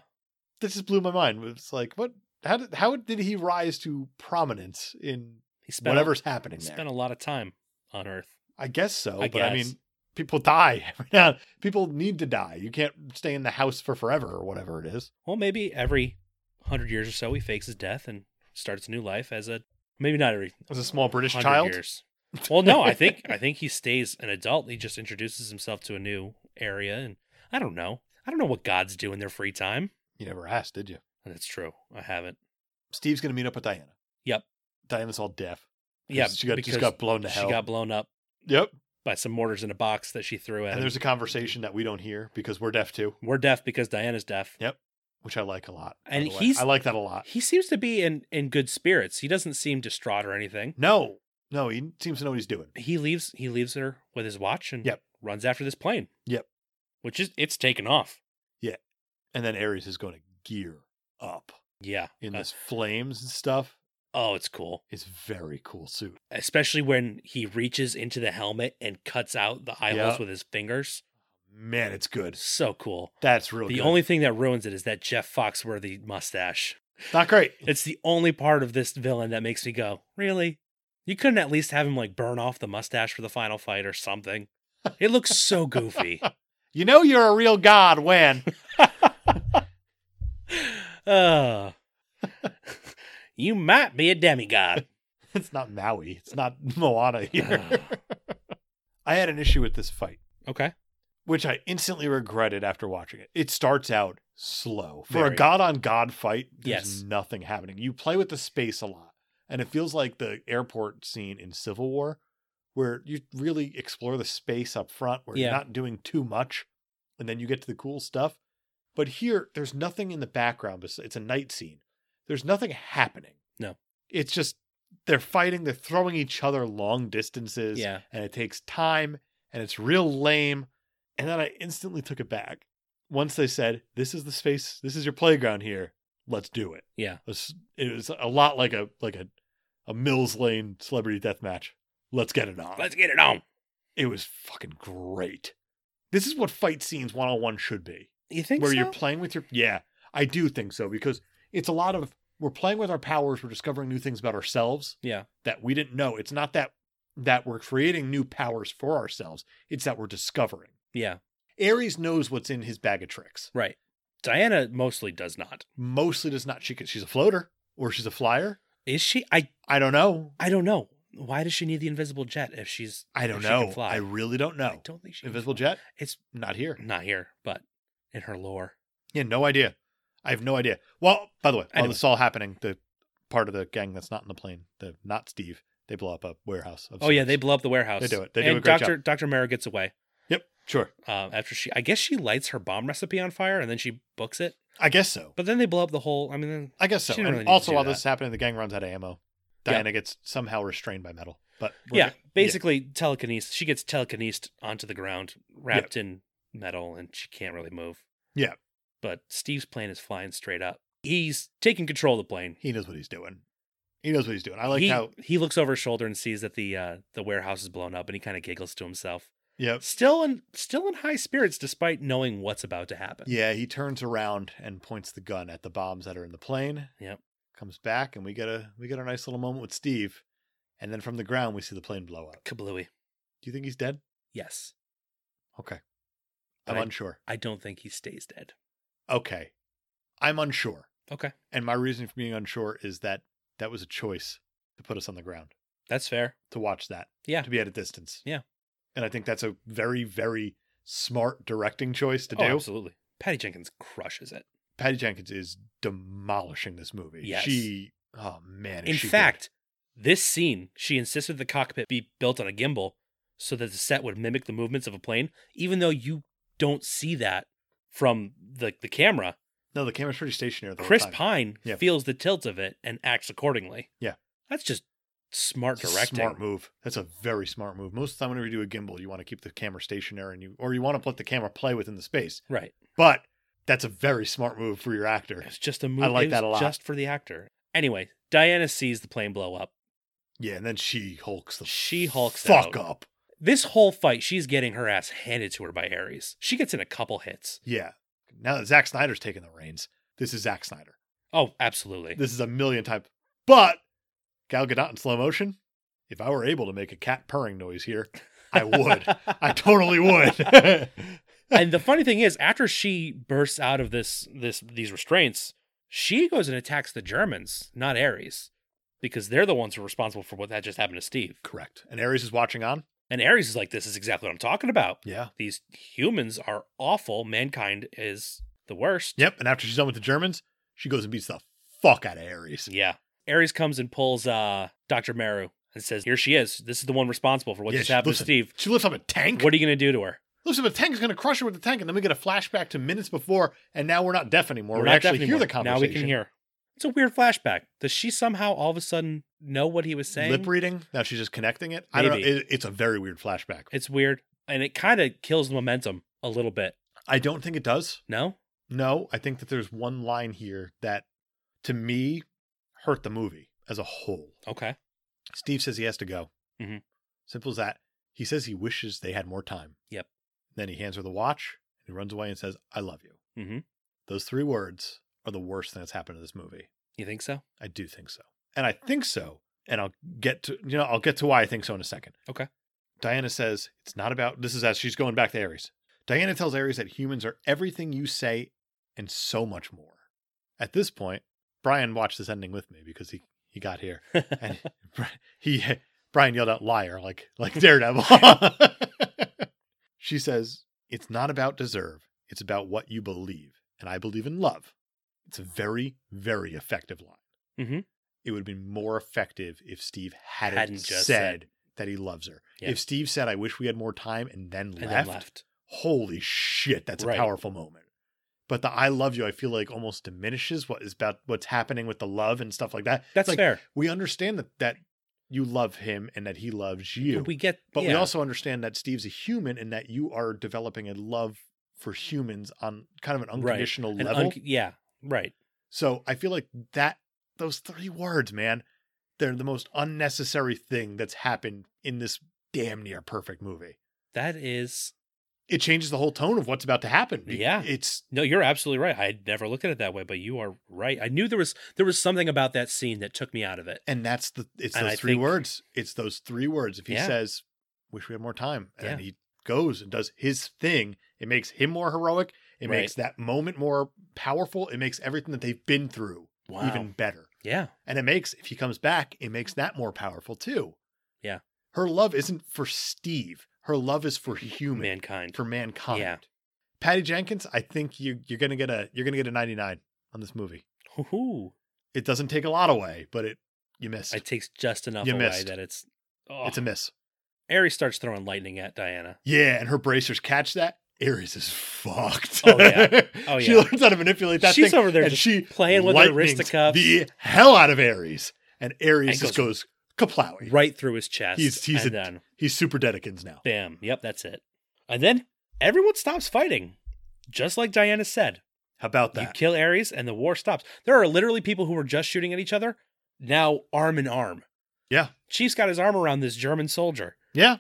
this just blew my mind. It's like, what? How did how did he rise to prominence in he spent whatever's A, happening he there? spent a lot of time on Earth. I guess so, I but I guess. mean, people die every now. People need to die. You can't stay in the house for forever or whatever it is. Well, maybe every hundred years or so, he fakes his death and starts a new life as a maybe not every As a small British 100 child, Years. Well, no, I think I think he stays an adult. He just introduces himself to a new area, and I don't know. I don't know what gods do in their free time. you never asked, did you? That's true. I haven't. Steve's gonna meet up with Diana. Yep. Diana's all deaf. 'cause Yeah, she got because just got blown to she hell. got blown up yep. by some mortars in a box that she threw at And him. there's a conversation that we don't hear because we're deaf too, We're deaf because Diana's deaf. which I like a lot. by And the way. he's- I like that a lot. He seems to be in in good spirits. He doesn't seem distraught or anything. No, no, he seems to know what he's doing. He leaves he leaves her with his watch and Yep. runs after this plane. Yep. Which is it's taken off. And then Ares is going to gear up. Yeah. in Uh, this flames and stuff oh, it's cool. is very cool suit. Especially when he reaches into the helmet and cuts out the eye holes Yeah. with his fingers. Man, it's good. So cool. That's real the good. only thing that ruins it is that Jeff Foxworthy mustache. not great. It's the only part of this villain that makes me go, really? You couldn't at least have him like burn off the mustache for the final fight or something. It looks so goofy. You know you're a real god when uh, you might be a demigod. it's not Maui. It's not Moana here. I had an issue with this fight, okay. which I instantly regretted after watching it. It starts out slow. For Very. a god on god fight, there's Yes. nothing happening. You play with the space a lot. And it feels like the airport scene in Civil War, where you really explore the space up front where Yeah. you're not doing too much and then you get to the cool stuff but here there's nothing in the background bes- it's a night scene there's nothing happening No. it's just they're fighting they're throwing each other long distances Yeah. and it takes time and it's real lame and then i instantly took it back once they said this is the space this is your playground here let's do it Yeah. Let's- it was a lot like a like a a mills lane celebrity death match let's get it on Let's get it on. it was fucking great. This is what fight scenes one on one should be, You think where so? you're playing with your. Yeah, I do think so because it's a lot of we're playing with our powers. We're discovering new things about ourselves yeah. that we didn't know. It's not that that we're creating new powers for ourselves. It's that we're discovering. Yeah. Ares knows what's in his bag of tricks. Right. Diana mostly does not. Mostly does not. She could, she's a floater or she's a flyer. Is she? I I don't know. I don't know. Why does she need the invisible jet if she's I if don't she can know. fly? I really don't know. I don't think she can Invisible fly. jet? It's Not here. not here, but in her lore. Yeah, no idea. I have no idea. Well, by the way, while Anyway. this is all happening, the part of the gang that's not in the plane, the not Steve, they blow up a warehouse. Of Oh yeah, sorts. they blow up the warehouse. They do it. They do and a great Doctor Doctor Mara gets away. Yep. Sure. Um, after she, I guess she lights her bomb recipe on fire and then she books it. I guess so. But then they blow up the whole. I mean, then, I guess so. She didn't And really need to also, do while that. this is happening, the gang runs out of ammo. Yeah. Diana gets somehow restrained by metal. But we're yeah, good. basically telekinesis. She gets telekinesed onto the ground, wrapped in metal, and she can't really move. Yeah. But Steve's plane is flying straight up. He's taking control of the plane. he knows what he's doing. He knows what he's doing. I like he, how. he looks over his shoulder and sees that the uh, the warehouse is blown up, and he kind of giggles to himself. Yep. Still in still in high spirits, despite knowing what's about to happen. Yeah, he turns around and points the gun at the bombs that are in the plane. Yep. Comes back and we get a we get a nice little moment with Steve, and then from the ground we see the plane blow up. Kablooey. Do you think he's dead? Yes, Okay. But I'm I- unsure. I don't think he stays dead. Okay. I'm unsure. Okay, And my reason for being unsure is that that was a choice to put us on the ground, that's fair. to watch that, Yeah. to be at a distance. Yeah. And I think that's a very very smart directing choice to Oh, do. absolutely. Patty Jenkins crushes it. Patty Jenkins is demolishing this movie. Yes. She Oh man. is In she good. fact, this scene, she insisted the cockpit be built on a gimbal so that the set would mimic the movements of a plane, even though you don't see that from the, the camera. no, the camera's pretty stationary. The whole Chris time. Pine Yeah. feels the tilt of it and acts accordingly. Yeah. That's just smart It's a directing. Smart move. That's a very smart move. Most of the time, whenever you do a gimbal, you want to keep the camera stationary, and you or you want to let the camera play within the space. Right. But that's a very smart move for your actor. It's just a movie. like that a lot. Just for the actor. Anyway, Diana sees the plane blow up. Yeah, and then she hulks the She hulks fuck out. up. This whole fight, she's getting her ass handed to her by Ares. She gets in a couple hits. Yeah. Now that Zack Snyder's taking the reins, this is Zack Snyder. Oh, absolutely. This is a million times. But Gal Gadot in slow motion. If I were able to make a cat purring noise here, I would. I totally would. and the funny thing is, after she bursts out of this this these restraints, she goes and attacks the Germans, not Ares, because they're the ones who are responsible for what that just happened to Steve. Correct. And Ares is watching on. And Ares is like, "This is exactly what I'm talking about. Yeah. These humans are awful. Mankind is the worst." Yep. And after she's done with the Germans, she goes and beats the fuck out of Ares. Yeah. Ares comes and pulls uh, Doctor Meru and says, "Here she is. This is the one responsible for what Yeah, just she- happened listen, to Steve. She lifts up a tank. What are you going to do to her? lifts up a tank is going to crush her with the tank, and then we get a flashback to minutes before, and now we're not deaf anymore. we not actually deaf hear the anymore. conversation. Now we can hear." It's a weird flashback. Does she somehow all of a sudden know what he was saying? lip reading. Now she's just connecting it. I don't know. Maybe. It, it's a very weird flashback. It's weird. And it kind of kills the momentum a little bit. I don't think it does. No? No, I think that there's one line here that, to me, hurt the movie as a whole. Okay. Steve says he has to go. Mhm. Simple as that. He says he wishes they had more time. Yep. Then he hands her the watch and he runs away and says, I love you. Mm-hmm. Those three words are the worst thing that's happened to this movie. You think so? I do think so. And I think so. And I'll get to you know, I'll get to why I think so in a second. Okay. Diana says it's not about this is as she's going back to Ares. Diana tells Ares that humans are everything you say and so much more. At this point, Brian watched this ending with me because he he got here. And he Brian yelled out liar like like Daredevil. she says, "It's not about deserve. It's about what you believe, and I believe in love." It's a very very effective line. Mhm. It would have been more effective if Steve hadn't, Hadn't said, just said. that he loves her. Yeah. If Steve said, "I wish we had more time," and then, left, and then left. holy shit, that's a Right. powerful moment. But the "I love you," I feel like almost diminishes what is about what's happening with the love and stuff like that. It's That's like, fair. we understand that that you love him and that he loves you. But we get but we yeah. also understand that Steve's a human and that you are developing a love for humans on kind of an Right. unconditional An level. unc- yeah. Right. so I feel like that those three words, man, they're the most unnecessary thing that's happened in this damn near perfect movie. That is It changes the whole tone of what's about to happen. It- Yeah. It's No, you're absolutely right. I'd never looked at it that way, but you are right. I knew there was there was something about that scene that took me out of it. and that's the it's And those I three think- words. It's those three words. If he Yeah. says, "Wish we had more time," and then Yeah. he goes and does his thing, it makes him more heroic. It Right. makes that moment more powerful. It makes everything that they've been through Wow. even better. Yeah. And it makes if he comes back, it makes that more powerful too. Yeah. her love isn't for Steve. Her love is for human, Mankind. for mankind. Yeah. Patty Jenkins, I think you you're gonna get a you're gonna get a 99 on this movie. Ooh. It doesn't take a lot away, but it you missed. It takes just enough You away missed. that it's oh, It's a miss. Ares starts throwing lightning at Diana. Yeah, and her bracers catch that. Ares is fucked. Oh, yeah. Oh, she yeah. learns how to manipulate that She's thing, over there and just she playing with her lightnings wristicuffs. The hell out of Ares, and Ares And just goes kaplowy. Right through his chest. He's- he's and a- then He's super dedicans now. bam. Yep, that's it. And then everyone stops fighting. Just like Diana said. How about You that? kill Ares and the war stops. There are literally people who were just shooting at each other now arm in arm. Yeah. Chief's got his arm around this German soldier. Yeah.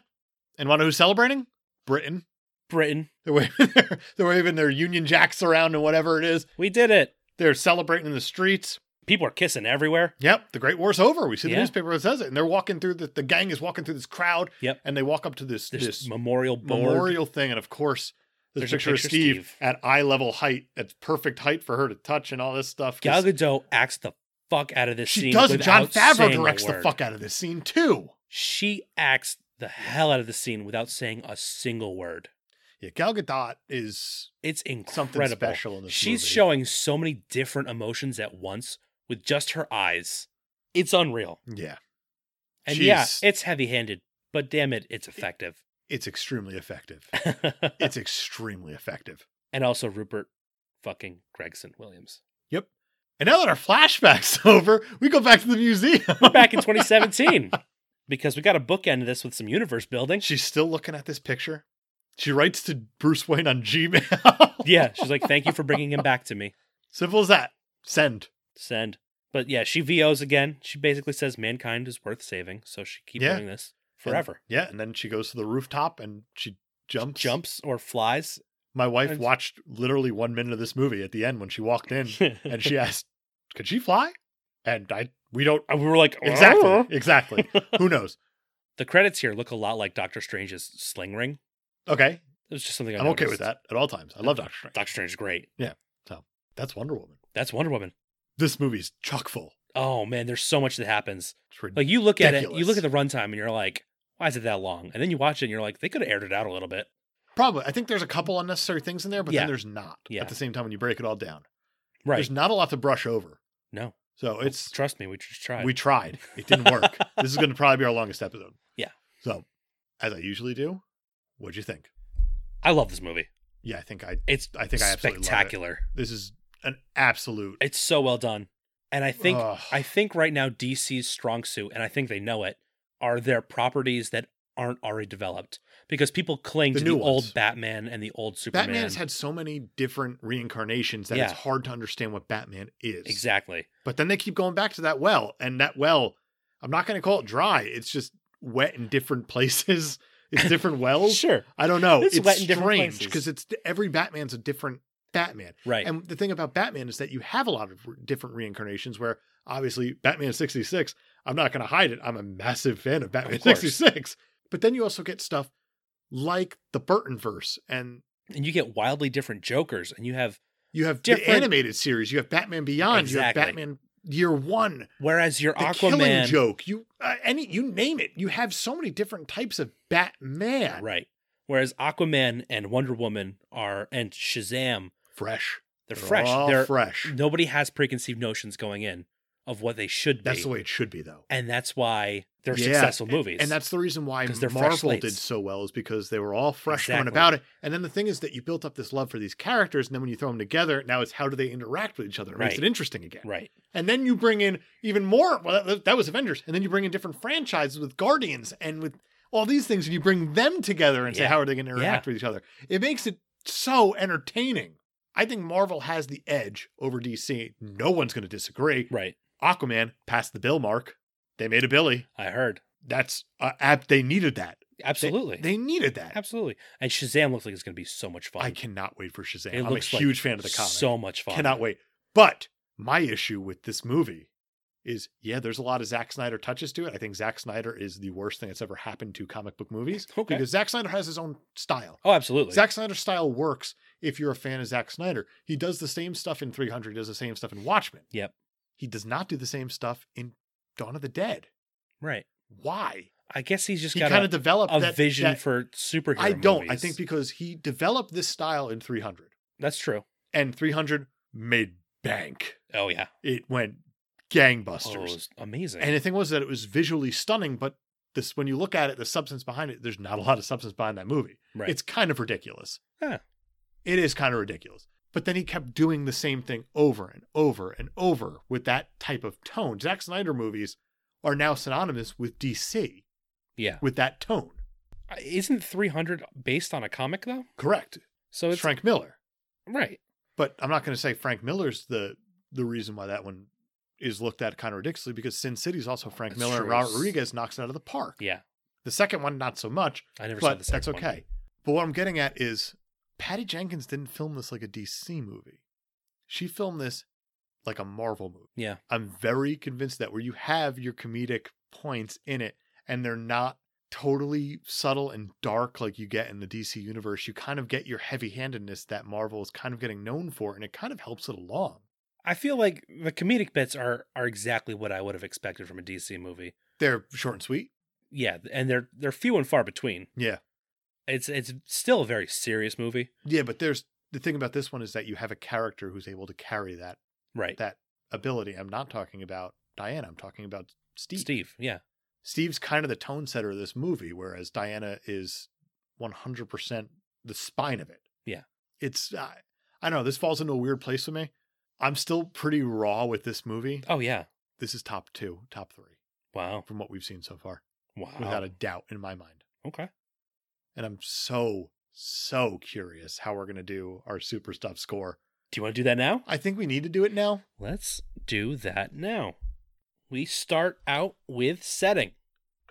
And want to who's celebrating? Britain. Britain, They're waving their, they're waving their Union Jacks around and whatever it is. we did it. They're celebrating in the streets. People are kissing everywhere. Yep, the Great War's over. We see the Yeah. newspaper that says it, and they're walking through the, the gang is walking through this crowd. Yep. and they walk up to this There's this memorial board. memorial thing, and of course, there's There's a a picture, of picture of Steve, Steve. at eye level height, at perfect height for her to touch, and all this stuff. 'cause Gal Gadot acts the fuck out of this she scene. does. it. John without Favreau saying a directs the word. fuck out of this scene too. She acts the hell out of the scene without saying a single word. Yeah, Gal Gadot is It's something incredible. special in this She's movie. showing so many different emotions at once with just her eyes. It's unreal. Yeah, And She's- yeah, it's heavy handed, but damn it, it's effective. it's extremely effective. it's extremely effective. and also Rupert fucking Gregson Williams. And now that our flashback's over, we go back to the museum. We're back in 2017 because we got to bookend this with some universe building. She's still looking at this picture. She writes to Bruce Wayne on Gmail. Yeah, she's like, thank you for bringing him back to me. Simple as that. Send. Send. But yeah, she VOs again. She basically says mankind is worth saving, so she keep Yeah. doing this forever. And- yeah, and then she goes to the rooftop and she jumps. Jumps or flies. My wife And- watched literally one minute of this movie at the end when she walked in, and she asked, "Could she fly?" And I, we don't And we were like, exactly, "Arr." exactly. Who knows? The credits here look a lot like Doctor Strange's sling ring. Okay, It was just something I I'm okay with noticed. that at all times. I love Doctor Strange. Doctor Strange is great. That's Wonder Woman. That's Wonder Woman. This movie's chock full. Oh man, there's so much that happens. It's rid- Like you look at it, you Ridiculous. look at the runtime, and you're like, why is it that long? And then you watch it, and you're like, they could have aired it out a little bit. Probably, I think there's a couple unnecessary things in there, but Yeah. then there's not. Yeah. At the same time, when you break it all down, Right? there's not a lot to brush over. no, So it's trust me, we just tried. We tried. It didn't work. this is going to probably be our longest episode. Yeah. So, as I usually do, what'd you think? I love this movie. Yeah, I think I. It's I think I absolutely love it. spectacular. This is an absolute. It's so well done. And I think Ugh. I think right now DC's strong suit, and I think they know it, are their properties that aren't already developed. Because people cling The to new the ones. old Batman and the old Superman. Batman has had so many different reincarnations that it's Yeah. hard to understand what Batman is. exactly. But then they keep going back to that well, and that well, I'm not going to call it dry. It's just wet in different places. It's different wells. sure. I don't know. It's, It's wet in different strange places. because it's every Batman's a different Batman. Right. And the thing about Batman is that you have a lot of re- different reincarnations where obviously Batman 66, I'm not going to hide it. I'm a massive fan of Batman Of course. 66. But then you also get stuff like the Burton verse and and you get wildly different Jokers, and you have you have Different- the animated series, you have Batman Beyond, Exactly. you have Batman Year 1, whereas your the Killing Aquaman, Joke, you uh, any you name it. You have so many different types of Batman. right? Whereas Aquaman and Wonder Woman are, and Shazam, Fresh. they're fresh. all They're fresh. nobody has preconceived notions going in of what they should be. That's the way it should be though. and that's why they're Yeah, successful and- movies. And that's the reason why 'Cause they're fresh Marvel slates. did so well is because they were all fresh coming Exactly. about it. And then the thing is that you built up this love for these characters, and then when you throw them together, now it's how do they interact with each other? It makes Right. it interesting again. right. And then you bring in even more. Well, that, that was Avengers, and then you bring in different franchises with Guardians and with all these things, and you bring them together and say Yeah. how are they going to interact with each other? It makes it so entertaining. I think Marvel has the edge over DC. No one's going to disagree. Right. Aquaman passed the bill mark. They made a Billy I heard. that's uh, app they needed that They- Absolutely. they, needed that Absolutely. And Shazam looks like it's going to be so much fun. i cannot wait for shazam It i'm a looks like huge fan of the comic So much fun. cannot wait but my issue with this movie is yeah there's a lot of Zack snyder touches to it i think Zack snyder is the worst thing that's ever happened to comic book movies Okay. because Zack snyder has his own style Oh, absolutely. Zack Snyder's style works if you're a fan of Zack Snyder. He does the same stuff in 300, he does the same stuff in Watchmen. Yep. He does not do the same stuff in Dawn of the Dead. Right. Why? I guess he's just He got kind a, of developed a that, vision that for superhero I don't. I movies. think because he developed this style in 300, that's true. and 300 made bank. Oh, yeah. It went Oh, it gangbusters. was amazing. and the thing was that it was visually stunning, but this when you look at it, the substance behind it, there's not a lot of substance behind that movie. Right. It's kind of ridiculous. Huh. It is kind of ridiculous. But then he kept doing the same thing over and over and over with that type of tone. Zack Snyder movies are now synonymous with DC yeah. with that tone. Uh, Isn't 300 based on a comic though? Correct. So it's it's Frank Miller. right. But I'm not going to say Frank Miller's the the reason why that one is looked at kind of ridiculously because Sin City's also Frank Oh, That's Miller and true. Robert Rodriguez knocks it out of the park. Yeah. The second one, not so much, I never saw but the that's second one. okay. But what I'm getting at is Patty Jenkins didn't film this like a DC movie. She filmed this like a Marvel movie. Yeah. I'm very convinced that where you have your comedic points in it and they're not totally subtle and dark like you get in the DC universe, you kind of get your heavy handedness that Marvel is kind of getting known for, and it kind of helps it along. I feel like the comedic bits are are exactly what I would have expected from a DC movie. They're short and sweet. Yeah, and they're they're few and far between. Yeah. It's it's still a very serious movie. Yeah, but there's the thing about this one is that you have a character who's able to carry that Right. that ability. I'm not talking about Diana. I'm talking about Steve. Steve, yeah. Steve's kind of the tone setter of this movie, whereas Diana is 100% the spine of it. Yeah. It's, I, I don't know, this falls into a weird place for me. I'm still pretty raw with this movie. Oh yeah. This is top two, top three Wow. from what we've seen so far, Wow. without a doubt in my mind. Okay. And I'm so, so curious how we're going to do our super stuff score. Do you want to do that now? I think we need to do it now. Let's do that now. We start out with setting.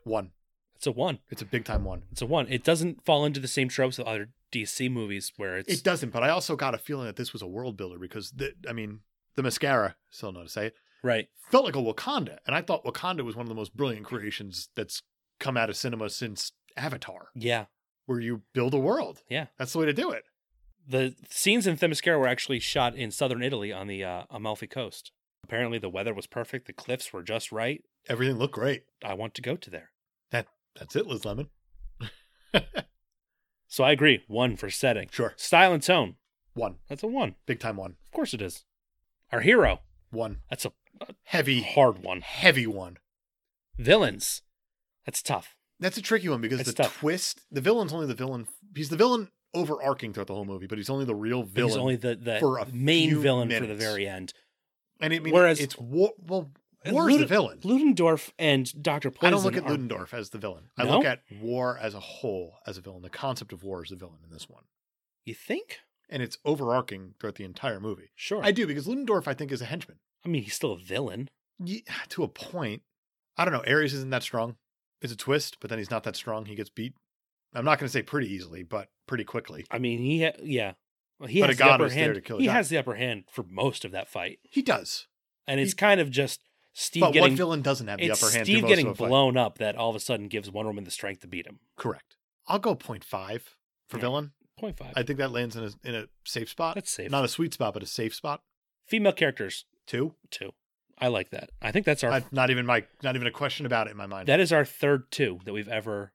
One. It's a one. It's a big time one. It's a one. It doesn't fall into the same tropes of other DC movies where it's It doesn't, but I also got a feeling that this was a world builder because, the, I mean, the mascara, still know how to say it, right. felt like a Wakanda. And I thought Wakanda was one of the most brilliant creations that's come out of cinema since Avatar, Yeah. where you build a world. Yeah. That's the way to do it. The scenes in Themyscira were actually shot in southern Italy on the uh, Amalfi Coast. Apparently, the weather was perfect. The cliffs were just right. Everything looked great. I want to go to there. That's it, Liz Lemon. So I agree. One for setting. Sure. Style and tone. One. That's a one. Big time one. Of course it is. Our hero. One. That's a Heavy, hard one. heavy one. Villains. That's tough. That's a tricky one because It's the tough. twist, the villain's only the villain. He's the villain overarching throughout the whole movie, but he's only the real But villain. He's only the, the for a few main villain for the minutes. very end. and I mean, whereas- it's war. Well, And war's the Luden- villain. Ludendorff and Dr. Poison. I don't look at are- Ludendorff as the villain. I No? look at war as a whole as a villain. The concept of war is the villain in this one. You think? and it's overarching throughout the entire movie. Sure. I I, do because Ludendorff, I think, is a henchman mean, he's still a villain. Ye- to a point. I don't know. Ares isn't that strong. It's a twist, but then he's not that strong. He gets beat. I'm not going to say pretty easily, but pretty quickly. I mean, he ha- yeah. Well, he But has a the god upper was there hand. to kill a he god. has the upper hand for most of that fight, He does, and it's He- kind of just Steve but getting what villain doesn't have the it's upper hand? through Steve most getting of a fight? blown up that all of a sudden gives Wonder Woman the strength to beat him. Correct. I'll go 0.5 for Yeah. villain. Point five. I think that lands in a in a safe spot. That's safe. Not a sweet spot, but a safe spot. Female characters Two. two. I like that. I think that's our I, not even my not even a question about it in my mind. that is our third two that we've ever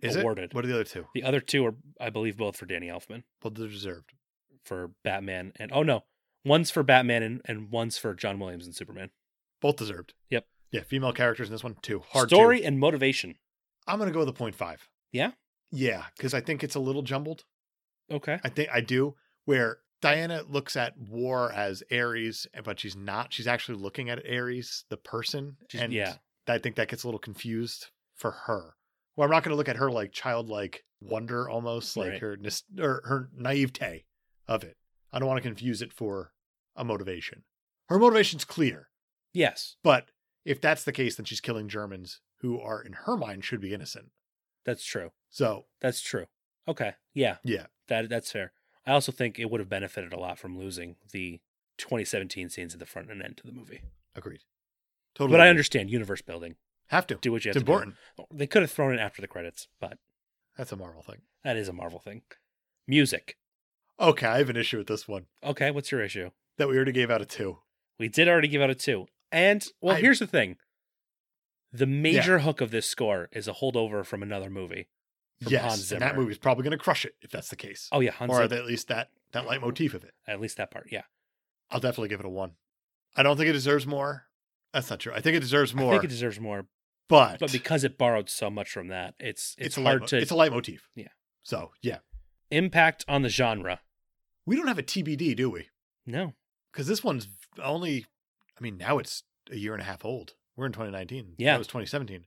Is awarded. It? What are the other two? The other two are, I believe, both for Danny Elfman Well, they're deserved. for Batman, and oh no, one's for Batman and, and one's for John Williams and Superman. Both deserved. Yep. Yeah, female characters in this one too. Hard two. Story and motivation. I'm gonna go with a point five. Yeah? Yeah, because I think it's a little jumbled. Okay. I think I do where Diana looks at war as Ares, but she's not. She's actually looking at Ares, the person, She's- and yeah. I think that gets a little confused for her. Well, I'm not gonna look at her like childlike wonder, almost like Right. her nas- or her naivete of it. I don't want to confuse it for a motivation. Her motivation's clear. Yes, But if that's the case, then she's killing Germans who are, in her mind, should be innocent. that's true. So That's true. Okay. Yeah, yeah, that that's fair. I also think it would have benefited a lot from losing the 2017 scenes at the front and end of the movie. agreed. But Totally. I agree. understand universe building. Have to. Do what you have It's to do. important. They could have thrown it after the credits, but That's a Marvel thing. that is a Marvel thing. Music. Okay, I have an issue with this one Okay, what's your issue? that we already gave out a two. We did already give out a two. And well, I- here's the thing. The major hook of this score is a holdover from another movie. From Hans yes, and that Zimmer. movie's probably going to crush it if that's the case, Oh yeah, Hans or Zimmer. at least that that leitmotif of it. at least that part. Yeah, I'll definitely give it a one. I don't think it deserves more. That's not true. I think it deserves more. I think it deserves more, but, But because it borrowed so much from that, it's it's, a hard leitmo- to It's a leitmotif. Yeah. So yeah, impact on the genre. we don't have a TBD, do we? No. Because this one's only, I mean, now it's a year and a half old. We're in 2019. Yeah. it was 2017.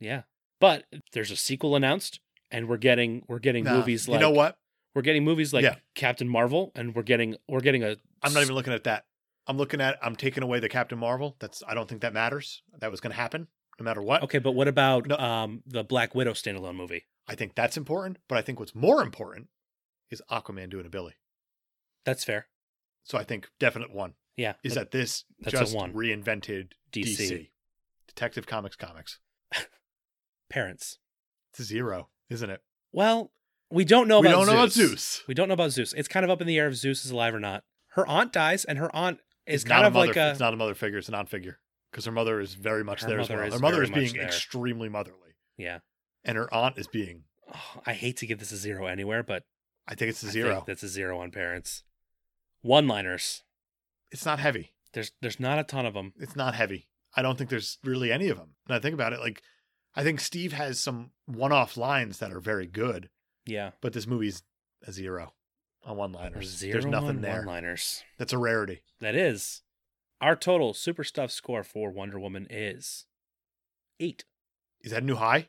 Yeah. But there's a sequel announced and we're getting we're getting Nah, movies like you know what? we're getting movies like Yeah. Captain Marvel and we're getting we're getting a I'm not even looking at that. I'm looking at I'm taking away the Captain Marvel. That's I don't think that matters. That was going to happen no matter what. Okay, but what about No. um the Black Widow standalone movie? I think that's important. But I think what's more important is Aquaman doing a Billy. That's fair. So I think definite one Yeah. is that that this that's a just one. reinvented DC. DC. Detective Comics comics. parents? It's a zero, isn't it? Well, we don't know we about don't know about Zeus. Zeus. We don't know about Zeus. It's kind of up in the air if Zeus is alive or not. Her aunt dies, and her aunt is It's kind not of a mother, like a it's not a mother figure, it's a non figure. Because her mother is very much Her there as mother well. is her mother very is being much there. extremely motherly. yeah. And her aunt is being Oh, I hate to give this a zero anywhere, but I think it's a I zero. think that's a zero on parents. One-liners. it's not heavy. There's there's not a ton of them. It's not heavy. I don't think there's really any of them. And I think about it, like I think Steve has some one off lines that are very good, Yeah. but this movie's a zero on one There's liners. zero There's nothing on there. one-liners. That's a rarity. That is our total super stuff score for Wonder Woman is eight. Is that a new high?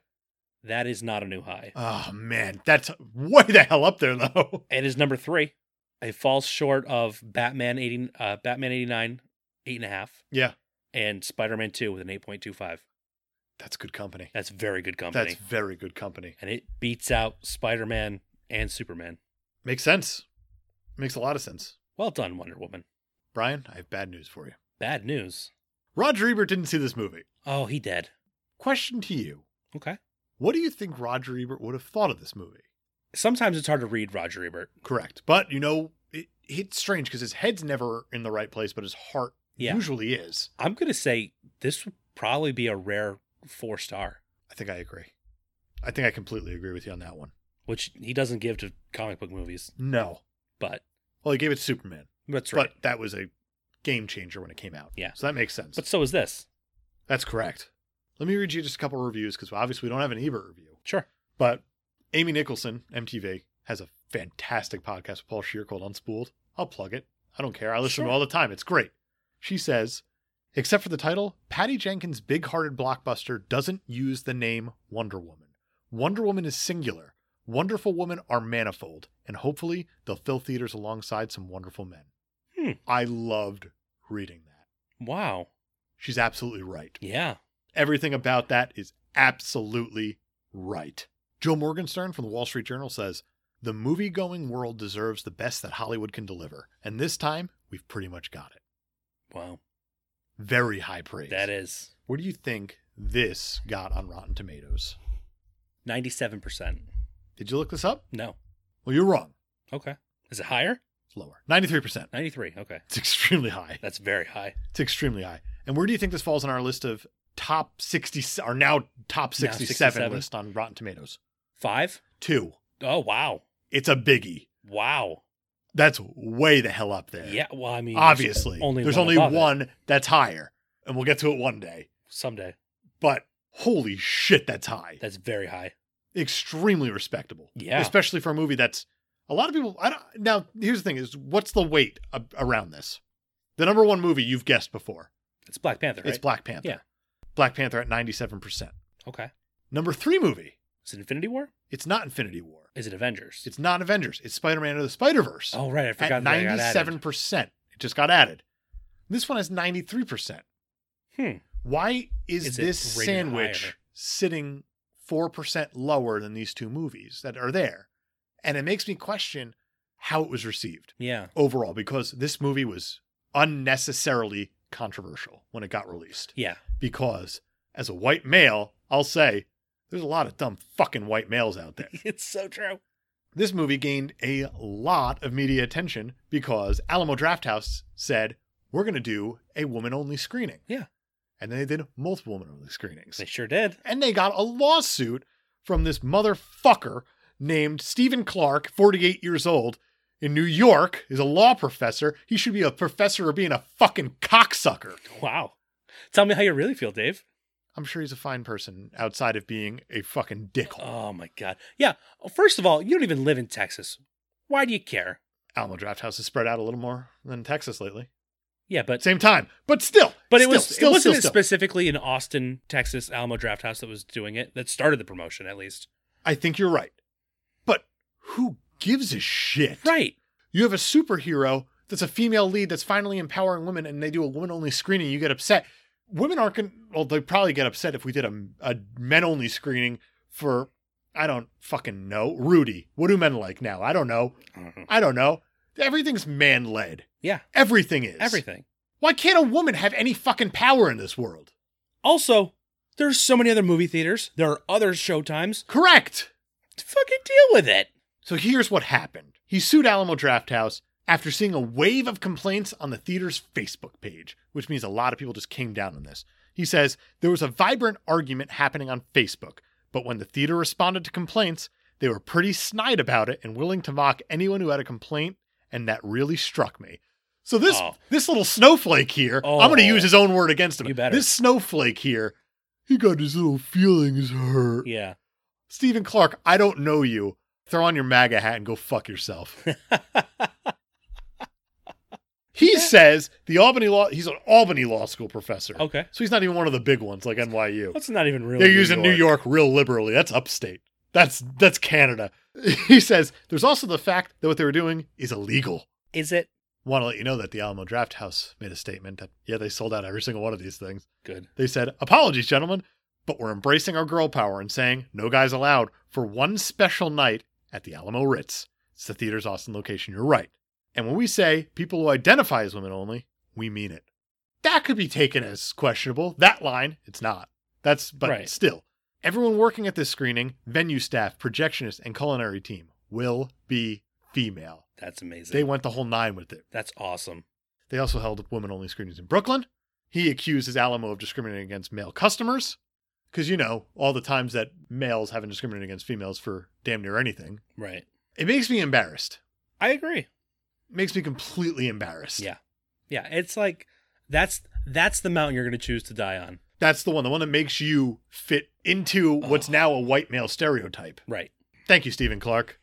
That is not a new high. Oh man, that's way the hell up there though. It is number three. It falls short of Batman eighty, uh, Batman eighty nine, eight and a half, Yeah, and Spider Man two with an eight point two five. that's good company. That's very good company, That's very good company. and it beats out Spider Man and Superman. Makes sense. Makes a lot of sense. Well done, Wonder Woman. Brian, I have bad news for you. Bad news. Roger Ebert didn't see this movie. Oh, he dead. Question to you: Okay. What do you think Roger Ebert would have thought of this movie? Sometimes it's hard to read Roger Ebert. Correct. But you know, it, it's strange because his head's never in the right place, but his heart Yeah. usually is. I'm gonna say this would probably be a rare four star, I think I agree. I think I completely agree with you on that one. which he doesn't give to comic book movies. No. But Well, he gave it to Superman, that's right. but that was a game changer when it came out. Yeah. So that makes sense. But so is this. That's correct. Let me read you just a couple of reviews because obviously we don't have an Ebert review. Sure. But Amy Nicholson, MTV, has a fantastic podcast with Paul Shear called Unspooled. I'll plug it. I don't care. I listen to Sure. it all the time. It's great. She says, except for the title, Patty Jenkins' big hearted blockbuster doesn't use the name Wonder Woman. Wonder Woman is singular. Wonderful women are manifold, and hopefully they'll fill theaters alongside some wonderful men. Hmm. I loved reading that. Wow. She's absolutely right. Yeah. Everything about that is absolutely right. Joe Morgenstern from the Wall Street Journal says The movie going world deserves the best that Hollywood can deliver. And this time, we've pretty much got it. Wow. Very high praise. That is What do you think this got on Rotten Tomatoes? 97%. Did you look this up? No. Well, you're wrong. Okay. Is it higher? It's lower 93%. 93. Okay. It's extremely high. That's very high. It's extremely high. And where do you think this falls on our list of top 60, our now top 67, 67? list on Rotten Tomatoes? Five? Two. Oh, wow. It's a biggie. Wow. that's way the hell up there. Yeah. Well, I mean, there's obviously. there's one only above it one that's higher, and we'll get to it one day. Someday. But holy shit, that's high. That's very high. Extremely respectable. Yeah. especially for a movie that's a lot of people. I don't, now here's the thing: is what's the weight a- around this? The number one movie you've guessed before. It's Black Panther. Right? It's Black Panther. Yeah. Black Panther at ninety seven percent. okay. Number three movie. Is it Infinity War? It's not Infinity War. Is it Avengers? It's not Avengers. It's Spider Man or the Spider Verse. oh, right. I at forgot. that I got added. ninety-seven percent. It just got added. This one has ninety-three percent. Hmm. Why is, Is it this rated sandwich higher? sitting four percent lower than these two movies that are there? And it makes me question how it was received Yeah. overall because this movie was unnecessarily controversial when it got released. Yeah. Because as a white male, I'll say there's a lot of dumb fucking white males out there. it's so true. This movie gained a lot of media attention because Alamo Drafthouse said, we're going to do a woman only screening. Yeah. And then they did multiple woman only screenings. They sure did. And they got a lawsuit from this motherfucker named Stephen Clark, 48 years old, in New York, is a law professor. He should be a professor of being a fucking cocksucker. Wow. Tell me how you really feel, Dave. I'm sure he's a fine person outside of being a fucking dickhole. Oh my god. Yeah. First of all, you don't even live in Texas. Why do you care? Alamo Draft House has spread out a little more than Texas lately. Yeah, but Same time, but still. but it still, was still, it wasn't still, still. specifically in Austin, Texas, Alamo Draft House that was doing it. That started the promotion, at least. I think you're right. But who gives a shit? Right. You have a superhero that's a female lead that's finally empowering women, and they do a women only screening. You get upset. Women aren't going well, they probably get upset if we did a, a men only screening for, I don't fucking know, Rudy. What do men like now? I don't know. I don't know. Everything's man led. Yeah. Everything is. Everything. Why can't a woman have any fucking power in this world? Also, there's so many other movie theaters. There are other showtimes. Correct. Fucking deal with it. So here's what happened. He sued Alamo Drafthouse after seeing a wave of complaints on the theater's Facebook page, which means a lot of people just came down on this. He says there was a vibrant argument happening on Facebook, but when the theater responded to complaints, they were pretty snide about it and willing to mock anyone who had a complaint, and that really struck me. So this Oh. this little snowflake here, I'm going to Oh. use his own word against him. You better. This snowflake here, he got his little feelings hurt. Yeah. Stephen Clark, I don't know you. Throw on your MAGA hat and go fuck yourself. He says the Albany law, he's an Albany law school professor. okay. So he's not even one of the big ones like NYU. That's not even real. They're using New York real liberally. That's upstate. That's that's Canada. He says there's also the fact that what they were doing is illegal. Is it Want to let you know that the Alamo Draft House made a statement that yeah, they sold out every single one of these things. good? They said, Apologies, gentlemen, but we're embracing our girl power and saying no guys allowed for one special night at the Alamo Ritz. It's the theater's Austin location, you're right. And when we say people who identify as women only, we mean it. That could be taken as questionable. That line, it's not. That's, but Right. still. Everyone working at this screening, venue staff, projectionist, and culinary team will be female. That's amazing. They went the whole nine with it. That's awesome. They also held women only screenings in Brooklyn. He accuses Alamo of discriminating against male customers because, you know, all the times that males haven't discriminated against females for damn near anything. Right. It makes me embarrassed. I agree. It makes me completely embarrassed. Yeah. Yeah. It's like that's that's the mountain you're gonna choose to die on. That's the one, the one that makes you fit into what's Ugh. now a white male stereotype. Right. Thank you, Stephen Clark.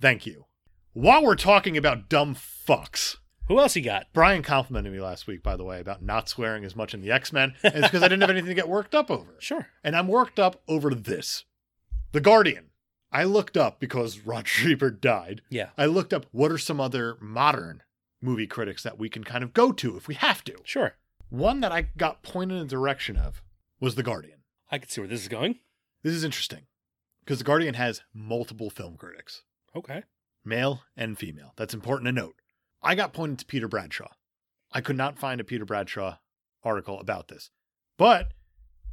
Thank you. While we're talking about dumb fucks, Who else you got? Brian complimented me last week, by the way, about not swearing as much in the X Men. It's because I didn't have anything to get worked up over. Sure. and I'm worked up over this. The Guardian. I looked up because Rod Shepard died. Yeah. I looked up what are some other modern movie critics that we can kind of go to if we have to. Sure. One that I got pointed in the direction of was The Guardian. I can see where this is going. This is interesting because The Guardian has multiple film critics, Okay. male and female. That's important to note. I got pointed to Peter Bradshaw. I could not find a Peter Bradshaw article about this. But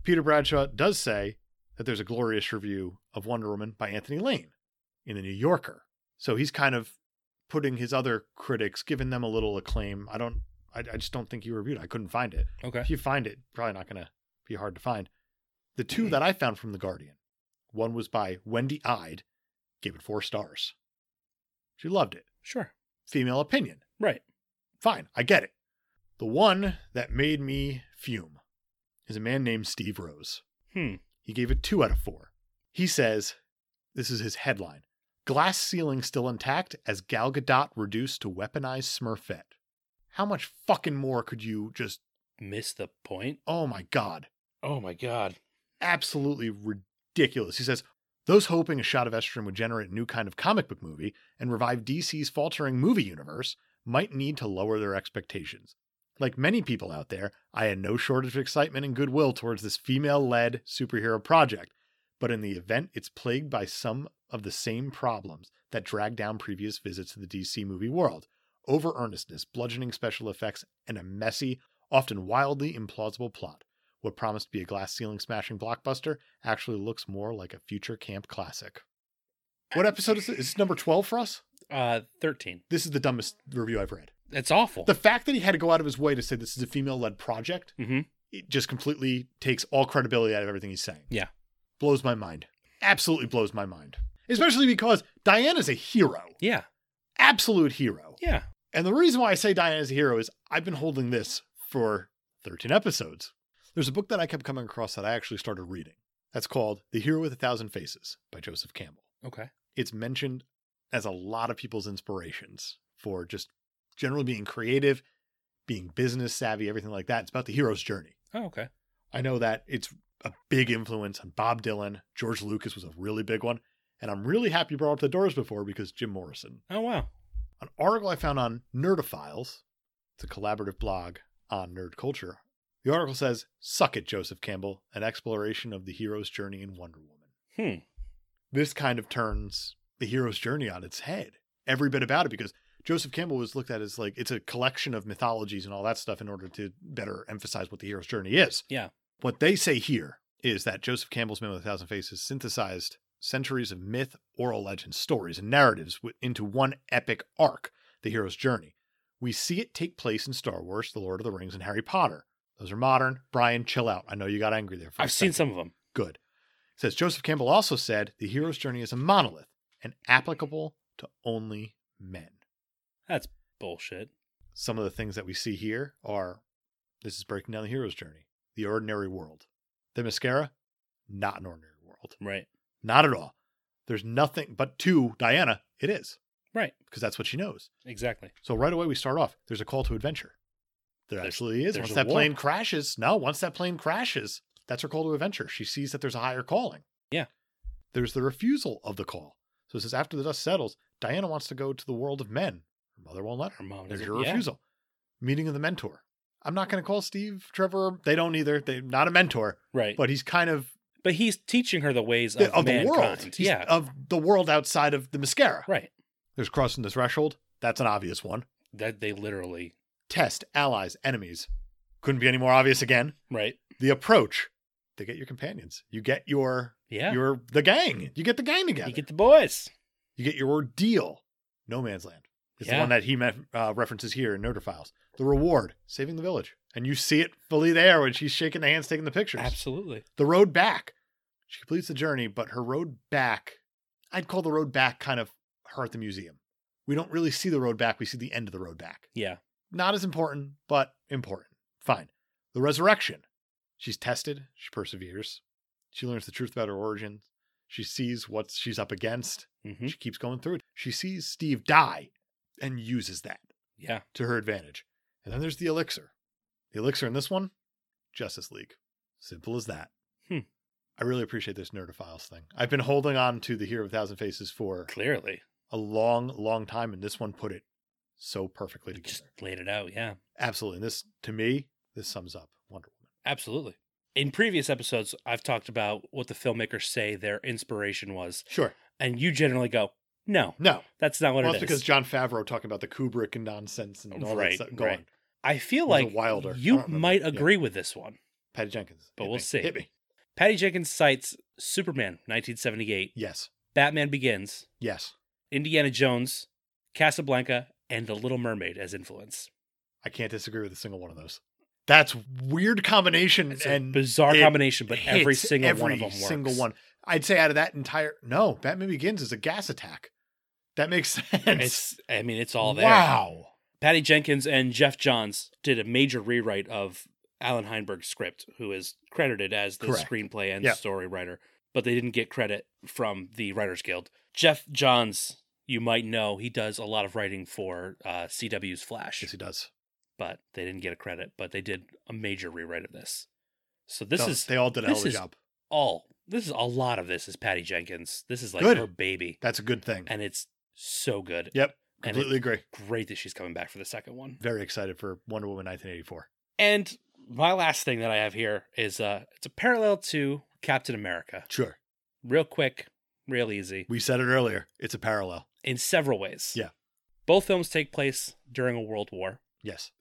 Peter Bradshaw does say that there's a glorious review of Wonder Woman by Anthony Lane in the New Yorker. So he's kind of putting his other critics, giving them a little acclaim. I don't, I, I just don't think he reviewed. it. I couldn't find it. Okay. If you find it, probably not going to be hard to find. The two that I found from The Guardian, one was by Wendy Ide, gave it four stars. She loved it. Sure. Female opinion Right. fine, I get it. The one that made me fume is a man named Steve Rose. Hmm. He gave it two out of four. He says, this is his headline Glass ceiling still intact as Gal Gadot reduced to weaponized smurfette. How much fucking more could you just, Missed the point. oh my God, Oh my god. absolutely ridiculous. He says, those hoping a shot of estrogen would generate a new kind of comic book movie and revive DC's faltering movie universe might need to lower their expectations. Like many people out there, I had no shortage of excitement and goodwill towards this female led superhero project. But in the event, it's plagued by some of the same problems that drag down previous visits to the DC movie world over earnestness, bludgeoning special effects, and a messy, often wildly implausible plot. What promised to be a glass ceiling smashing blockbuster actually looks more like a future camp classic. What episode is this? Is this number 12 for us? Uh, thirteen. This is the dumbest review I've read. It's awful. The fact that he had to go out of his way to say this is a female led project, mm-hmm. it just completely takes all credibility out of everything he's saying. Yeah. Blows my mind. Absolutely blows my mind. Especially because Diana's a hero, Yeah. absolute hero. Yeah. And the reason why I say Diana's a hero is I've been holding this for 13 episodes. There's a book that I kept coming across that I actually started reading. That's called The Hero with a Thousand Faces by Joseph Campbell. Okay. It's mentioned as a lot of people's inspirations for just generally being creative, being business savvy, everything like that. It's about the hero's journey. Oh, okay. I know that it's a big influence on Bob Dylan. George Lucas was a really big one. And I'm really happy you brought up the doors before because Jim Morrison. Oh, wow. An article I found on Nerdophiles, it's a collaborative blog on nerd culture. The article says, Suck it, Joseph Campbell, an exploration of the hero's journey in Wonder Woman. Hmm. This kind of turns the hero's journey on its head, every bit about it, because Joseph Campbell was looked at as like it's a collection of mythologies and all that stuff in order to better emphasize what the hero's journey is. Yeah. What they say here is that Joseph Campbell's Man with a Thousand Faces synthesized centuries of myth, oral legends, stories, and narratives wi- into one epic arc, the hero's journey. We see it take place in Star Wars, The Lord of the Rings, and Harry Potter. Those are modern. Brian, chill out. I know you got angry there. For a I've seen second. some of them. Good. It says Joseph Campbell also said the hero's journey is a monolith and applicable to only men. That's bullshit. Some of the things that we see here are this is breaking down the hero's journey, the ordinary world. The mascara, not an ordinary world. Right. Not at all. There's nothing but to Diana, it is, Right. because that's what she knows. Exactly. So right away we start off. There's a call to adventure. There There's- actually is. there's Once a that war. plane crashes, no, once that plane crashes, that's her call to adventure. She sees that there's a higher calling. Yeah. There's the refusal of the call. So it says after the dust settles, Diana wants to go to the world of men. Her mother won't let her. Her mom There's doesn't- your yeah. refusal. Meeting of the mentor. I'm not going to call Steve Trevor. They don't either. They're not a mentor, Right. But, but he's kind of he's teaching her the ways of, the- of the world. mankind. He's Yeah. Of the world outside of the mascara. right. There's crossing the threshold. That's an obvious one. That they literally. test allies, enemies. Couldn't be any more obvious again. Right. The approach, they get your companions. You get your Yeah. your the gang. You get the gang together. You get the boys. your ordeal. No man's land is the Yeah. one that he met, uh, references here in Notifiles. The reward, saving the village, and you see it fully there when she's shaking the hands, taking the pictures. Absolutely. The road back. She completes the journey, but her road back, I'd call the road back kind of her at the museum. We don't really see the road back. We see the end of the road back Yeah. not as important, but important. Fine. The resurrection. She's tested, she perseveres, she learns the truth about her origins, she sees what she's up against, hmm she keeps going through it. She sees Steve die and uses that Yeah. to her advantage. And then there's the elixir. The elixir in this one, Justice League. Simple as that. Hmm. I really appreciate this Nerdophiles thing. I've been holding on to the Hero of a Thousand Faces for Clearly. a long, long time, and this one put it so perfectly They together. just laid it out. Yeah. Absolutely. And this, to me, this sums up Wonder Woman. Absolutely. In previous episodes, I've talked about what the filmmakers say their inspiration was, Sure. and you generally go, "No, No. that's not what Well, it is." that's because John Favreau talking about the Kubrick and nonsense and all Right, that stuff going. right. I feel was a like Wilder. I you don't remember. might Yeah. agree with this one. Patty Jenkins. But Hit we'll me. see. Hit me. Patty Jenkins cites Superman 1978, Yes. Batman Begins, Yes. Indiana Jones, Casablanca, and The Little Mermaid as influence. I can't disagree with a single one of those. That's weird combination It's a and bizarre it combination, but every hits single one every of them works. single one. I'd say out of that entire no, Batman Begins is a gas attack. That makes sense. It's, I mean, it's all there. Wow. Patty Jenkins and Jeff Johns did a major rewrite of Alan Heinberg's script, who is credited as the Correct. screenplay and Yeah. story writer, but they didn't get credit from the Writers Guild. Jeff Johns, you might know, he does a lot of writing for uh, CW's Flash, Yes, he does. but they didn't get a credit, but they did a major rewrite of this. So this No, is they all did a hell this of a is- job. all. This is a lot of this is Patty Jenkins. This is like Good. her baby, That's a good thing. and it's so good. Yep. and it- Completely agree. Great that she's coming back for the second one. Very excited for Wonder Woman 1984. And my last thing that I have here is uh it's a parallel to Captain America. Sure. Real quick, real easy, We said it earlier. It's a parallel. in several ways. Yeah. Both films take place during a world war. Yes.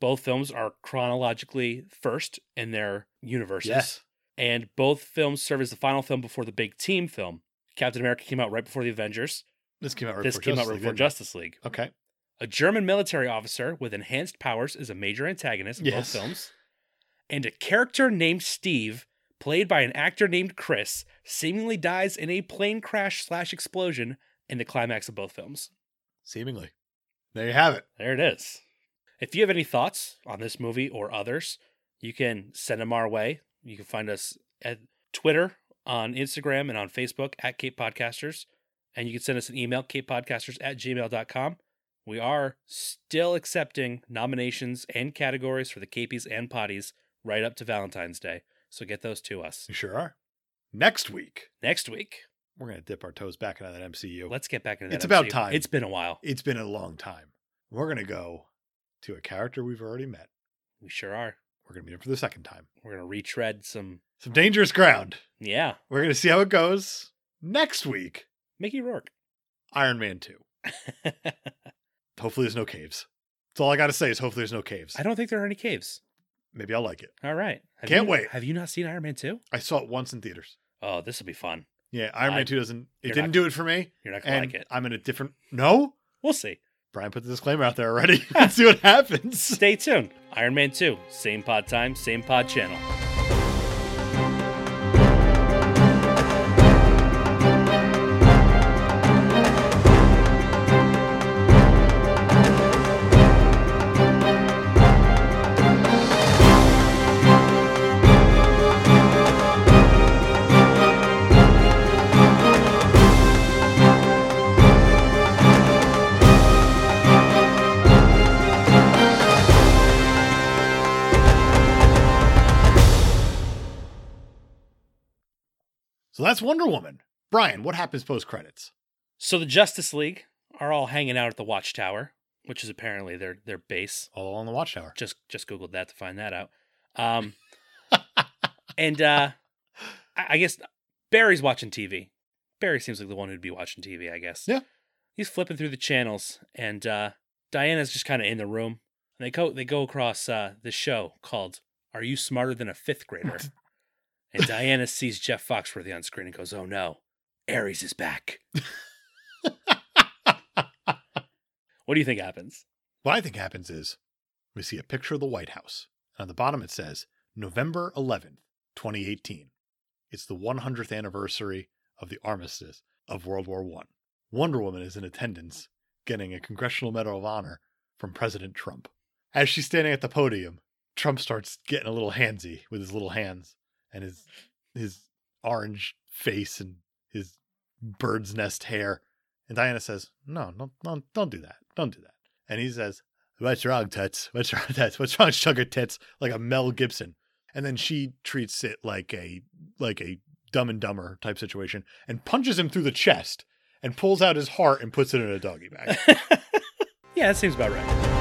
Both films are chronologically first in their universes. Yes. And both films serve as the final film before the big team film. Captain America came out right before the Avengers. This came out right this before came Justice out right League, before didn't it? Justice League. Okay. A German military officer with enhanced powers is a major antagonist in Yes. both films. And a character named Steve, played by an actor named Chris, seemingly dies in a plane crash slash explosion in the climax of both films. Seemingly. There you have it. There it is. If you have any thoughts on this movie or others, you can send them our way. You can find us at Twitter, on Instagram, and on Facebook at Cape Podcasters. And you can send us an email, capepodcasters at gmail.com. We are still accepting nominations and categories for the Capies and Potties right up to Valentine's Day. So get those to us. You sure are. Next week, Next week, we're going to dip our toes back into that MCU. let's get back into that. It's about MCU. time. It's been a while. it's been a long time. We're going to go to a character we've already met. We sure are. We're going to meet him for the second time. We're going to retread some. Some dangerous ground. Yeah. We're going to see how it goes. Next week, Mickey Rourke. Iron Man 2. I Hopefully, there's no caves. That's all I got to say is hopefully there's no caves. don't think there are any caves. Maybe I'll like it. All right. Have Can't you- wait. Have you not seen Iron Man 2? I saw it once in theaters. Oh, this will be fun. Yeah, Iron I- Man 2 doesn't, it you're didn't not- do it for me. You're not going And to like it. I'm in a different, no? We'll see. Brian put the disclaimer out there already. Let's see what happens. Stay tuned. Iron Man 2, same pod time, same pod channel. So that's Wonder Woman. Brian, what happens post credits? So the Justice League are all hanging out at the Watchtower, which is apparently their their base. All along the watchtower. Just just googled that to find that out. Um, and uh, I, I guess Barry's watching TV. Barry seems like the one who'd be watching TV. I guess. Yeah. He's flipping through the channels, and uh, Diana's just kind of in the room. And they go they go across uh, the show called "Are You Smarter Than a Fifth Grader?" and Diana sees Jeff Foxworthy on screen and goes, "Oh no, Ares is back." What do you think happens? What I think happens is we see a picture of the White House. And on the bottom it says November 11th, 2018. It's the 100th anniversary of the armistice of World War I. Wonder Woman is in attendance, getting a Congressional Medal of Honor from President Trump. As she's standing at the podium, Trump starts getting a little handsy with his little hands and his his orange face and his bird's nest hair. And Diana says, "No, no, no, don't do that. Don't do that." And he says, What's wrong, Tits? What's wrong, Tits? What's wrong, Sugar Tits? Like a Mel Gibson. And then she treats it like a like a dumb and dumber type situation and punches him through the chest and pulls out his heart and puts it in a doggy bag. yeah, that seems about right.